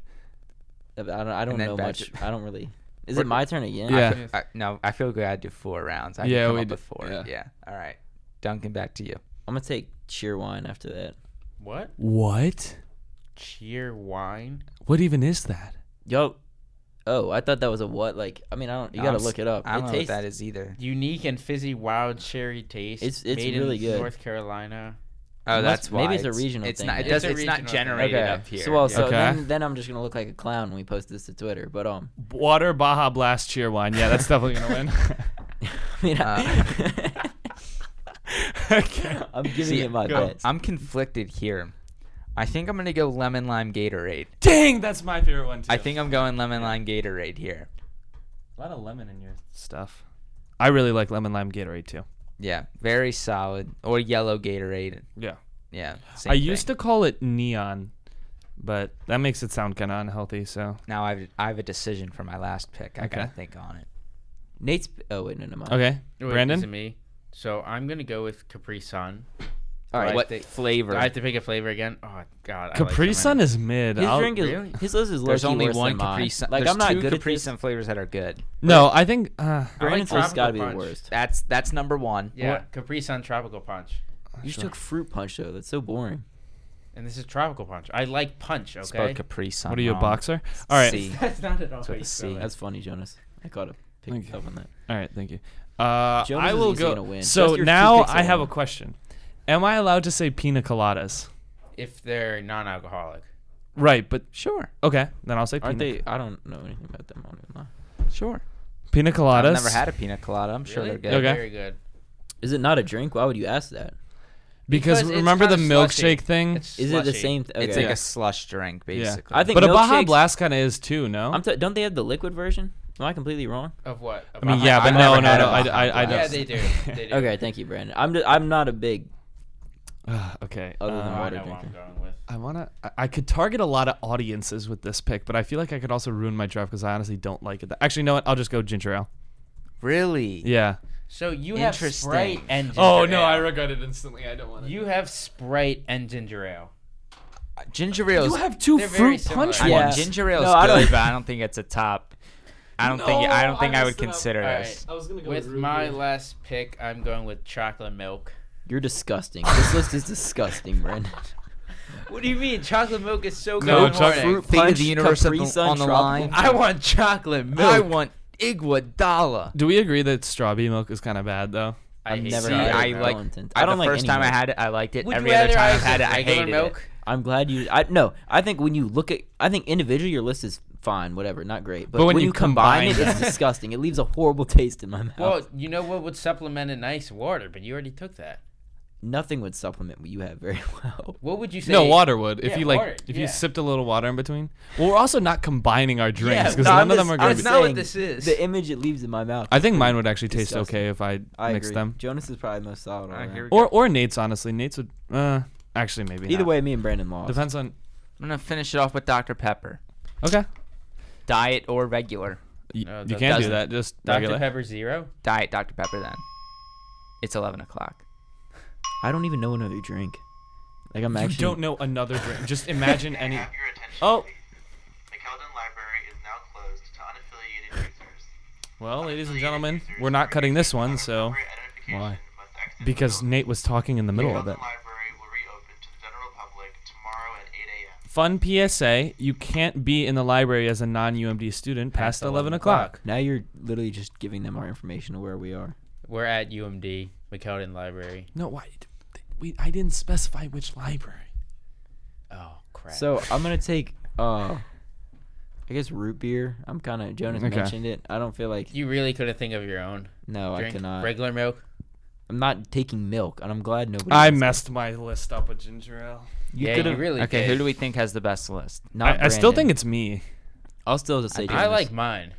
Speaker 4: I don't. I don't
Speaker 6: then
Speaker 4: know
Speaker 6: back
Speaker 4: much.
Speaker 6: to-
Speaker 4: I don't
Speaker 6: [laughs]
Speaker 4: really. Is
Speaker 6: We're-
Speaker 4: it my turn again?
Speaker 5: Yeah.
Speaker 6: I, no, I feel good. I do four rounds. I yeah,
Speaker 5: Yeah, we
Speaker 6: we
Speaker 5: d-
Speaker 6: did four.
Speaker 5: yeah.
Speaker 6: Yeah. All right, Duncan, back to you.
Speaker 4: I'm gonna take cheer wine after that.
Speaker 3: What?
Speaker 5: What?
Speaker 3: Cheer wine?
Speaker 5: What even is that?
Speaker 4: Yo. Oh, I thought that was a what? Like, I mean, I don't. You
Speaker 6: No,
Speaker 4: gotta
Speaker 6: I'm
Speaker 4: look
Speaker 6: s-
Speaker 4: it up.
Speaker 6: I
Speaker 4: it
Speaker 6: don't know
Speaker 4: tastes,
Speaker 6: what that is either.
Speaker 3: Unique and fizzy wild cherry taste.
Speaker 4: It's- it's
Speaker 3: made
Speaker 4: really
Speaker 3: in
Speaker 4: good.
Speaker 3: North Carolina.
Speaker 6: Oh,
Speaker 4: Must-
Speaker 6: that's why.
Speaker 4: maybe it's a regional
Speaker 6: it's
Speaker 4: thing
Speaker 6: Not, it
Speaker 4: then.
Speaker 6: does,
Speaker 3: It's a
Speaker 6: it's not
Speaker 3: regional thing.
Speaker 6: generated
Speaker 4: Okay.
Speaker 6: up here.
Speaker 4: So, well, so
Speaker 5: Okay.
Speaker 4: then, then I'm just gonna look like a clown when we post this to Twitter. But um, [laughs]
Speaker 5: Water Baja Blast cheer wine. Yeah, that's definitely gonna [laughs] win.
Speaker 4: I mean,
Speaker 6: Uh.
Speaker 5: okay.
Speaker 4: [laughs] I'm giving
Speaker 6: See,
Speaker 4: it my
Speaker 5: go.
Speaker 4: best.
Speaker 6: I'm conflicted here. I think I'm gonna go lemon lime Gatorade.
Speaker 5: Dang, that's my favorite one too.
Speaker 6: I think I'm going lemon lime Gatorade here.
Speaker 5: a lot of lemon in your stuff. I really like lemon lime Gatorade too.
Speaker 6: Yeah, very solid. Or yellow Gatorade.
Speaker 5: Yeah.
Speaker 6: Yeah.
Speaker 5: I used to call it neon, but that makes it sound kind of unhealthy. So
Speaker 6: Now I've I have a decision for my last pick. I gotta
Speaker 5: Okay.
Speaker 6: think on it.
Speaker 4: Nate's. Oh wait, no, no, mine.
Speaker 5: okay,
Speaker 3: [laughs] Wait,
Speaker 5: Brandon.
Speaker 3: is it me? So I'm gonna go with Capri Sun.
Speaker 4: All right.
Speaker 6: what
Speaker 3: think-
Speaker 6: flavor?
Speaker 3: Do I have to pick a flavor again? Oh God. I like
Speaker 5: Capri
Speaker 3: so
Speaker 5: Sun
Speaker 3: many.
Speaker 5: is mid.
Speaker 4: His
Speaker 5: I'll-
Speaker 4: drink is
Speaker 3: really?
Speaker 4: his list is
Speaker 6: There's
Speaker 4: low-key
Speaker 6: only
Speaker 4: worse
Speaker 6: one
Speaker 4: than mine.
Speaker 6: Capri Sun.
Speaker 4: Like
Speaker 6: There's
Speaker 4: I'm not
Speaker 6: two
Speaker 4: good
Speaker 6: Capri
Speaker 4: at this.
Speaker 6: Sun flavors that are good.
Speaker 5: no. I think uh,
Speaker 4: Brandon's
Speaker 3: I like
Speaker 4: list gotta be the
Speaker 3: Tropical
Speaker 4: worst.
Speaker 6: That's that's number one.
Speaker 3: Yeah. Capri Sun Tropical Punch.
Speaker 4: You just took fruit punch though. That's so boring.
Speaker 3: And this is Tropical Punch. I like punch.
Speaker 6: Spelled
Speaker 3: Okay.
Speaker 6: Capri Sun.
Speaker 5: what are you a
Speaker 6: wrong.
Speaker 5: boxer? All
Speaker 6: [laughs]
Speaker 5: right.
Speaker 6: C.
Speaker 3: [laughs] That's not at all.
Speaker 6: That's what
Speaker 3: how you
Speaker 6: the
Speaker 3: spell
Speaker 6: C-
Speaker 3: it.
Speaker 4: That's funny, Jonas. I caught a picked
Speaker 5: Okay.
Speaker 4: up on that.
Speaker 5: All right, thank you. Uh,
Speaker 4: Jonas
Speaker 5: I
Speaker 4: is
Speaker 5: will
Speaker 4: easy
Speaker 5: go.
Speaker 4: gonna win.
Speaker 5: So
Speaker 4: Just your
Speaker 5: now
Speaker 4: toothpicks
Speaker 5: I have a
Speaker 4: alone.
Speaker 5: question. Am I allowed to say pina coladas?
Speaker 3: if they're non-alcoholic.
Speaker 5: Right, but
Speaker 4: Sure.
Speaker 5: okay, then I'll say pina,
Speaker 4: Aren't they? I don't know anything about them. I don't even know.
Speaker 6: Sure.
Speaker 5: pina coladas.
Speaker 6: I've never had a pina colada. I'm sure
Speaker 3: Really?
Speaker 6: they're good.
Speaker 5: Okay.
Speaker 3: Very good.
Speaker 4: Is it not a drink? Why would you ask that?
Speaker 5: because,
Speaker 3: Because it's
Speaker 5: remember the
Speaker 3: kinda slushy.
Speaker 5: milkshake thing.
Speaker 3: It's
Speaker 4: Is it the
Speaker 3: slushy.
Speaker 4: same? Th-
Speaker 6: It's
Speaker 4: okay.
Speaker 6: like a slush drink, basically.
Speaker 4: I think-
Speaker 5: But a Baja
Speaker 4: milkshakes-
Speaker 5: Blast kind of is too. No,
Speaker 4: I'm t- don't they have the liquid version? Am I completely wrong?
Speaker 3: of what?
Speaker 5: I mean,
Speaker 3: Baja-
Speaker 5: yeah, but
Speaker 6: I've
Speaker 5: no,
Speaker 6: never
Speaker 5: no,
Speaker 6: had a
Speaker 5: no. I,
Speaker 6: Baja
Speaker 5: I, I
Speaker 6: Blast.
Speaker 5: don't.
Speaker 3: Yeah, they
Speaker 5: [laughs]
Speaker 3: do. They do.
Speaker 4: Okay, thank you, Brandon. I'm just, I'm not a big.
Speaker 5: Ugh, okay.
Speaker 4: Other than
Speaker 5: um,
Speaker 3: Oh, I
Speaker 4: water
Speaker 3: know what I'm
Speaker 4: drinker.
Speaker 3: going with.
Speaker 5: I wanna. I- I could target a lot of audiences with this pick, but I feel like I could also ruin my draft because I honestly don't like it. That, actually, you know what? I'll just go ginger ale.
Speaker 6: Really?
Speaker 5: Yeah.
Speaker 3: So you have
Speaker 6: Interesting.
Speaker 3: Sprite and ginger
Speaker 5: Oh no,
Speaker 3: ale.
Speaker 5: I regret it instantly. I don't want to.
Speaker 3: You have Sprite and ginger ale.
Speaker 6: Ginger ale.
Speaker 5: You have two
Speaker 3: They're very
Speaker 5: fruit
Speaker 3: similar.
Speaker 5: punch
Speaker 6: I
Speaker 4: Yeah.
Speaker 6: mean, ginger ale
Speaker 4: No, I don't-
Speaker 6: good, [laughs] but I don't think it's a top. I don't think. I don't think I would consider
Speaker 3: All
Speaker 6: this.
Speaker 3: right. With my last pick, I'm going with chocolate milk.
Speaker 4: You're disgusting. This list is disgusting,
Speaker 6: [laughs]
Speaker 4: Brandon.
Speaker 3: What do you mean? Chocolate milk is so good.
Speaker 5: No,
Speaker 3: in the
Speaker 5: chocolate-
Speaker 3: morning.
Speaker 6: Fate
Speaker 4: Punch,
Speaker 6: of the universe of
Speaker 4: Capri
Speaker 6: the-
Speaker 4: Sun,
Speaker 6: on the
Speaker 4: Tropical
Speaker 6: line.
Speaker 3: I want chocolate milk.
Speaker 6: I want Iguodala.
Speaker 5: Do we agree that strawberry milk is kind of bad though?
Speaker 3: I hate
Speaker 4: never
Speaker 6: See,
Speaker 4: had
Speaker 3: chocolate
Speaker 6: I
Speaker 4: it.
Speaker 3: milk.
Speaker 6: like.
Speaker 4: Content.
Speaker 6: I
Speaker 4: I don't
Speaker 6: the
Speaker 4: like
Speaker 6: first
Speaker 4: any
Speaker 6: time I
Speaker 4: milk.
Speaker 6: had it, I liked it.
Speaker 3: Would
Speaker 6: Every
Speaker 3: you
Speaker 6: other
Speaker 3: rather
Speaker 6: time
Speaker 3: I
Speaker 6: I've had
Speaker 3: said
Speaker 6: it, I
Speaker 3: regular
Speaker 6: hated
Speaker 3: milk?
Speaker 4: I'm glad you. I no. I think when you look at, I think individually your list is fine, whatever, not great. But, when, you, combine, it,
Speaker 5: combine
Speaker 6: [laughs]
Speaker 4: it's disgusting. It leaves a horrible taste in my mouth.
Speaker 3: Well, you know what would supplement a nice water, but you already took that.
Speaker 4: Nothing would supplement what you have very [laughs] well.
Speaker 3: What would you say?
Speaker 5: No, water would. If
Speaker 3: Yeah,
Speaker 5: you like,
Speaker 3: water,
Speaker 5: if
Speaker 3: yeah.
Speaker 5: you sipped a little water in between. Well, we're also not combining our drinks because
Speaker 3: no,
Speaker 5: none
Speaker 3: I'm
Speaker 5: of
Speaker 3: just-
Speaker 5: them are
Speaker 3: I'm
Speaker 5: going to
Speaker 3: just
Speaker 5: be.
Speaker 3: not- not what this is.
Speaker 4: The image it leaves in my mouth.
Speaker 5: I think mine would actually taste
Speaker 4: Disgusting.
Speaker 5: okay if I,
Speaker 4: I
Speaker 5: mixed
Speaker 4: agree.
Speaker 5: them.
Speaker 4: Jonas is probably the most solid. all
Speaker 6: I
Speaker 4: around.
Speaker 6: agree.
Speaker 5: Or or Nate's honestly. Nate's would. Uh, actually maybe.
Speaker 4: Either
Speaker 5: not.
Speaker 4: way, me and Brandon lost.
Speaker 5: depends on.
Speaker 6: I'm gonna finish it off with Dr Pepper,
Speaker 5: Okay.
Speaker 6: diet or regular.
Speaker 5: Y-
Speaker 3: No,
Speaker 5: you
Speaker 3: that
Speaker 5: can do
Speaker 6: doesn't.
Speaker 5: that. Just
Speaker 3: Dr.
Speaker 5: regular.
Speaker 3: Pepper Zero?
Speaker 6: Diet Dr Pepper. Then it's 11 o'clock.
Speaker 4: I don't even know another drink. Like I'm
Speaker 5: You
Speaker 4: actually.
Speaker 5: don't know another drink. Just imagine
Speaker 7: May I
Speaker 5: any.
Speaker 7: have your attention,
Speaker 5: Oh.
Speaker 7: please? The Keldon Library is now closed to unaffiliated users.
Speaker 5: Well, Oh, ladies and
Speaker 7: Unaffiliated
Speaker 5: gentlemen,
Speaker 7: users
Speaker 5: we're not
Speaker 7: who
Speaker 5: cutting this
Speaker 7: receive
Speaker 5: one, so
Speaker 7: unapproved identification
Speaker 5: Why?
Speaker 7: must exit the
Speaker 5: because
Speaker 7: building.
Speaker 5: Nate was talking in the middle of
Speaker 7: Keldon
Speaker 5: it.
Speaker 7: Library will reopen to the general public tomorrow at 8 a.m.
Speaker 5: Fun PSA: You can't be in the library as a non-UMD student past 11 o'clock.
Speaker 4: Now you're literally just giving them our information of where we are.
Speaker 3: We're at UMD, McKeldin Library.
Speaker 5: No, why? We, I didn't specify which library.
Speaker 3: Oh, crap.
Speaker 4: So I'm gonna take. Uh, I guess root beer. I'm kind of Jonas
Speaker 5: Okay.
Speaker 4: mentioned it. I don't feel like.
Speaker 3: you really couldn't think of your own
Speaker 4: No, I
Speaker 3: drink?
Speaker 4: cannot.
Speaker 3: Regular milk?
Speaker 4: I'm not taking milk, and I'm glad nobody.
Speaker 5: I
Speaker 4: else-
Speaker 5: messed my list up with ginger ale.
Speaker 4: You
Speaker 3: yeah, you
Speaker 4: could've-
Speaker 3: really
Speaker 6: Okay,
Speaker 3: did.
Speaker 6: who do we think has the best list?
Speaker 4: Not
Speaker 5: I, I still think
Speaker 4: Brandon.
Speaker 5: it's me.
Speaker 4: I'll still just say.
Speaker 3: I
Speaker 4: Jonas.
Speaker 3: like mine.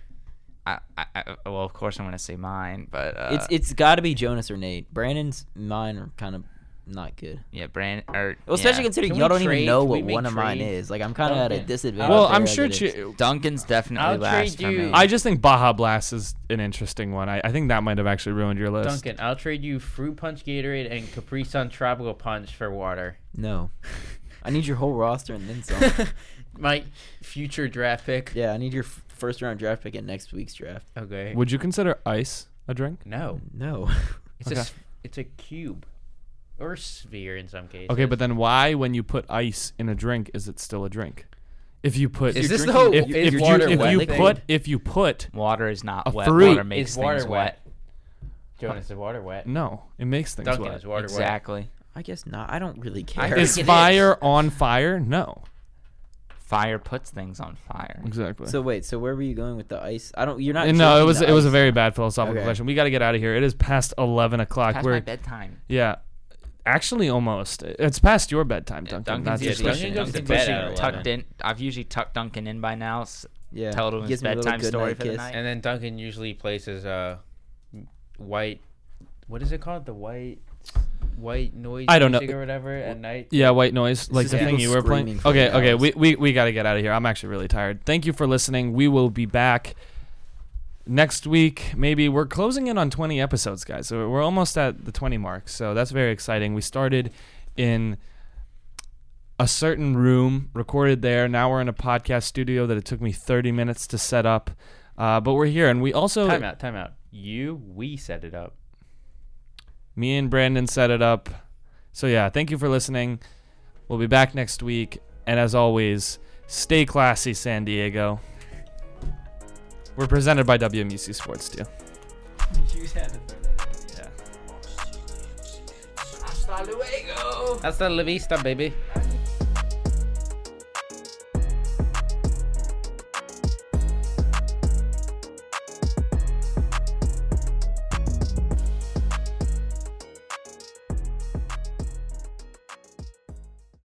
Speaker 6: I, I, I well, of course I'm gonna say mine, but uh,
Speaker 4: It's it's got to be Jonas or Nate. Brandon's mine are kind of not good.
Speaker 6: yeah, brand or
Speaker 4: Well,
Speaker 6: yeah.
Speaker 4: especially considering
Speaker 3: Can
Speaker 4: y'all
Speaker 3: we
Speaker 4: don't
Speaker 3: trade?
Speaker 4: even know
Speaker 3: Can
Speaker 4: what
Speaker 3: we make
Speaker 4: one of mine
Speaker 3: trade?
Speaker 4: is. Like I'm kind of at a
Speaker 3: Okay.
Speaker 4: disadvantage.
Speaker 5: Well,
Speaker 4: there
Speaker 5: I'm
Speaker 4: as
Speaker 5: sure.
Speaker 4: it is.
Speaker 5: Chi-
Speaker 6: Duncan's definitely
Speaker 3: I'll
Speaker 6: last
Speaker 3: trade
Speaker 6: for
Speaker 3: you-
Speaker 6: me.
Speaker 5: I just think Baja Blast is an interesting one. I, I think that might have actually ruined your list.
Speaker 3: Duncan, I'll trade you Fruit Punch Gatorade and Capri Sun Tropical Punch for water.
Speaker 4: no. I need your whole roster and then some.
Speaker 3: [laughs] My future draft pick.
Speaker 4: [laughs] yeah, I need your f- first round draft pick in next week's draft.
Speaker 3: Okay.
Speaker 5: Would you consider ice a drink?
Speaker 3: No.
Speaker 4: No. [laughs]
Speaker 3: It's,
Speaker 5: Okay.
Speaker 3: a, s- it's a cube. Or sphere in some cases.
Speaker 5: Okay, but then why, when you put ice in a drink, is it still a drink? If you put
Speaker 3: Is
Speaker 5: if,
Speaker 3: this the whole
Speaker 5: if,
Speaker 3: is
Speaker 5: if
Speaker 3: water
Speaker 5: you if
Speaker 3: wet
Speaker 5: you
Speaker 3: liquid?
Speaker 5: put if you put
Speaker 6: water is not
Speaker 5: A
Speaker 6: wet.
Speaker 5: fruit
Speaker 6: Water makes
Speaker 3: is
Speaker 6: things
Speaker 3: water
Speaker 6: wet.
Speaker 3: wet? Jonas, is water wet?
Speaker 5: no, it makes things
Speaker 3: Duncan,
Speaker 5: wet.
Speaker 3: is water wet?
Speaker 6: Exactly.
Speaker 4: I guess not. I don't really
Speaker 3: I
Speaker 4: care. [laughs]
Speaker 3: think
Speaker 5: Is
Speaker 3: it is.
Speaker 5: fire on fire? No,
Speaker 6: Fire puts things on fire.
Speaker 5: exactly.
Speaker 4: so wait, so where were you going with the ice? I don't. You're not.
Speaker 5: no, it
Speaker 4: drinking
Speaker 5: was
Speaker 4: the
Speaker 5: it was a
Speaker 4: ice.
Speaker 5: very bad philosophical
Speaker 4: Okay.
Speaker 5: question. We got to get out of here. It is past eleven o'clock.
Speaker 6: Past
Speaker 5: We're
Speaker 6: my bedtime.
Speaker 5: yeah, actually almost. It's past your bedtime, Duncan.
Speaker 6: Uh, Duncan's
Speaker 5: That's
Speaker 3: usually
Speaker 5: the
Speaker 3: sleeping.
Speaker 5: issue.
Speaker 3: Duncan goes to
Speaker 6: Duncan's
Speaker 3: bed
Speaker 6: usually
Speaker 3: at 11.
Speaker 6: tucked in. I've usually tucked Duncan in by now. s-
Speaker 4: yeah.
Speaker 6: Tell him his
Speaker 4: Gives me a little
Speaker 6: bedtime
Speaker 4: good
Speaker 6: story
Speaker 4: night
Speaker 6: for the
Speaker 4: kiss.
Speaker 6: night.
Speaker 3: And then Duncan usually places uh, white. What is it called? The white, white noise.
Speaker 5: I don't know.
Speaker 3: music or whatever at night.
Speaker 5: Yeah, white noise, like
Speaker 4: is
Speaker 5: the thing
Speaker 4: people
Speaker 5: you were playing.
Speaker 4: screaming for
Speaker 5: Okay,
Speaker 4: eight
Speaker 5: okay,
Speaker 4: hours.
Speaker 5: we, we, we got to get out of here. I'm actually really tired. Thank you for listening. We will be back next week. Maybe we're closing in on 20 episodes, guys. So we're almost at the 20 mark. So that's very exciting. We started in a certain room, recorded there. Now we're in a podcast studio that it took me 30 minutes to set up. Uh, but we're here, and we also
Speaker 3: Time out. Time out. You, we set it up.
Speaker 5: me and Brandon set it up. So yeah, thank you for listening. We'll be back next week, and as always, stay classy, San Diego. We're presented by WMUC Sports too.
Speaker 3: Hasta la vista, baby.